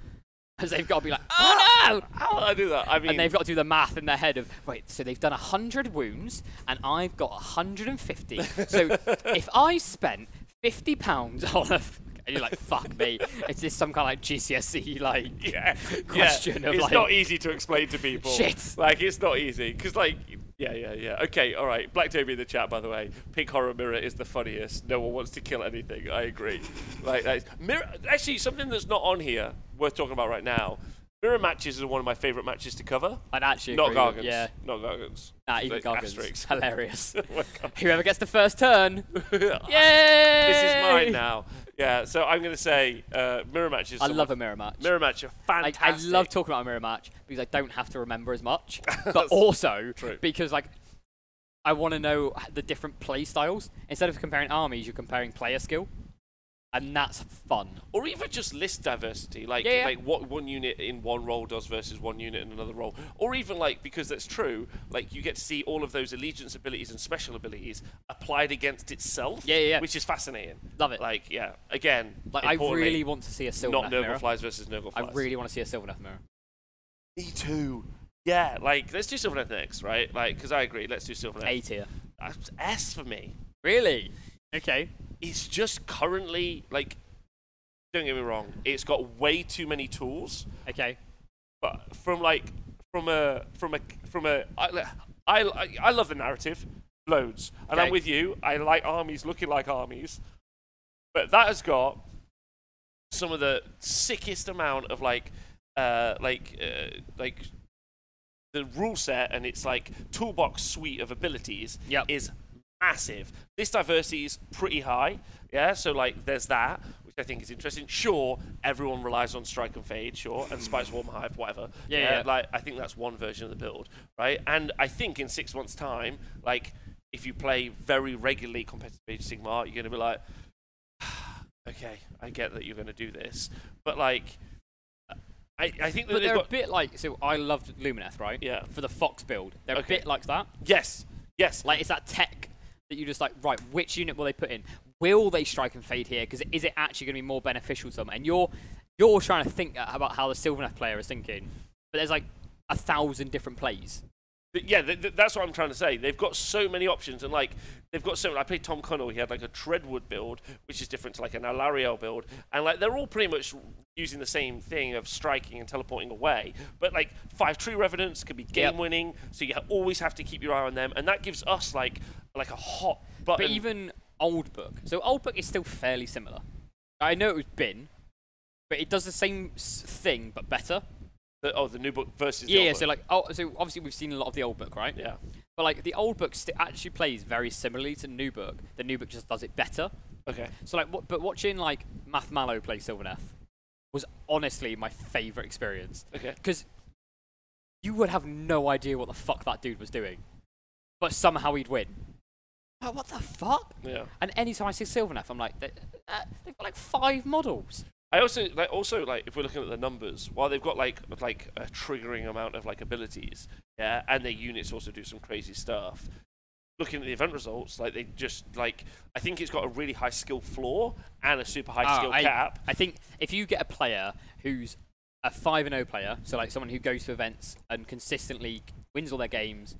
Because they've got to be like, oh no! How would I do that? I mean, And they've got to do the math in their head of, wait, so they've done 100 wounds and I've got 150. So if I spent 50 pounds on a. F- and you're like, fuck me. Is this some kind of like GCSE? E, Like, yeah, question yeah. of, it's like- not easy to explain to people. Shit. Like it's not easy because like yeah yeah yeah okay all right Black Toby in the chat by the way Pink Horror Mirror is the funniest. No one wants to kill anything. I agree. like that's mirror actually something that's not on here worth talking about right now. Mirror matches are one of my favourite matches to cover. I'd actually. Not agree with- Gargans. Yeah. Not Gargans. Nah, even Like, Gargans. asterisks. Hilarious. Oh my God. Whoever gets the first turn. this Yay! is mine now. Yeah, so I'm going to say uh, mirror matches. I are love a one- mirror match. Mirror match are Like, fantastic. I love talking about a mirror match because I don't have to remember as much, but also true. because like I want to know h- the different play styles. Instead of comparing armies, you're comparing player skill, and that's fun. or even just list diversity, like Yeah, yeah. like what one unit in one role does versus one unit in another role, or even like because that's true, like you get to see all of those allegiance abilities and special abilities applied against itself. Yeah, yeah, yeah. which is fascinating. Love it. Like yeah, again, Like I importantly, really want to see a silver not Knight Nurgle mirror. flies versus Nurgle I flies. really want to see a silver Knight mirror. me too. Yeah, like let's do Sylvaneth next, right? Like because I agree, let's do Sylvaneth. A tier. That's S for me. Really? Okay. it's just currently like don't get me wrong it's got way too many tools Okay. but from like from a from a from a i i, I, I love the narrative loads and i'm Okay. with you i like armies looking like armies but that has got some of the sickest amount of like uh like uh, like the rule set and its like toolbox suite of abilities Yep. is massive. This diversity is pretty high. Yeah, so like there's that, which I think is interesting. Sure, everyone relies on Strike and Fade, sure, and Spice Warm Hive, whatever. Yeah, yeah. Like I think that's one version of the build, right? And I think in six months' time, like if you play very regularly competitive Age of Sigmar, you're gonna be like, okay, I get that you're gonna do this, but like, I, I think that But they've they're a got- bit like so. I loved Lumineth, right? Yeah. For the Fox build, they're Okay. a bit like that. yes, yes, Like it's that tech that you just like, right, which unit will they put in? Will they strike and fade here? Because is it actually going to be more beneficial to them? And you're you're trying to think about how the Sylvaneth player is thinking, but there's like a thousand different plays. Th- Yeah, th- th- that's what I'm trying to say. They've got so many options, and like they've got so. I played Tom Connell. He had like a Treadwood build, which is different to like an Alariel build, and like they're all pretty much using the same thing of striking and teleporting away. But like five tree revenants can be game Yep. winning, so you ha- always have to keep your eye on them, and that gives us like like a hot button. But even old book, so old book is still fairly similar. I know it was bin, but it does the same s- thing but better. the, oh, the new book versus the Yeah, old yeah. book. So like, oh, so obviously we've seen a lot of the old book, right? yeah, But like the old book st- actually plays very similarly to new book. The new book just does it better. okay, So like, what, but watching like Math Mallow play Sylvaneth was honestly my favorite experience okay, because you would have no idea what the fuck that dude was doing, but somehow he'd win. Like, what the fuck? yeah. And anytime I see Sylvaneth, I'm like, they, uh, they've got like five models. I also like also like if we're looking at the numbers, while they've got like like a triggering amount of like abilities, yeah, and their units also do some crazy stuff. Looking at the event results, like they just like I think it's got a really high skill floor and a super high Ah, skill I, cap. I think if you get a player who's a five and O player, so like someone who goes to events and consistently wins all their games,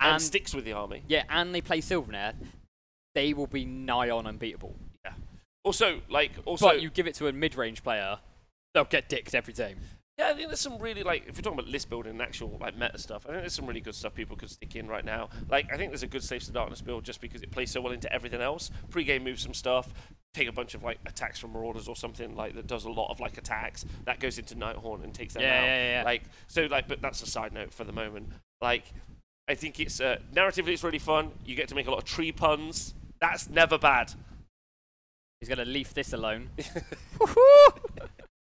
And, and sticks with the army. yeah, and they play Sylvaneth, they will be nigh on unbeatable. Yeah. Also, like also but you give it to a mid-range player, they'll get dicked every time. Yeah, I think there's some really like if you're talking about list building and actual like meta stuff, I think there's some really good stuff people could stick in right now. Like I think there's a good Safe to Darkness build just because it plays so well into everything else. Pre-game move some stuff, take a bunch of like attacks from Marauders or something like that does a lot of like attacks. That goes into Nighthorn and takes them Yeah, out. yeah, yeah. Like so like but that's a side note for the moment. Like I think it's uh, narratively it's really fun. You get to make a lot of tree puns. That's never bad. He's gonna leave this alone.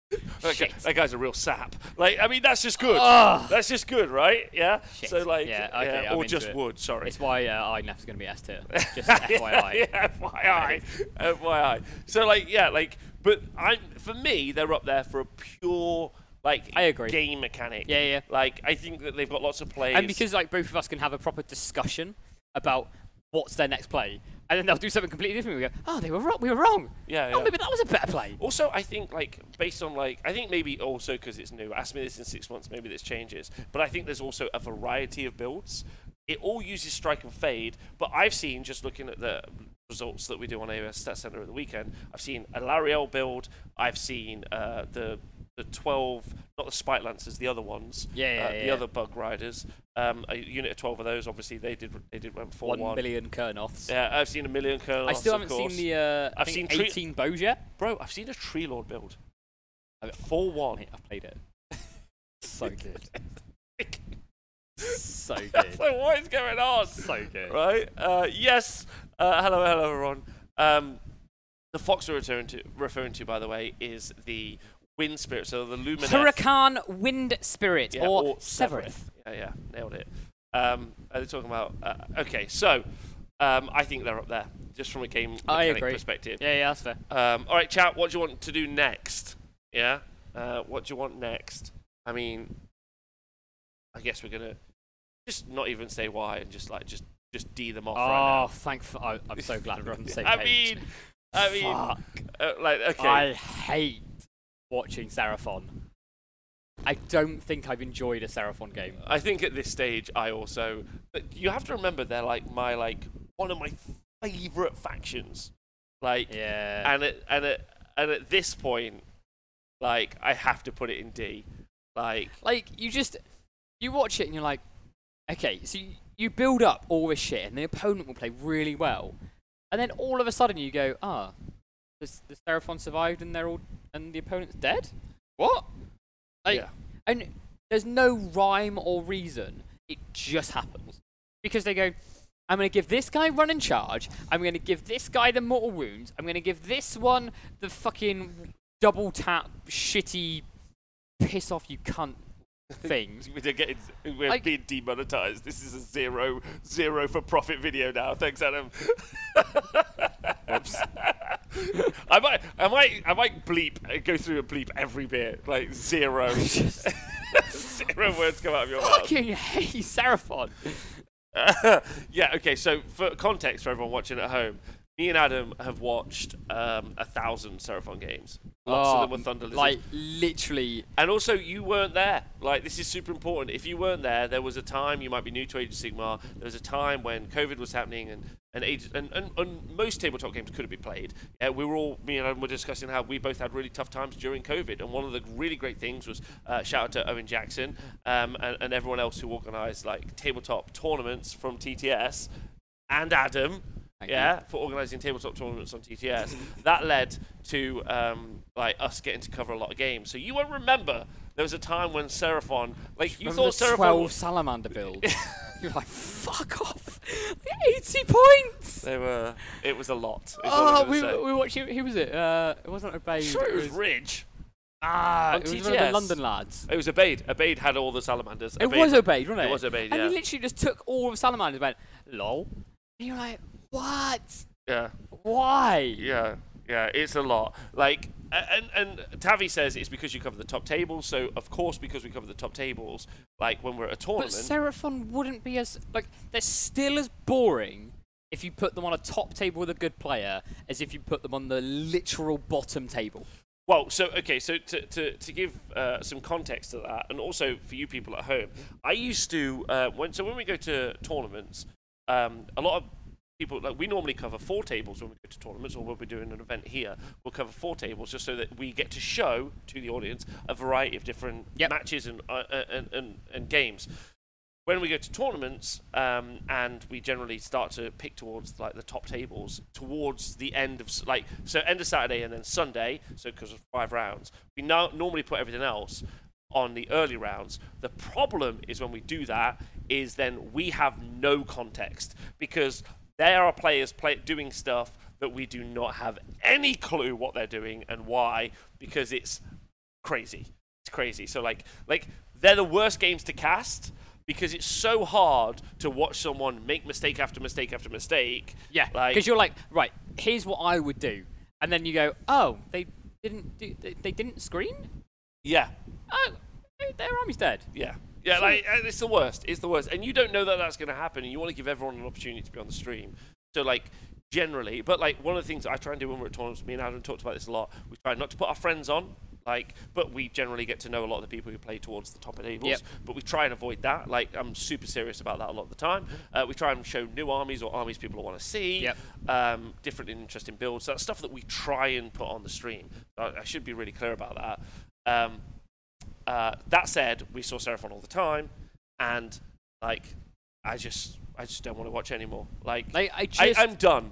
That, guy- Shit. that guy's a real sap. Like I mean that's just good. Ugh. That's just good, right? Yeah. Shit. So like, Yeah, okay, I'm or into just it. wood. Sorry. It's why uh, INEF is gonna be S tier. Just FYI. yeah, FYI. FYI. So like, yeah, like, but I, for me, they're up there for a pure like I agree. game mechanic. Yeah, yeah. Like, I think that they've got lots of plays. And because like both of us can have a proper discussion about what's their next play, and then they'll do something completely different. We go, oh, they were wrong. We were wrong. Yeah, Oh, yeah. maybe that was a better play. Also, I think like based on like I think maybe also because it's new. Ask me this in six months, maybe this changes. But I think there's also a variety of builds. It all uses strike and fade, but I've seen just looking at the results that we do on AOS Stat Center at the weekend. I've seen a Lariel build. I've seen uh, the the twelve, not the Spite Lancers, the other ones. Yeah, yeah, uh, The yeah. other Bug Riders. Um, a unit of twelve of those. Obviously, they did they did run four One one. million Kernoths. Yeah, I've seen a million Colonel. I still haven't seen the. Uh, I I've think seen tre- 18 bows yet. bro. I've seen a Tree Lord build. I- Four one. Oh, Mate, I've played it. So good. so So That's good. like, what is going on? So good. Right? Uh, yes. Uh, hello, hello, everyone. Um, the fox we're referring to, referring to, by the way, is the wind spirit. So the luminous. Hurricane Wind Spirit Yeah, or, or Severeth. Yeah, yeah, nailed it. Um, are they talking about? Uh, okay, so um, I think they're up there, just from a game I mechanic agree. perspective. Yeah, yeah, that's fair. Um, all right, chat. What do you want to do next? Yeah. Uh, what do you want next? I mean, I guess we're gonna just not even say why and just like just just d them off Oh, right thank. F- I, I'm so glad we're on the now. Oh, same I page. mean, I mean, Fuck. uh, like okay. I hate watching Seraphon. I don't think I've enjoyed a Seraphon game. I think at this stage, I also. But you have to remember, they're like my like one of my favorite factions. Like, Yeah. and at and at and at this point, like I have to put it in D. Like, like you just you watch it and you're like, okay, so you, you build up all this shit and the opponent will play really well, and then all of a sudden you go, ah, the, the Seraphon survived and they're all and the opponent's dead. What? Like, Yeah. And there's no rhyme or reason. It just happens because they go. I'm going to give this guy run and charge. I'm going to give this guy the mortal wounds. I'm going to give this one the fucking double tap, shitty, piss off you cunt thing. We're getting we're Like- being demonetized. This is a zero zero for profit video now. Thanks, Adam. I might I might I might bleep uh, go through and bleep every bit like zero zero words come out of your mouth. Fucking hey, Seraphon. yeah. Okay. So for context for everyone watching at home, me and Adam have watched um, a thousand Seraphon games. Lots of them were Thunder Lizards. Oh, Like literally, And also, you weren't there. Like, this is super important. If you weren't there, there was a time you might be new to Age of Sigmar. There was a time when COVID was happening, and and Age and, and, and most tabletop games couldn't be played. Uh, we were all me and Adam were discussing how we both had really tough times during COVID. And one of the really great things was uh, shout out to Owen Jackson um, and, and everyone else who organised like tabletop tournaments from TTS, and Adam Thank yeah, uh, for organising tabletop tournaments on TTS. that led to um, like us getting to cover a lot of games. So you won't remember there was a time when Seraphon, like you remember thought the Seraphon, twelve salamander build. You're like, fuck off. Eighty points. they were. It was a lot. Is all Oh, I'm we, gonna say. we watched. Who was it? Uh, it wasn't Obeyed. sure it was Ridge. Ah, on it was one of the TTS. London lads. It was Abade. Abade had all the salamanders. It Abade- was Obeyed, wasn't It it? was Obeyed, And yeah. he literally just took all of salamanders and went, lol. And you're like, what? Yeah. Why? Yeah, yeah, it's a lot. Like, a- and and Tavi says it's because you cover the top tables. So of course, because we cover the top tables, like when we're at a But tournament, Seraphon wouldn't be as like they're still as boring if you put them on a top table with a good player as if you put them on the literal bottom table. Well, so okay, so to to, to give uh, some context to that, and also for you people at home, I used to uh, when so when we go to tournaments, um, a lot of people like we normally cover four tables when we go to tournaments, or when we're doing an event here, we'll cover four tables just so that we get to show to the audience a variety of different Yep. matches and, uh, and and and games when we go to tournaments um, and we generally start to pick towards like the top tables towards the end of s- like so end of Saturday and then Sunday so because of five rounds we now normally put everything else on the early rounds the problem is when we do that is then we have no context because there are players play, doing stuff that we do not have any clue what they're doing and why because it's crazy. It's crazy. So like like they're the worst games to cast because it's so hard to watch someone make mistake after mistake after mistake. Yeah, because Like you're like, right, here's what I would do, and then you go, oh, they didn't do, they, they didn't screen. yeah. Oh, their- their army's dead. Yeah. Yeah, So- like and it's the worst. It's the worst. And you don't know that that's going to happen and you want to give everyone an opportunity to be on the stream. So like generally. But like one of the things I try and do when we're at tournaments, me and Adam talked about this a lot. We try not to put our friends on, like, but we generally get to know a lot of the people who play towards the top enables. Yep. But we try and avoid that. Like I'm super serious about that a lot of the time. Uh, we try and show new armies or armies people want to see. Yep. Um, different and interesting builds. That's stuff that we try and put on the stream. I, I should be really clear about that. Um, uh, that said, we saw Seraphon all the time, and like, I just, I just don't want to watch anymore. Like, Like I I, just I'm done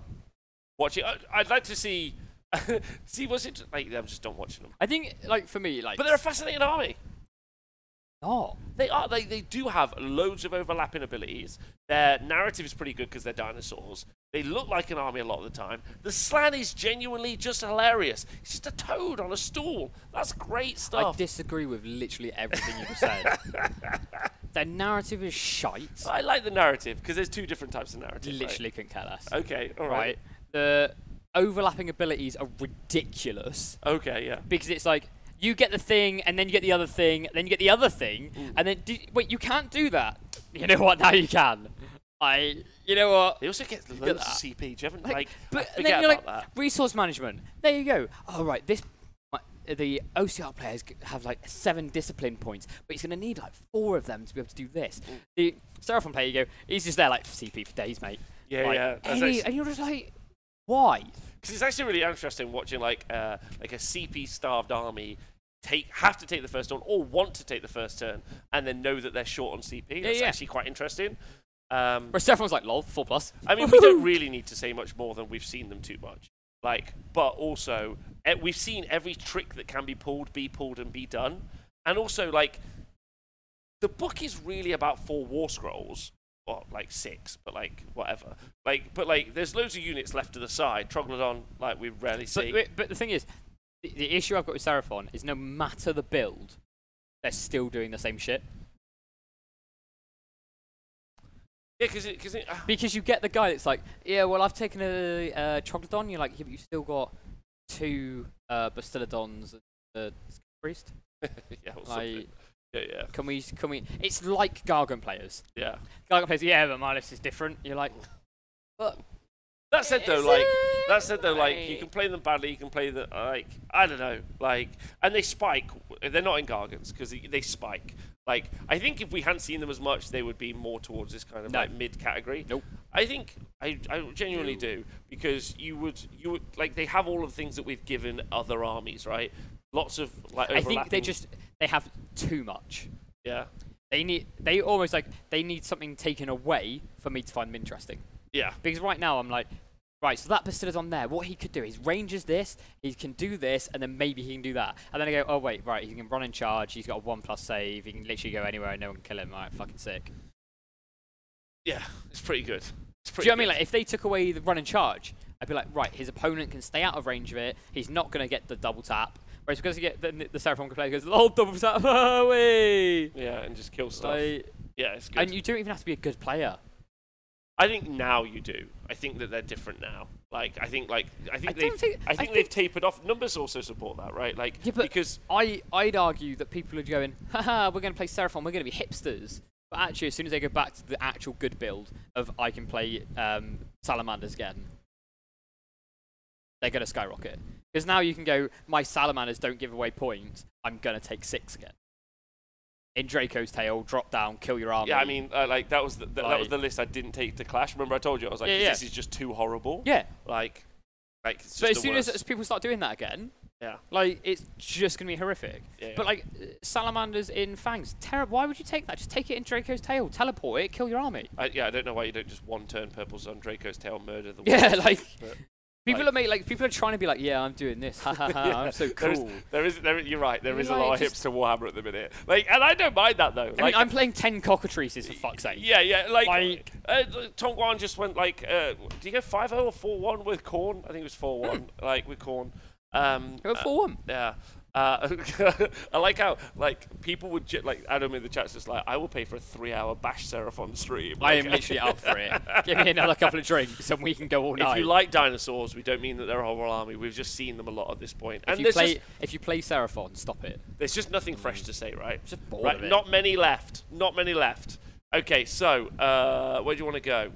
watching. I, I'd like to see, see what's it like. I'm just done watching them. I think like for me like But they're a fascinating army. not. They are. They, they do have loads of overlapping abilities. Their narrative is pretty good because they're dinosaurs. They look like an army a lot of the time. The slan is genuinely just hilarious. It's just a toad on a stool. That's great I stuff. disagree with literally everything you just said. Their narrative is shite. I like the narrative because there's two different types of narrative. right? Literally couldn't care less. Okay. All Right. right. The overlapping abilities are ridiculous Okay. Yeah. because it's like you get the thing and then you get the other thing, then you get the other thing, and then do, wait, you can't do that. You know what? Now you can. I. You know what? They also get loads of that. CP. Do you haven't like? Like, but I and forget then you're like about that. resource management. There you go. All right, this my- the OCR players g- have like seven discipline points, but he's going to need like four of them to be able to do this. The Seraphon player, you go, he's just there like CP for days, mate. Yeah, Like, yeah. That's any- nice. and you're just like, why? because it's actually really interesting watching like uh, like a CP starved army take have to take the first turn or want to take the first turn and then know that they're short on CP. That's yeah. actually quite interesting. Um, Where Seraphon's like, lol, four plus. I mean, we don't really need to say much more than we've seen them too much. Like, but also eh, we've seen every trick that can be pulled, be pulled, and be done. And also, like, the book is really about four war scrolls, well, like six, but like whatever. Like, but like, there's loads of units left to the side. Troglodon, like we rarely see. But, wait, but the thing is, the, the issue I've got with Seraphon is no matter the build, they're still doing the same shit. Yeah, because it, cause it, ah, Because you get the guy that's like, yeah, well, I've taken a uh, troglodon. You're like, yeah, but you've still got two uh, bastillodons and the priest. yeah, or something. Like, yeah, yeah, can we? Can we? It's like Gargan players. yeah. Gargan players, yeah, but my list is different. You're like, but That said, though, is like it? that said, though, like you can play them badly. You can play them like I don't know, like and they spike. They're not in Gargans because they, they spike. Like I think if we hadn't seen them as much, they would be more towards this kind of No. like mid category. Nope. I think I, I genuinely do because you would you would like they have all of the things that we've given other armies, right? Lots of like I think they overlapping- just they have too much. yeah They need. They almost like they need something taken away for me to find them interesting. yeah Because right now I'm like, right, so that Bastillodon there, what he could do, his range is this, he can do this, and then maybe he can do that. And then I go, oh wait, right, he can run in charge, he's got a one plus save, he can literally go anywhere and no one can kill him, alright, fucking sick. yeah. It's pretty good. It's Do pretty you know what I mean? good. Like if they took away the run in charge, I'd be like, right, his opponent can stay out of range of it, he's not gonna get the double tap. Whereas because you get the, the Seraphon player goes, lol, double tap, away. yeah, and just kill stuff. Like, yeah, it's good. and you don't even have to be a good player. I think now you do. I think that they're different now. Like I think like I think I they don't think- I I think think- they've tapered off. Numbers also support that, right? Like Yeah, but- because I, I'd argue that people are going, haha, we're going to play Seraphon, we're going to be hipsters. But actually, as soon as they go back to the actual good build of I can play um, Salamanders again, they're going to skyrocket. Because now you can go, my Salamanders don't give away points, I'm going to take six again. In Draco's Tail, drop down, kill your army. yeah, I mean uh, like that was the, that- that was Like- the list I didn't take to clash. Remember I told you I was like Yeah, 'cause yeah. this is just too horrible. Yeah, Like like it's but just the as soon as, worst. as people start doing that again, Yeah. like it's just going to be horrific. Yeah, But yeah. like uh, Salamanders in Fangs, terrible. Why would you take that? Just take it in Draco's Tail, teleport it, kill your army. I, yeah, I don't know why you don't just one turn purple sun Draco's tail murder the Yeah, world. like But, people like- are make, like people are trying to be like, yeah, I'm doing this, ha ha ha, I'm so There is, cool. there is, there, you're right. There You're is a lot right, of just- hipster Warhammer at the minute. Like, and I don't mind that though. I like, mean, I'm playing ten cockatrices for fuck's sake. Yeah, yeah. Like, Like- uh, Tom Guan just went like, uh, did he go 5 0 or 4 1 with Corn? I think it was 4 1, like with Corn. Um, Hmm. Go uh, for one. yeah. Uh, I like how like people would ju- like Adam in the chat's just like I will pay for a three-hour Bash Seraphon stream. I Like, uh, am literally up for it. Give me another couple of drinks and we can go all If night. you like dinosaurs, we don't mean that they're a whole army. We've just seen them a lot at this point. if and you there's play, just, if you play Seraphon, stop it. there's just nothing fresh to say, right? Just bored right, of it. not many left. Not many left. Okay, so uh, where do you want to go?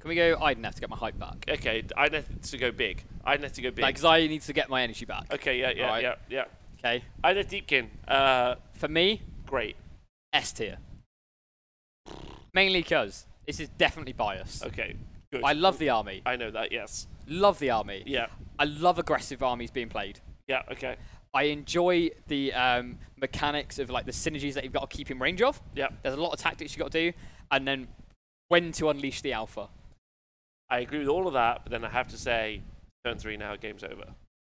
Can we go? I didn't have to get my hype back. Okay, I need to go big. I need to go big. Like, 'cause I need to get my energy back. okay, yeah, yeah, Right. yeah, yeah. Okay. I need Deepkin. Uh, For me, great. S tier. Mainly because this is definitely biased. Okay, good. I love the army. I know that. Yes. Love the army. Yeah. I love aggressive armies being played. Yeah. Okay. I enjoy the um, mechanics of like the synergies that you've got to keep in range of. Yeah. There's a lot of tactics you got to do, and then when to unleash the alpha. I agree with all of that, but then I have to say, turn three now, game's over.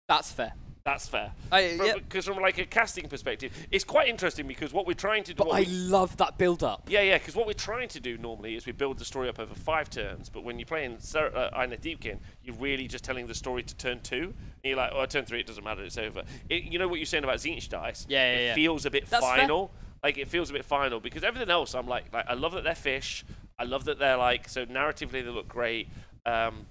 That's fair. That's fair. I, Because yeah, from, like a casting perspective, it's quite interesting because what we're trying to do. but what I we- love that build up. Yeah, yeah, because what we're trying to do normally is we build the story up over five turns, but when you're playing Ser- uh, Ina Deepkin, you're really just telling the story to turn two, and you're like, oh, turn three, it doesn't matter, it's over. It, you know what you're saying about Zinch Dice? Yeah, yeah, It yeah. feels a bit That's fair. final. Like, it feels a bit final, because everything else, I'm like, like, I love that they're fish, I love that they're like, so narratively they look great. Um,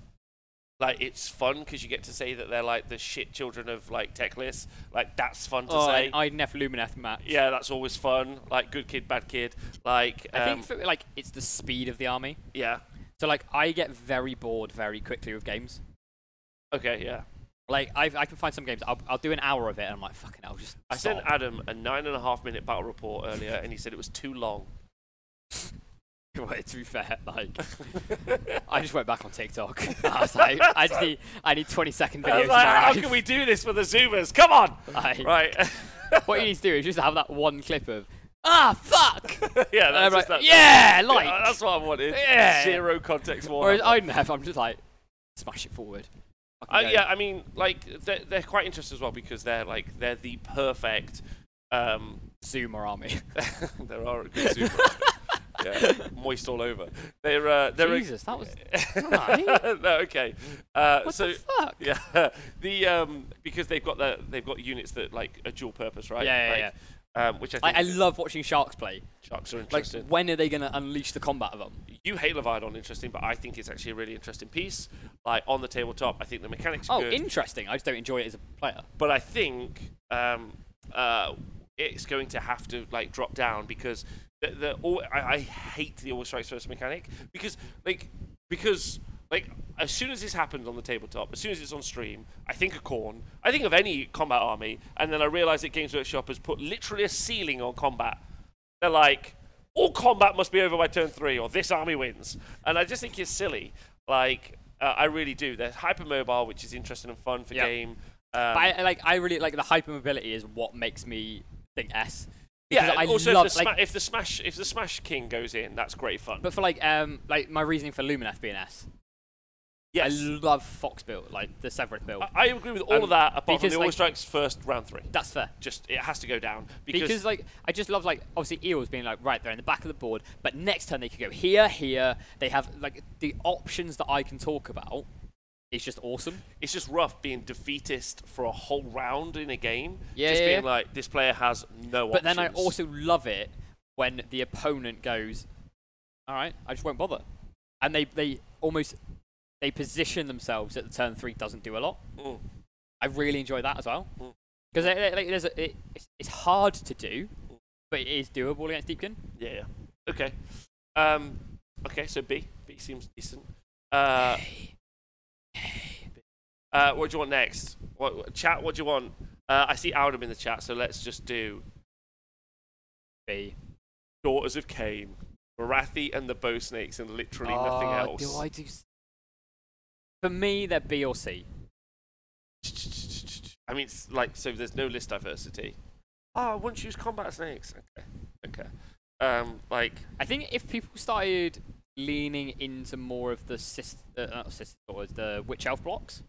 like it's fun because you get to say that they're like the shit children of like Techless. Like that's fun to Oh, say. an INF Lumineth match. yeah, that's always fun. Like good kid, bad kid. Like I um, think for, like it's the speed of the army. yeah. So like I get very bored very quickly with games. Okay, yeah. Like I, I can find some games. I'll, I'll do an hour of it, and I'm like, fucking, I'll just. I stop. sent Adam a nine and a half minute battle report earlier, and he said it was too long. Right, to be fair, like I just went back on TikTok. I was like, I just need, I need 20 second I videos. was in like, my how life." can we do this for the Zoomers? Come on! Like, Right. What you need to do is just have that one clip of ah fuck. yeah, And I'm that's just like, that. yeah, Yeah, like. that's what I wanted. Yeah. Zero context warning. Whereas I don't have. I'm just like smash it forward. Uh, Fucking go. yeah, I mean, like they're, they're quite interesting as well because they're like they're the perfect. Um, Zoomer army. there are good Zoomer. yeah, moist all over. They're uh, they're Jesus, that was a, no, okay. Uh, what so the fuck. yeah, the um because they've got the they've got units that like are dual purpose, right? Yeah, yeah, like, yeah. Um, which I think I, I love watching sharks play. sharks are Like, interesting. when are they gonna unleash the combat of them? you hate Leviathan interesting, but I think it's actually a really interesting piece. Like on the tabletop, I think the mechanics are Oh, good, interesting. I just don't enjoy it as a player. but I think um uh it's going to have to like drop down because the, the all, I, I hate the always strikes first mechanic because like because. Like as soon as this happens on the tabletop, as soon as it's on stream, I think of Corn, I think of any combat army, and then I realise that Games Workshop has put literally a ceiling on combat. They're like, all combat must be over by turn three, or this army wins. And I just think it's silly. Like uh, I really do. They're hypermobile, which is interesting and fun for Yeah. game. Um, But I, I like I really like the hypermobility is what makes me think S. yeah, Because and I also love if, the sma- like, if the smash if the smash king goes in, that's great fun. but for like um like my reasoning for Lumineth being S. I yes, Uh, love Fox build like the Severith build. I, I agree with all Um, of that. Apart from because, the all like- strikes first round three, That's fair. just it has to go down Because, like I just love like obviously eels being like right they're in the back of the board, but next turn they could go here, here. They have like the options that I can talk about. It's just awesome. it's just rough being defeatist for a whole round in a game. Yeah, just yeah, being yeah. like this player has no. But then I options. also love it when the opponent goes, "All right, I just won't bother," and they they almost they position themselves that the turn three doesn't do a lot. Mm. I really enjoy that as well Mm. because like, there's a, it, it's, it's hard to do, but it is doable against Deepkin. Yeah. yeah. Okay. Um, okay. So B. B seems decent. Uh, uh, what do you want next? What, what- chat? What do you want? Uh, I see Aldem in the chat, so let's just do B. Daughters of Cain, Marathi and the Bow Snakes, and literally nothing Ah, else. Do I do? s- For me, they're B or C. I mean, it's like, so there's no list diversity. Oh, I wouldn't use combat snakes. Okay. Okay. Um, like, I think if people started leaning into more of the sister, uh, not sister daughters, the witch elf blocks,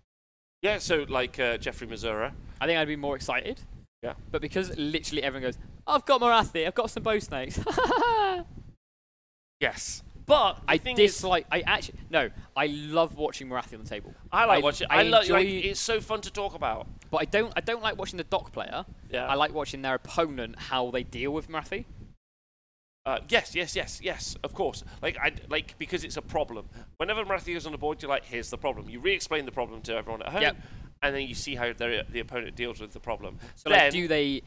yeah, so like uh, Jeffrey Missouri. I think I'd be more excited. Yeah. But because literally everyone goes, I've got Morathi, I've got some bow snakes. Yes. but I thing is- dislike. I actually no. I love watching Morathi on the table. I like I- watching. I, I love. Like, enjoy- it's so fun to talk about. But I don't. I don't like watching the dock player. Yeah. I like watching their opponent how they deal with Morathi. Uh, yes, yes, yes, yes. Of course. Like I like because it's a problem. Whenever Marathi is on the board, you're like, "Here's the problem." You re-explain the problem to everyone at home, Yep. and then you see how their, the opponent deals with the problem. So then, like, do they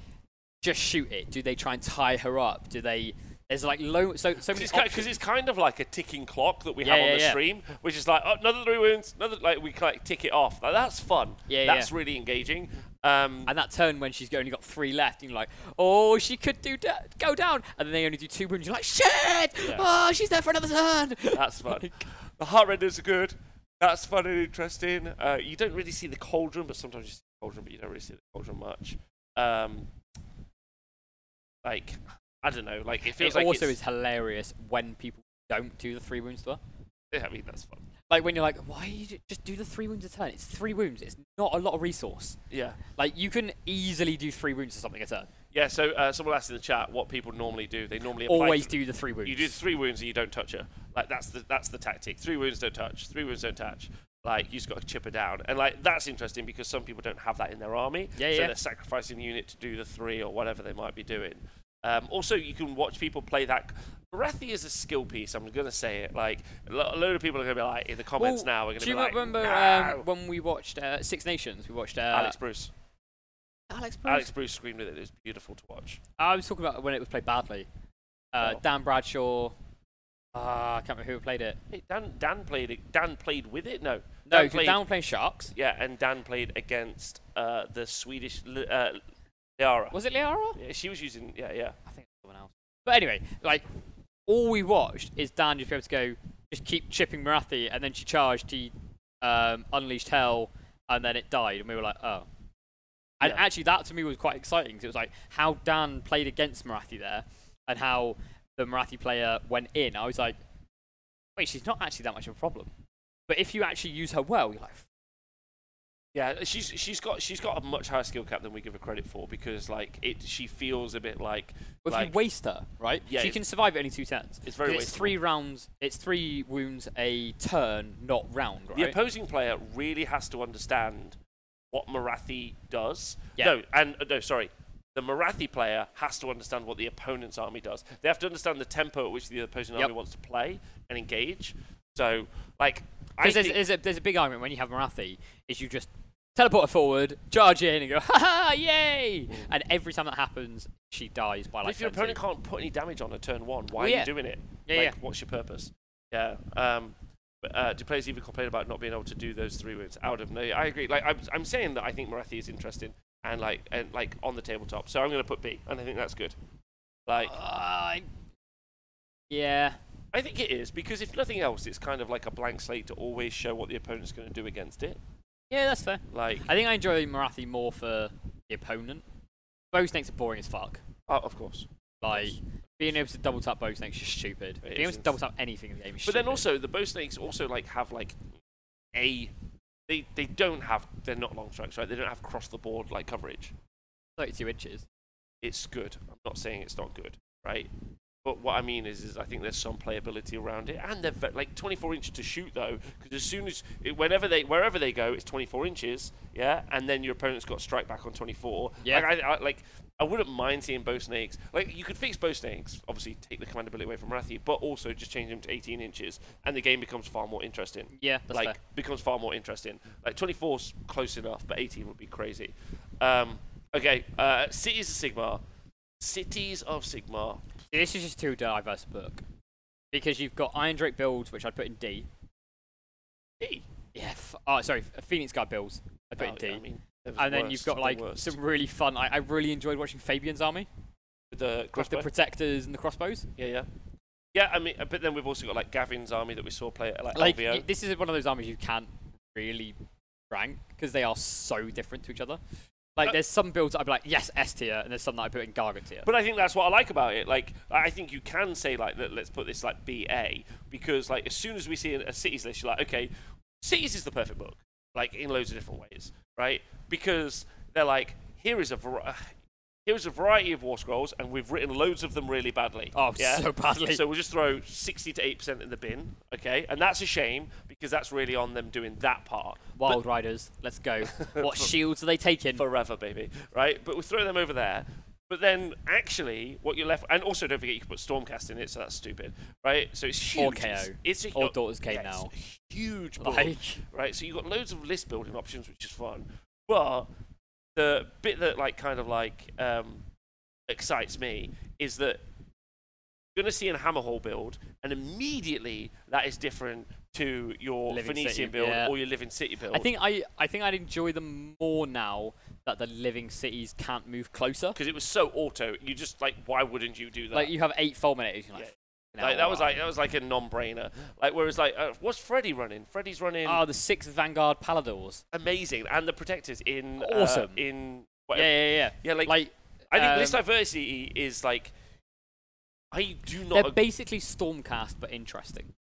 just shoot it? Do they try and tie her up? Do they There's like low, so so many. Because it's, kind options. of, it's kind of like a ticking clock that we Yeah, have on yeah, the yeah. stream, which is like oh, another three wounds, another like we like tick it off. Like, that's fun. Yeah, that's yeah. really engaging. Um, and that turn when she's only got three left, and you're like, oh, she could do da- go down, and then they only do two wounds. You're like, shit! Oh, she's there for another turn. that's fun. the heart renders are good. That's fun and interesting. Uh, you don't really see the cauldron, but sometimes you see the cauldron, but you don't really see the cauldron much. Um, like I don't know. Like it feels it like also it's- is hilarious when people don't do the three wounds to her. yeah, I mean that's fun. Like when you're like, why you ju- just do the three wounds a turn? It's three wounds. It's not a lot of resource. Yeah. Like you can easily do three wounds to something a turn. Yeah, so uh, someone asked in the chat what people normally do. They normally apply Always th- do the three wounds. You do three wounds and you don't touch her. Like that's the that's the tactic. Three wounds don't touch. Three wounds don't touch. Like you just got to chip her down, and like that's interesting because some people don't have that in their army. Yeah, so yeah. they're sacrificing unit to do the three or whatever they might be doing. Um, also, you can watch people play that. Marathi is a skill piece. I'm gonna say it. Like a lo- a load of people are gonna be like in the comments Well, now. We're gonna do be you like, remember "No." um, when we watched uh, Six Nations? We watched uh, Alex Bruce. Alex Bruce. Alex Bruce screamed with it. It was beautiful to watch. I was talking about when it was played badly. Uh, Oh. Dan Bradshaw. Ah, I can't remember who played it. Hey, Dan Dan played it. Dan played with it. No, No, Dan Dan, played- Dan were playing Sharks. Yeah, and Dan played against uh, the Swedish Li- uh, Liara. Was it Liara? Yeah, she was using. Yeah, yeah. I think it was someone else. But anyway, like all we watched is Dan just be able to go, just keep chipping Marathi, and then she charged, he um, unleashed hell, and then it died, and we were like, oh. And Yeah. actually, that to me was quite exciting 'cause it was like how Dan played against Marathi there, and how the Marathi player went in. I was like, wait, she's not actually that much of a problem. But if you actually use her well, you're like, Yeah, she's she's got she's got a much higher skill cap than we give her credit for because like it she feels a bit like Well, if like you waste her, right? Yeah, she it- can survive only two turns. It's very 'Cause wasteful. It's three rounds. It's three wounds a turn, not round, the right? opposing player really has to understand what Marathi does. Yeah. No, and uh, no, sorry. The Marathi player has to understand what the opponent's army does. They have to understand the tempo at which the opposing Yep. army wants to play and engage. So, like, I Because there's, think there's, a, there's a big argument when you have Marathi is you just teleport her forward, charge in, and go, ha ha, yay! And every time that happens, she dies by like. if your turn two. opponent can't put any damage on a turn one, why Well, are you yeah. doing it? Yeah, like, yeah. What's your purpose? Yeah. Um, but, uh, do players even complain about not being able to do those three wounds? Out of no, I agree. Like I'm, I'm saying that I think Marathi is interesting and like and like on the tabletop. So I'm going to put B, and I think that's good. Like Uh, yeah. I think it is because if nothing else, it's kind of like a blank slate to always show what the opponent's going to do against it. Yeah, that's fair. Like I think I enjoy Marathi more for the opponent. Bow snakes are boring as fuck. oh, of course. Like, being able to double tap bow snakes is stupid. It being able is to double tap anything in the game is But stupid. then also the bow snakes also like have like a they they don't have they're not long strikes right? They don't have cross the board like coverage. 32 inches. it's good. I'm not saying it's not good, right? But what I mean is, is I think there's some playability around it, and they're ve- like 24 inch to shoot though, because as soon as it, whenever they wherever they go, it's 24 inches, yeah, and then your opponent's got strike back on 24. Yeah. like I, I, like I wouldn't mind seeing bow snakes. Like you could fix bow snakes, obviously take the command ability away from Rathi, but also just change them to 18 inches, and the game becomes far more interesting Yeah, that's like fair. becomes far more interesting. Like 24 's close enough, but 18 would be crazy. Um, okay, uh, Cities of Sigmar. Cities of Sigmar. This is just too diverse a book. Because you've got Iron Drake builds, which I'd put in D. D. Oh, Yeah, f- oh, sorry, f- Phoenix Guard builds. I'd put in D. I mean, they're the and then worst, you've got the like worst. some really fun. I, I really enjoyed watching Fabian's army With the with the crossbow. protectors and the crossbows. yeah, yeah, yeah. I mean, uh, but then we've also got like Gavin's army that we saw play at like, Like LVO. y- this is one of those armies you can't really rank because they are so different to each other. Like Uh, there's some builds that I'd be like yes S tier, and there's some that I put in Gargant tier. But I think that's what I like about it. Like, I I think you can say like, let- let's put this like BA because like as soon as we see a a cities list, you're like, okay, cities is the perfect book, like in loads of different ways, right? Because they're like, here is a var- here is a variety of war scrolls, and we've written loads of them really badly. Oh, so badly. So we'll just throw sixty to eight percent in the bin, okay? And that's a shame because that's really on them doing that part. But- Wild Riders, let's go. what shields are they taking? forever, baby, right? But we throw them over there. But then, actually, what you're left, and also don't forget you can put Stormcast in it, so that's stupid, right? So it's huge. Or KO. It's, it's a, Or Daughters K yeah, it's now. a huge book, Like- right? So you've got loads of list building options, which is fun. But the bit that like kind of like um, excites me is that going to see a hammer hall build, and immediately that is different to your Living Phoenician City, build yeah. or your Living City build. I think I I think I'd enjoy them more now that the living cities can't move closer. because it was so auto, you just like, why wouldn't you do that? Like you have eight fulminators. You're like, "Fucking Like hell, that was alright." like that was like a non-brainer. Like whereas like uh, what's Freddy running? Freddy's running oh the six Vanguard Paladors. amazing and the protectors in uh, Awesome. in Yeah, whatever. yeah, yeah. Yeah, like, like I think this um, diversity is like I do not. they're ag- basically Stormcast but interesting.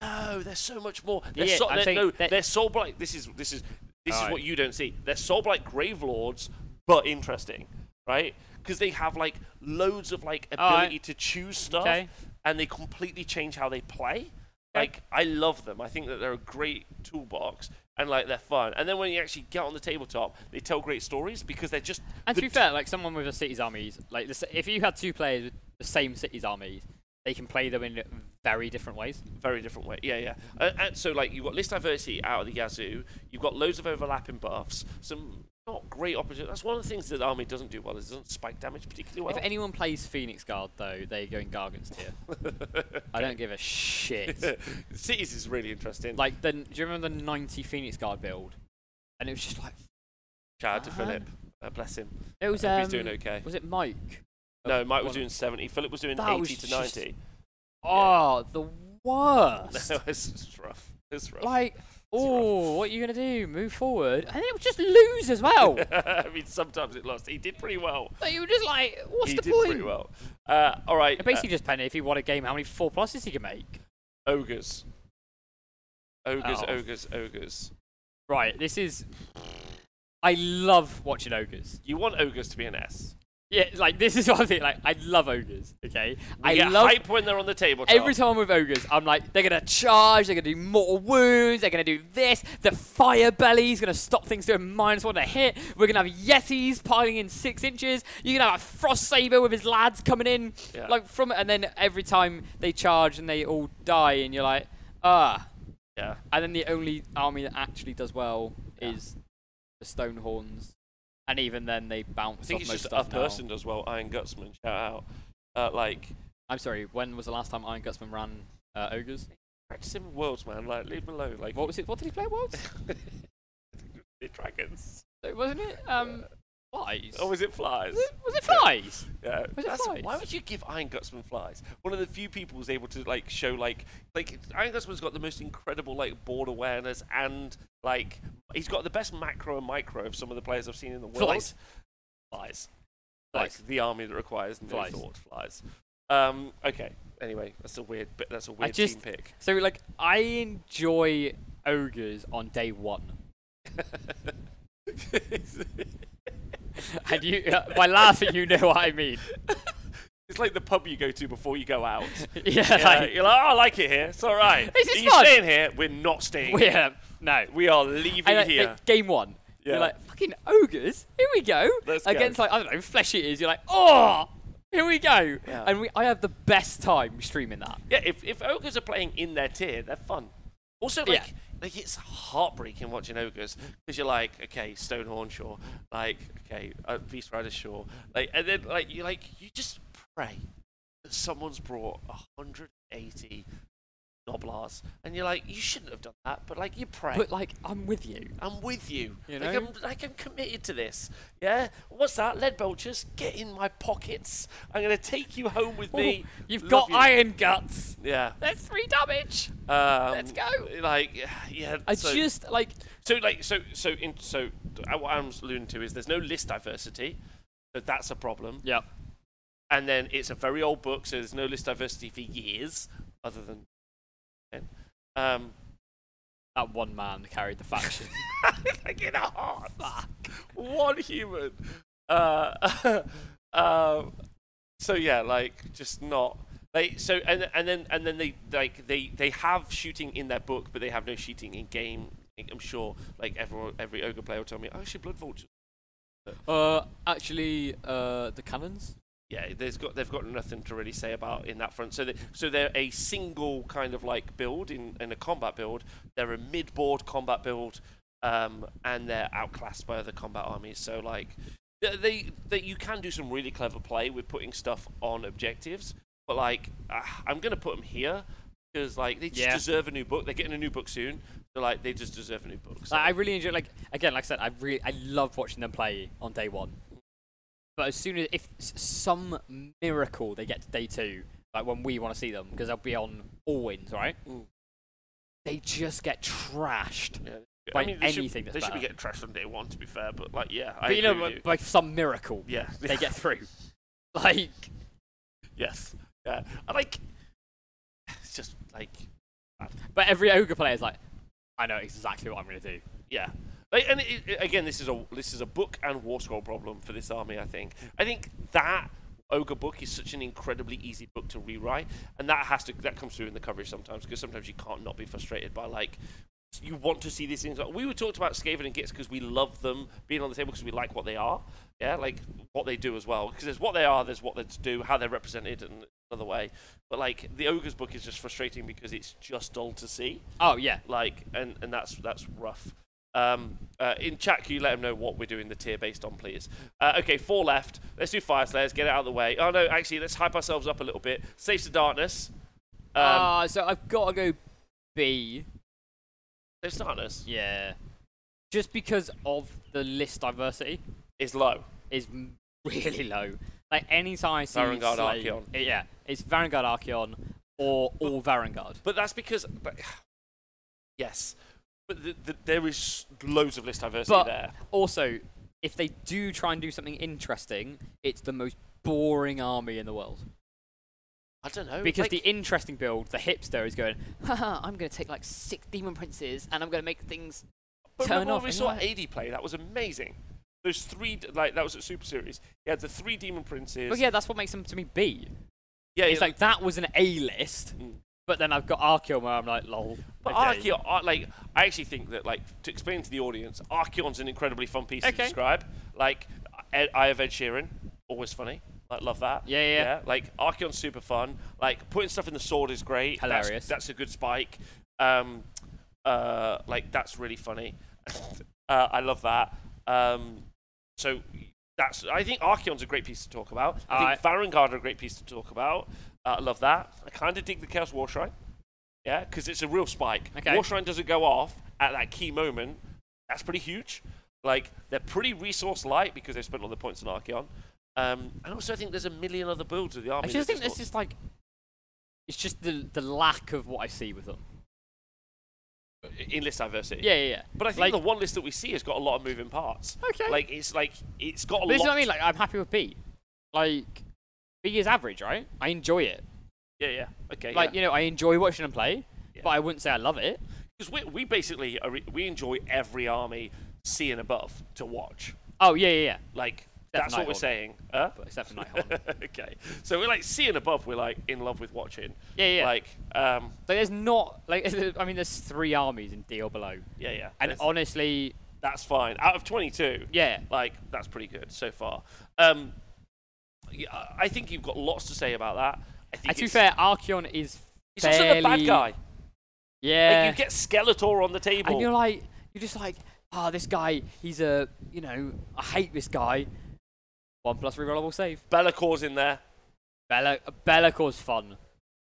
no, there's so much more. They're Yeah, so, I'm they're, saying no, that- they're Soulblight. This is this is this is Alright. what you don't see. They're Soulblight Grave Lords, but interesting, right? Because they have like loads of like Alright. ability to choose stuff, Okay. and they completely change how they play. Like I love them. I think that they're a great toolbox, and like they're fun. And then when you actually get on the tabletop, they tell great stories because they're just And the to be fair, like someone with a cities armies, like the, s- if you had two players with the same cities armies, they can play them in very different ways. very different way. Yeah, yeah. Uh, and so like you've got list diversity out of the Yazoo. You've got loads of overlapping buffs. Some not great opportunity. That's one of the things that the army doesn't do well is it doesn't spike damage particularly If well. anyone plays Phoenix Guard though, they go in Gargant's tier. I don't give a shit. Cities is really interesting. Like like the do you remember the 90 Phoenix Guard build? And it was just like shout out to Fun. Philip. Uh, bless him. it was Hope um, he's doing okay. was it Mike? No, Mike Oh, one was of- doing 70. Philip was doing That 80 was to just- 90. Oh, the worst. No, it's, it's rough. It's rough. like rough. oh, what are you gonna do? Move forward, and it would just lose as well. I mean, sometimes it lost. He did pretty well. like, you were just like, what's he the did point? pretty well. Uh, all right. It uh, basically just depended if he won a game how many four pluses he could make. ogres. Ogres, Oh. ogres, ogres. Right, this is. I love watching ogres. You want ogres to be an S. Yeah, like this is what I think. Like I love ogres. Okay, We I get love hype when they're on the tabletop. every time I'm with ogres. I'm like they're gonna charge. They're gonna do mortal wounds. They're gonna do this. The fire belly's gonna stop things doing minus one to hit. We're gonna have yetis piling in six inches. You're gonna have a frost saber with his lads coming in Yeah. like from and then every time they charge and they all die and you're like ah. Yeah. And then the only army that actually does well is the Stonehorns. And even then, they bounce I think off it's most just a stuff now. person does well. Iron Gutsman, shout out. Uh, like, I'm sorry, when was the last time Iron Gutsman ran uh, Ogres? practice him with worlds, man. Like, leave him alone. Like, What was it? What did he play at Worlds? the dragons. Uh, Wasn't it? Um, flies. Or was it flies? was, Oh, it, was it Flies? Yeah. Was it That's- flies? Why would you give Iron Gutsman flies? One of the few people who's able to like show like like Iron Gutsman's got the most incredible like board awareness and like he's got the best macro and micro of some of the players I've seen in the world. Flies. Flies. Flies. Like the army that requires no Flies. thought flies. Um, okay. Anyway, that's a weird bit. That's a weird just- team pick. So, like, I enjoy Ogres on day one. And you, uh, by laughing, you know what I mean. It's like the pub you go to before you go out. Yeah, Yeah, like, you're like, oh, I like it here. It's all right. This is Are you fun." staying here? We're not staying. here. we're, uh, no. We are leaving And, like, here. like, game one. Yeah. You're like, fucking ogres, here we go. Let's go. Against like, I don't know, flesh eaters, you're like, oh, here we go. Yeah. And we, I have the best time streaming that. Yeah, if, if ogres are playing in their tier, they're fun. Also, like, Yeah. like it's heartbreaking watching ogres because you're like, okay, Stonehorn Shore, like, okay, uh, Beast Rider Shore, like, and then like you like you just pray that someone's brought 180 noblars, and you're like, you shouldn't have done that, but like you pray. But like, I'm with you. I'm with you. You like, I'm, know? like I'm committed to this. Yeah. What's that? Lead belchers, get in my pockets. I'm gonna take you home with me. Oh, you've Love got you. iron guts. Yeah. That's three damage. Um, Let's go. Like, yeah. I so, just like, so like so so in, so uh, what I'm alluding to is there's no list diversity, so that's a problem. yeah, And then it's a very old book, so there's no list diversity for years, other than. Um, that one man carried the faction. like in a heart. One human. Uh, um, so yeah, like just not like so, and and then and then they like they they have shooting in their book, but they have no shooting in game. Like, I'm sure like everyone every ogre player will tell me, oh, actually, blood vultures. uh, actually, uh, the cannons. Yeah, there's got they've got nothing to really say about in that front. So they, so they're a single kind of like build in, in a combat build. They're a mid board combat build, um, and they're outclassed by other combat armies. So like they, they, they you can do some really clever play with putting stuff on objectives, but like ah, I'm gonna put them here because like they just Yeah. deserve a new book. They're getting a new book soon, so like they just deserve a new book. So. Like, I really enjoy. Like again, like I said, I really I love watching them play on day one. But as soon as if s- some miracle they get to day two, like when we want to see them, because they'll be on all wins, right? Mm. They just get trashed. yeah. by I mean, they anything should, that's they should be better. getting trashed on day one, to be fair. But like, yeah, I but you know, agree with but- you. by some miracle, yeah, they get through. Like yes, yeah. I like. It's just like But every ogre player is like, I know exactly what I'm gonna do. Yeah. Like, and it, it- again, this is a this is a book and war scroll problem for this army. I think. I think that ogre book is such an incredibly easy book to rewrite, and that has to that comes through in the coverage sometimes because sometimes you can't not be frustrated by like you want to see these things. Like, we were talked about Skaven and Gits because we love them being on the table because we like what they are. Yeah, like what they do as well. Because there's what they are, there's what they do, how they're represented, and another way. But like the ogre's book is just frustrating because it's just dull to see Oh yeah. like and and that's that's rough um, uh, in chat can you let them know what we're doing the tier based on please uh, okay four left let's do fire slayers get it out of the way oh no actually let's hype ourselves up a little bit saves the darkness um, Ah, so I've got to go B. Saves the darkness Yeah. Just because of the list diversity is low is m- really low. Like any time I see Varangard Slay- Archeon. eh, yeah, it's Varangard Archeon or all Varangard. but that's because but, yes but the, the, there is loads of list diversity But- there Also, if they do try and do something interesting, it's the most boring army in the world. I don't know Because like- the interesting build, the hipster is going, Haha, I'm gonna take like six demon princes and I'm gonna make things. But turn remember off when we and saw light. AD play? That was amazing. Those three, d- like that was at Super Series. He had the three Demon Princes. well, Oh, yeah, that's what makes them to me B. yeah, It's like that was an A list, Mm. but then I've got Archeon where I'm like, lol. But okay. Archeon, Ar- like, I actually think that, like, to explain to the audience, Archeon's an incredibly fun piece to Okay. describe. Like, Ed, I have Ed Sheeran, always funny. Like, love that. Yeah, yeah, yeah. Like, Archeon's super fun. Like, putting stuff in the sword is great. That's- Hilarious. That's, a good spike. Um, uh, like, that's really funny. uh, I love that. Um, so that's. I think Archeon's a great piece to talk about. I think Varangard are a great piece to talk about. Uh, I love that. I kind of dig the Chaos War Shrine. Yeah, because it's a real spike. Okay. War Shrine doesn't go off at that key moment. That's pretty huge. Like they're pretty resource light because they've spent all the points on Archeon. Um, and also, I think there's a million other builds of the I army. just that think that's not- just like, it's just the the lack of what I see with them. in list diversity. Yeah, yeah, yeah. But I think Like- the one list that we see has got a lot of moving parts. Okay. Like it's like it's got a But lot. this is what I mean. Like, I'm happy with B. Like, B is average, right? I enjoy it. Yeah, yeah. Okay. Like, yeah. you know, I enjoy watching them play, Yeah. but I wouldn't say I love it. because we, we basically are, we enjoy every army C and above to watch. Oh yeah, yeah, yeah. Like Except that's for what we're Nighthawk. saying. Huh? But except for Nighthawk. like, okay, so we're like C and above. We're like in love with watching. Yeah, yeah. Like um, there's not like, I mean, there's three armies in D or below, yeah, yeah. and that's, honestly, that's fine. Out of twenty-two, yeah, like that's pretty good so far. Um, yeah, I- I think you've got lots to say about that. I think And to be it's- fair, Archeon is he's also the bad fairly- guy. yeah. Like you get Skeletor on the table. and you're like, you're just like, ah, this guy, he's a, you know, I hate this guy. One plus rerollable save. Bellicor's in there. Bella, Bellacor's fun.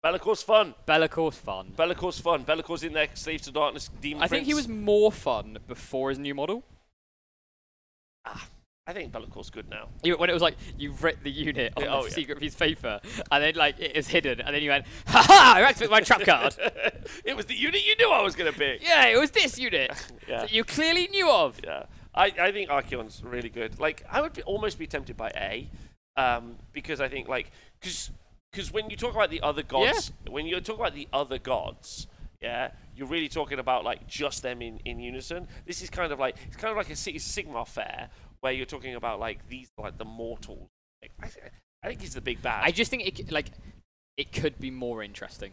Bellicor's fun. Bellacor's fun. Bellicor's fun. Bellicor's in there. Slaves to Darkness. Demon. I think he Prince. was more fun before his new model. I think Bellicor's good now. You- When it was like you wrecked the unit on Yeah, the oh, yeah. secret piece of paper, and then like it was hidden, and then you went, ha ha! I activated my trap card. it was the unit you knew I was going to be. Yeah, it was this unit Yeah. that you clearly knew of. Yeah, I, I think Archeon's really good. Like, I would be, almost be tempted by A, um, because I think like because when you talk about the other gods, when you talk about the other gods, yeah, you're really talking about like just them in, in unison. This is kind of like it's kind of like a City Sigma fair where you're talking about like these like the mortals. Like, I, th- I think he's the big bad. I just think it c- like it could be more interesting.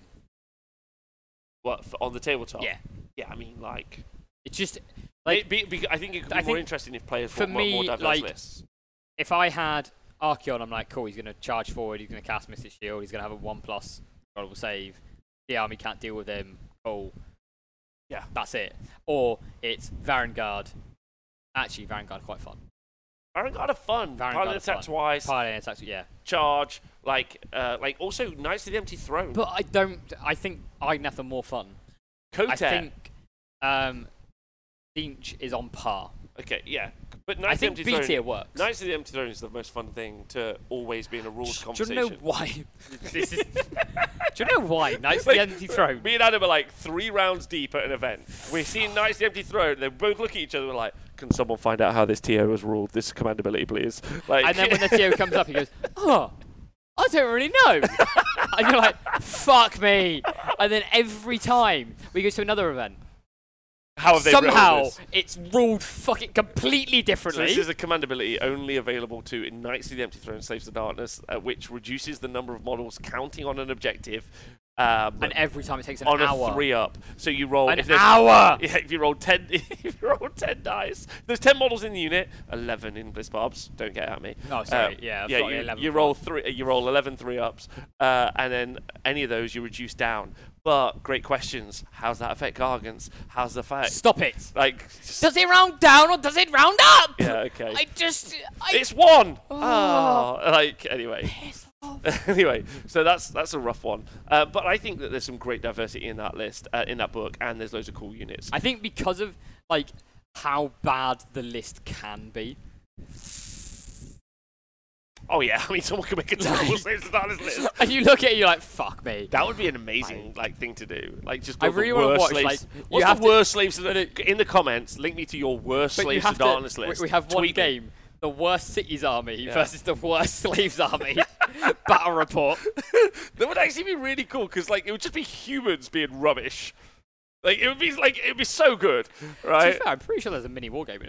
what for, on the tabletop? Yeah, yeah. I mean, like, it just Like- Oh. it be, be, I think it could be I more think interesting if players for were more- more me, diverse like, lists. if I had Archeon, I'm like, cool, he's going to charge forward, he's going to cast Mystic Shield, he's going to have a 1 plus rollable save. The army can't deal with him. Cool. Yeah. That's it. Or it's Varangard. Actually, Varangard quite fun. Vanguard are fun. Paladin Vanguard are attack fun. twice, Paladin attacks, yeah. charge, like, uh, like also Knights of the Empty Throne. But I don't. I think Igneth are more fun. Kotek. I think um, Dinch is on par. okay, yeah. But I Knights of think the B Empty tier Throne. works. Knights of the Empty Throne is the most fun thing to always be in a rules do you conversation. know why? this is, do you know why Knights of Like, the Empty Throne? Me and Adam are like three rounds deep at an event. We're seeing Knights of the Empty Throne. They both look at each other. We're like, "Can someone find out how this TO was ruled? This commandability, please." Like, And then when the TO comes up, he goes, "Oh, I don't really know." and you're like, "Fuck me!" And then every time we go to another event, how have they ruled somehow this? it's ruled fucking completely So differently. this is a commandability only available to in Knights of the Empty Throne, Slaves of Darkness, uh, which reduces the number of models counting on an objective um, and every time it takes an on hour. a three-up. So you roll An if there's- hour! Yeah, if you roll ten, if you roll ten dice, if there's ten models in the unit. Eleven in Bliss Barbs. Don't get at me. Um, Oh, sorry, yeah, I've yeah. got the You, 11 you roll three. You roll 11 three-ups, uh, and then any of those you reduce down. But great questions. How's that affect Gargants? How's the fact? Stop it. Like, Does it round down or does it round up? yeah, okay. I just. I it's one. Oh, like anyway. piss off. anyway, so that's that's a rough one. Uh, but I think that there's some great diversity in that list, uh, in that book, and there's loads of cool units. I think because of like how bad the list can be. oh yeah, I mean, someone could make a terrible list of that list. And you look at it, you're like, fuck me. That would be an amazing like thing to do. Like just I build the really wanna worst watch, slaves. like, you What's have the to- worst slaves of the- in the comments? Link me to your worst But you slaves of have to, darkness we- list. we have one Tweet me. game. The worst cities army versus the worst slaves army. Battle report. That would actually be really cool because like it would just be humans being rubbish. Like it would be like it would be so good, To right? be fair, I'm pretty sure there's a mini war game in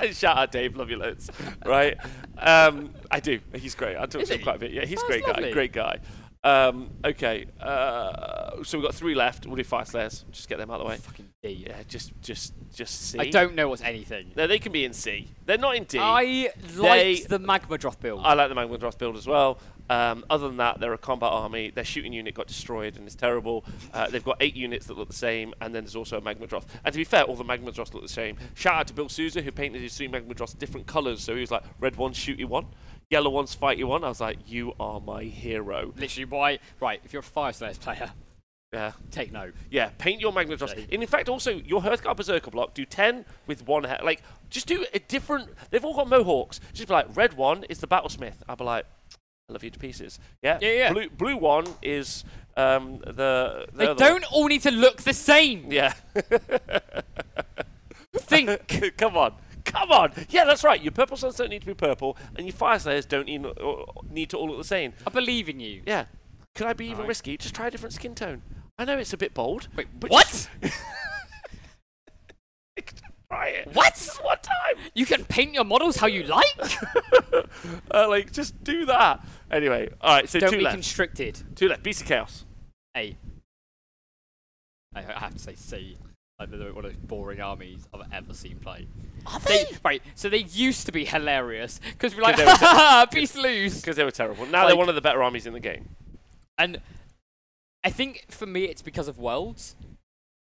it. Shout out Dave, love you loads. Right, um, I do. He's great. I talk Is to him he? quite a bit. Yeah, he's Oh, a great that's guy. lovely. Great guy. Um, okay, uh, so we've got three left. We'll do fire slayers. Just get them out of the way. Fucking D. Yeah, just, just, just C. I don't know what's anything. No, they can be in C. They're not in D. I I liked the Magma Drop build. like the Mangled Wrath build as well. Um, other than that, they're a combat army. Their shooting unit got destroyed and is terrible. Uh, they've got eight units that look the same, and then there's also a Magmadroth. And to be fair, all the Magmadroths look the same. Shout out to Bill Souza, who painted his two Magmadroths different colours. So he was like, red one's shooty one, yellow one's fighty one. I was like, you are my hero. Literally, why? Right, if you're a Fire Slayers player, Yeah. take note. Yeah, paint your Magnetos. Okay. And in fact, also your Hearthguard Berserker block. Do ten with one head. Like, just do a different. They've all got mohawks. Just be like, red one is the Battlesmith. I'll be like, I love you to pieces. Yeah, Yeah, yeah. Blue, blue one is um, the. the They other don't all need to look the One. same. Yeah. Think. Come on. Come on. Yeah, that's right. Your purple suns don't need to be purple, and your fire slayers don't need, or, need to all look the same. I believe in you. Yeah. Could I be even Alright. risky? Just try a different skin tone. I know it's a bit bold. Wait, but what? Try it. What? Just one time. You can paint your models how you like. Uh, like, just do that. Anyway, all right. So Don't two be left. constricted. two left. Beast of Chaos. A. I I have to say C. Like they're one of the most boring armies I've ever seen play. Are they? right, so they used to be hilarious because we're like, they were- ha ha, peace lose. Because they were terrible. Now they're Like- one of the better armies in the game. And I think for me it's because of Worlds,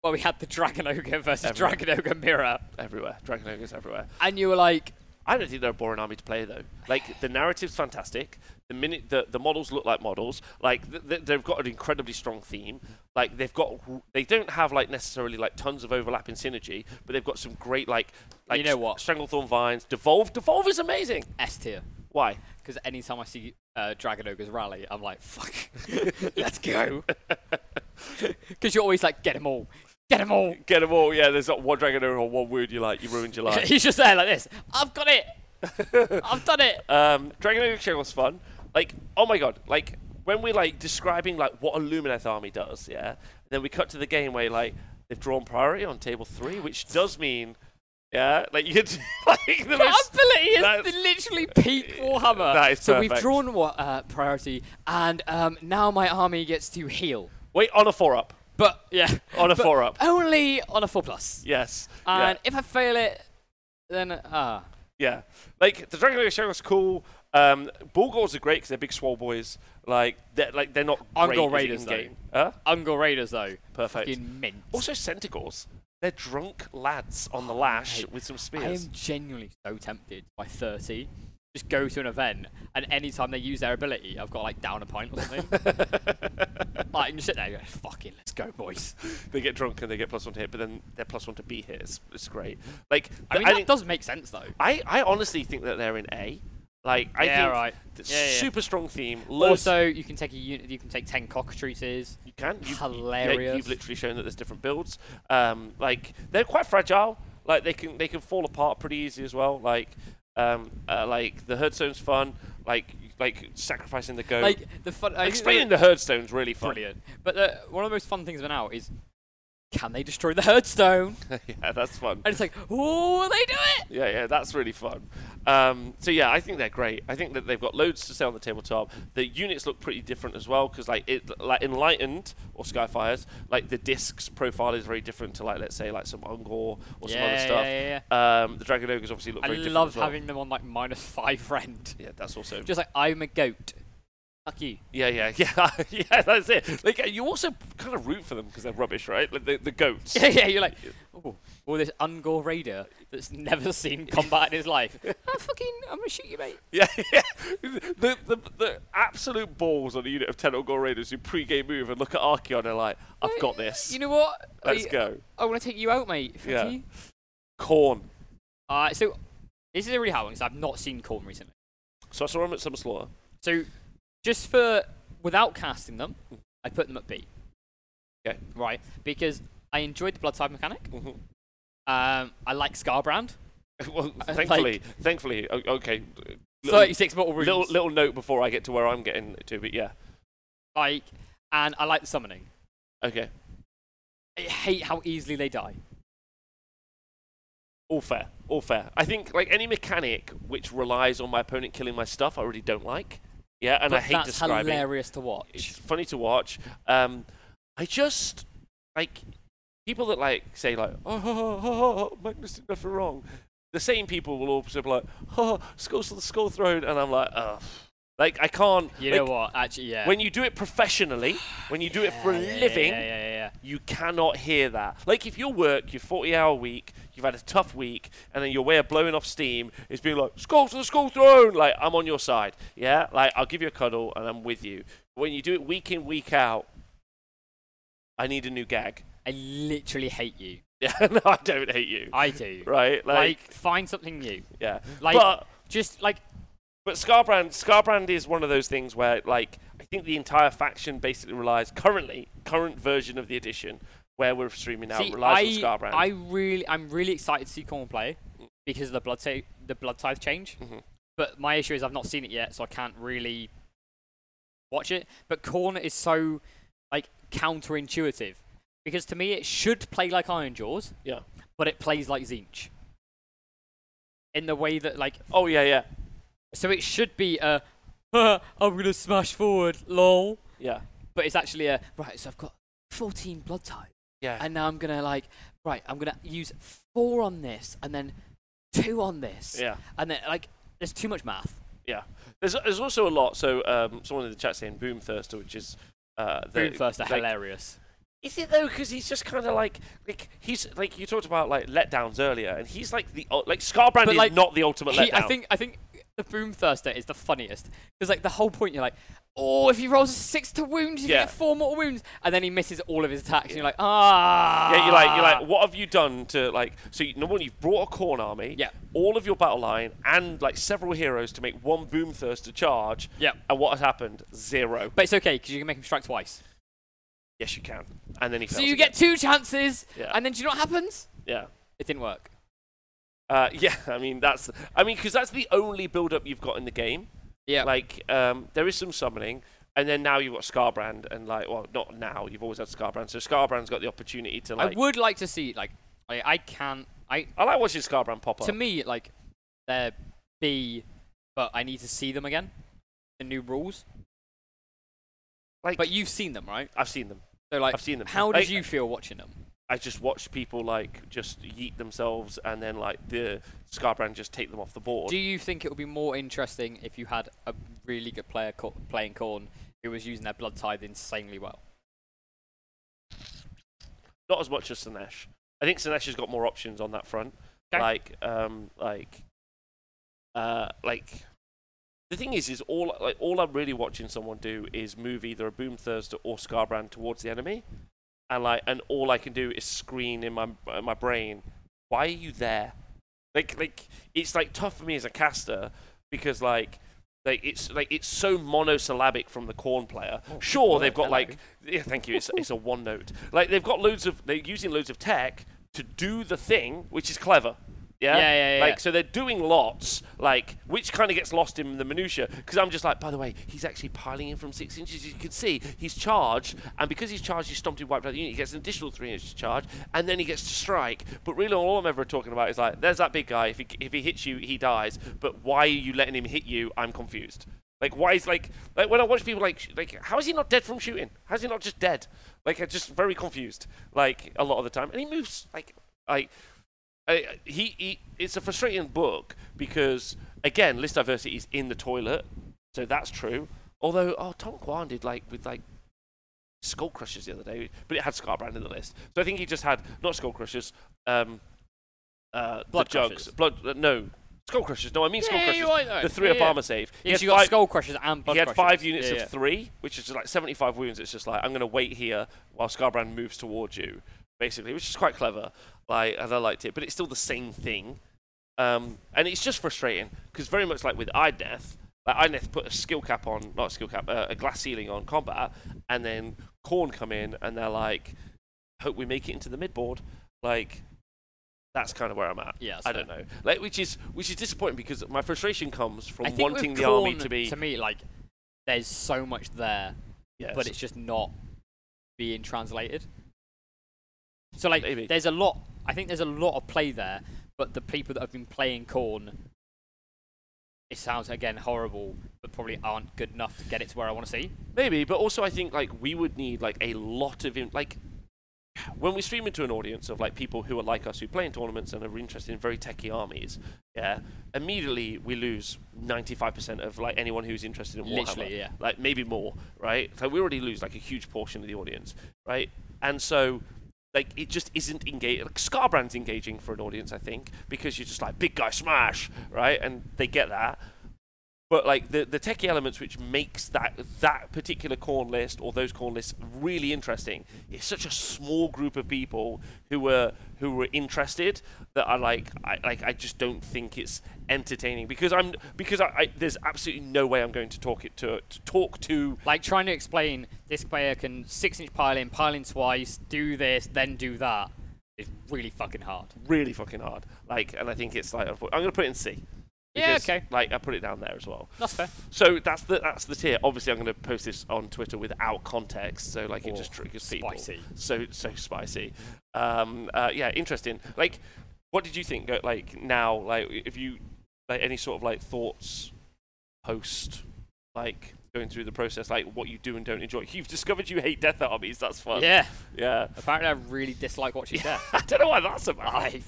where we had the Dragon Ogre versus Everyone. Dragon Ogre Mirror, Everywhere. Dragon Ogres everywhere. and you were like, I don't think they're a boring army to play though. Like the narrative's fantastic. The minute the, the models look like models. Like th- th- they've got an incredibly strong theme. Like they've got they don't have like necessarily like tons of overlapping synergy, but they've got some great like like You know what? Stranglethorn vines. Devolve. Devolve is amazing. S tier. Why? Because anytime I see uh, Dragon Ogre's rally, I'm like, fuck, let's go. Because you're always like, get them all, get them all. Get them all. Yeah, there's not one dragon ogre or one word you like. You ruined your life. He's just there like this. I've got it. I've done it. Um, Dragon Age Extraction was fun. Like, oh my god, like when we're like describing like what a Lumineth army does, yeah. Then we cut to the game where like they've drawn priority on table three, which does mean, yeah, like you could like the most. Ability is that's- the literally peak Warhammer. That is so we've perfect. drawn what uh, priority, and um, now my army gets to heal. Wait on a four up, But yeah, on a but four up. only on a four plus. Yes. yeah. And if I fail it, then ah, Yeah, like the Dragon Age was cool. Um, Bulgors are great because they're big swole boys. Like they're like they're not Ungol great as Raiders, though. in game. Huh? Ungle Raiders though. Perfect. Fucking mint. Also Centigors. They're drunk lads on the lash mate, with some Oh I spears. am genuinely so tempted by 30. Just go to an event, and anytime they use their ability, I've got like down a pint or something. like, and you sit there, and you're like, fucking, let's go, boys. they get drunk and they get plus one to hit, but then they're plus one to be hit. It's, it's great. Like I mean, I, that think- does make sense, though. I, I honestly think that they're in A. Like I yeah, think right. th- Yeah, yeah. super strong theme. Loads Also, you can take a unit, you can take 10 cockatrices. you can you, You, hilarious. have literally shown that there's different builds. Um, like they're quite fragile. Like they can they can fall apart pretty easy as well. Like um, uh, like the herdstone's fun. Like like sacrificing the goat. Like, the fun. I think Explaining the herdstone's really fun. Brilliant. But uh, one of the most fun things about now is can they destroy the herdstone? yeah, that's fun. And it's like, oh, will they do it? Yeah, yeah, that's really fun. Um, so yeah, I think they're great. I think that they've got loads to say on the tabletop. The units look pretty different as well because like it, like Enlightened or Skyfires, like the discs profile is very different to like let's say like some Ungor or some Yeah, other yeah, stuff. yeah, Um, the Dragon Ogres obviously look I very different. love as well. having them on like minus five friend. Yeah, that's also. Just like, I'm a goat. Fuck you. yeah, yeah, yeah, yeah. That's it. Like you also kind of root for them because they're rubbish, right? Like the, the goats. Yeah, yeah, you're like, oh, or this Ungor raider that's never seen combat in his life. i Ah, fucking, I'm gonna shoot you, mate. Yeah, yeah. The, the, the absolute balls on the unit of Ten Gore Raiders who pre-game move and look at Archeon and are like, I've got this. You know what? Let's I, go. I want to take you out, mate. Fuck Yeah. you. Corn. Uh, so, this is a really hard one because I've not seen Corn recently. So I saw him at Summer Slaughter. So, just for without casting them, I put them at B. Okay. Right, because I enjoyed the blood type mechanic. Mhm. Um, I like Scarbrand. well, Uh, thankfully, thankfully, o- okay. Little, Thirty-six mortal wounds. little, little note before I get to where I'm getting to, but yeah. Like, and I like the summoning. Okay. I hate how easily they die. All fair. All fair. I think, like, any mechanic which relies on my opponent killing my stuff, I really don't like. Yeah, and but I hate that's describing. hilarious to watch. it's funny to watch. Um, I just like people that like say like, oh, Magnus did nothing wrong. The same people will also be like, oh, skulls to the skull throne, and I'm like, oh, like I can't. you like, know what? Actually, yeah. When you do it professionally, when you do it for a Yeah, yeah, yeah, living, Yeah, yeah, yeah. you cannot hear that. Like if your work, your 40-hour week, you've had a tough week, and then your way of blowing off steam is being like, "Skull to the skull throne!" Like I'm on your side, yeah. Like I'll give you a cuddle and I'm with you. When you do it week in, week out, I need a new gag. I literally hate you. Yeah, no, I don't hate you, I do. right? Like, Like, find something new. yeah, Like, but just like But Scarbrand, Scarbrand is one of those things where, like, I think the entire faction basically relies currently, current version of the edition where we're streaming now see, relies I, on Scarbrand. I really, I'm really excited to see Corn play because of the blood type, the blood type change. Mhm. But my issue is I've not seen it yet, so I can't really watch it. But Corn is so like counterintuitive because to me it should play like Iron Jaws, yeah. but it plays like Zinch. In the way that like Oh yeah, yeah, So it should be a, "Huh, I'm gonna smash forward, lol. yeah, But it's actually a right. So I've got 14 blood type, yeah. and now I'm gonna like right. I'm gonna use four on this, and then two on this, yeah. and then like there's too much math. Yeah, there's there's also a lot. So um, someone in the chat saying Boom Thirster, which is uh, the, Boom first are like- hilarious. Is it though? Because he's just kind of like like he's like you talked about like letdowns earlier, and he's like the ul- like Scarbrand But, is like, not the ultimate He, letdown. I think I think the boom thirster is the funniest because like the whole point you're like, oh, if he rolls a six to wounds, you Yeah. get four more wounds, and then he misses all of his attacks, and you're like, ah. Yeah, you're like you're like what have you done to like so you, number one you've brought a corn army. Yeah. All of your battle line and like several heroes to make one Boom Thirster charge. Yeah. And what has happened? Zero. But it's okay because you can make him strike twice. yes, you can. And then he. So fails you again. get two chances, Yeah. and then do you know what happens? Yeah. It didn't work. Uh, yeah, I mean that's I mean because that's the only build-up you've got in the game. Yeah. Like um, there is some summoning, and then now you've got Scarbrand, and like well, not now. You've always had Scarbrand, so Scarbrand's got the opportunity to like. I would like to see like I, I can I I like watching Scarbrand pop up. to me like they're B, but I need to see them again. The new rules, like, but you've seen them, right? I've seen them. So like, I've seen them. how Like, did you feel watching them? I just watched people like just yeet themselves, and then like the Scarbrand just take them off the board. Do you think it would be more interesting if you had a really good player co- playing Corn who was using their blood tithe insanely well? not as much as Sinesh. I think Sinesh has got more options on that front. 'Kay. Like, um, like, uh, like. The thing is, is all like all I'm really watching someone do is move either a boom thruster or Scarbrand towards the enemy, and like, and all I can do is screen in my in my brain, why are you there? Like, like it's like tough for me as a caster because like like it's like it's so monosyllabic from the corn player. sure, well, they've got hello. like yeah, thank you. It's it's a one note. Like they've got loads of they're using loads of tech to do the thing, which is clever. Yeah, Yeah, yeah, yeah, Like yeah. so they're doing lots, like which kind of gets lost in the minutia. Because I'm just like, by the way, he's actually piling in from six inches. You can see he's charged, and because he's charged, he's stomped and wiped out the unit. He gets an additional three inches charge, and then he gets to strike. But really, all I'm ever talking about is like, there's that big guy. If he if he hits you, he dies. But why are you letting him hit you? I'm confused. Like why is like like when I watch people like sh- like how is he not dead from shooting? How is he not just dead? Like I'm just very confused. Like a lot of the time, and he moves like like I, he, he it's a frustrating book because again list diversity is in the toilet so that's true although oh tom kwan did like with like skull crushers the other day but it had scarbrand in the list so i think he just had not skull crushers um uh Blood the jugs Crushers. blood uh, no skull crushers no i mean Yeah, skull yeah, crushers you're right, though. the three Yeah, yeah. obama save He Yeah, had so you got five- skull crushers and blood he had crushers. five units Yeah, of yeah. three, which is just like 75 wounds. It's just like, I'm going to wait here while Scarbrand moves towards you, basically, which is quite clever. Like, and I liked it, but it's still the same thing. Um, and it's just frustrating because very much like with Idneth, like Idneth put a skill cap on, not a skill cap, uh, a glass ceiling on combat, and then Corn come in and they're like, hope we make it into the midboard. Like, that's kind of where I'm at. Yeah, that's I don't know. Like, which is which is disappointing because my frustration comes from I think wanting with the army Korn, to be. To me, like, there's so much there, Yes. but it's just not being translated. So, like, Maybe. there's a lot. I think there's a lot of play there, but the people that have been playing Corn, it sounds again horrible, but probably aren't good enough to get it to where I want to see. Maybe, but also I think like we would need like a lot of in- like when we stream into an audience of like people who are like us who play in tournaments and are interested in very techie armies, yeah, immediately we lose ninety five percent of like anyone who's interested in Warhammer. Literally, yeah. Like maybe more, right? So we already lose like a huge portion of the audience, right? And so like it just isn't engaging. Like Scarbrand's engaging for an audience, I think, because you're just like big guy smash, right? And they get that but like the the techie elements which makes that that particular corn list or those corn lists really interesting is such a small group of people who were who were interested that I like I like I just don't think it's entertaining because I'm because I, I there's absolutely no way I'm going to talk it to to talk to Like trying to explain this player can six inch pile in, pile in twice, do this, then do that is really fucking hard. really fucking hard like and I think it's like unfor- I'm gonna put it in C. Yeah, because, okay. Like I put it down there as well. That's fair. So that's the that's the tier. Obviously, I'm going to post this on Twitter without context, so like it Oh, just triggers people. spicy. So so spicy. Um, uh, yeah, interesting. Like, what did you think? uh, Like now, like if you like any sort of like thoughts post like going through the process, like what you do and don't enjoy. You've discovered you hate death armies. That's fun. Yeah. Yeah. Apparently, I really dislike watching death. I don't know why that's about. I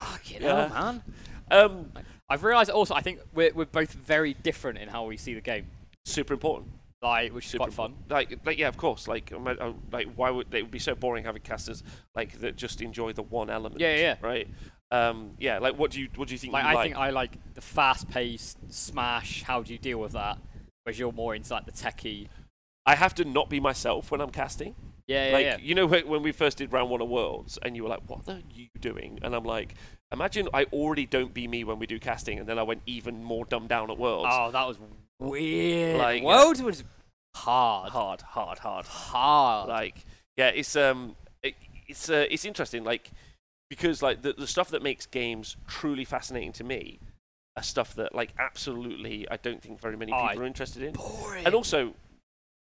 fucking Yeah. hell, man. Um, I've realised also. I think we're we're both very different in how we see the game. super important. Like, which is super quite fun. important. Like, like, yeah, of course. Like, um, uh, like, why would it would be so boring having casters like that just enjoy the one element? Yeah, yeah. Right. Um, yeah. Like, what do you what do you think? Like, you I like? think I like the fast paced smash. How do you deal with that? Whereas you're more into like the techie. I have to not be myself when I'm casting. Yeah, yeah, like, yeah. you know, wh- when we first did round one of Worlds, and you were like, "What are you doing?" And I'm like, "Imagine I already don't be me when we do casting, and then I went even more dumbed down at Worlds." Oh, that was weird. Like, Like, uh, World was hard, Hard, hard, hard. hard. like yeah it's um it, it's uh, it's interesting like because like the, the stuff that makes games truly fascinating to me are stuff that like absolutely i don't think very many Oh, people I- are interested in boring. and also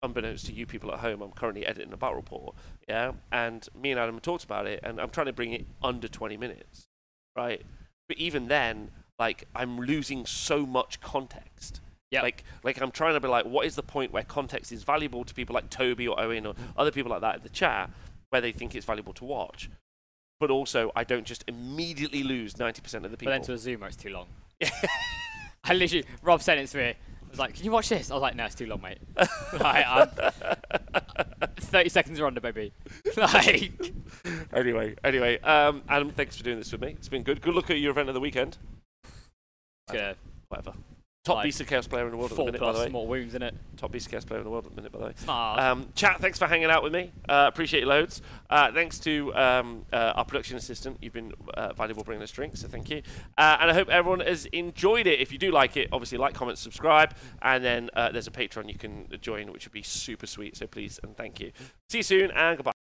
unbeknownst to you people at home i'm currently editing a battle report yeah and me and adam talked about it and i'm trying to bring it under 20 minutes right but even then like i'm losing so much context Yep. like like i'm trying to be like what is the point where context is valuable to people like toby or owen or other people like that in the chat where they think it's valuable to watch but also i don't just immediately lose 90% of the but people then to a zoomer, it's too long. I literally, Rob sent it to me. I was like, "Can you watch this?" I was like, "No, it's too long, mate. like, I'm, Thirty seconds are under, baby. like, Anyway, anyway, um, Adam, thanks for doing this with me. It's been good. Good luck at your event of the weekend. yeah, Whatever. Top Like, beast of chaos player in the world at the four minute, by the way. plus more wounds Ah, in it. Top beast of chaos player in the world at the minute, by the way. Aw. Um, chat, thanks for hanging out with me. Uh, appreciate you loads. Uh, thanks to um, uh, our production assistant. You've been uh, valuable bringing us drinks, so thank you. Uh, and I hope everyone has enjoyed it. If you do like it, obviously like, comment, subscribe. And then uh, there's a Patreon you can join, which would be super sweet. So please and thank you. See you soon, and goodbye.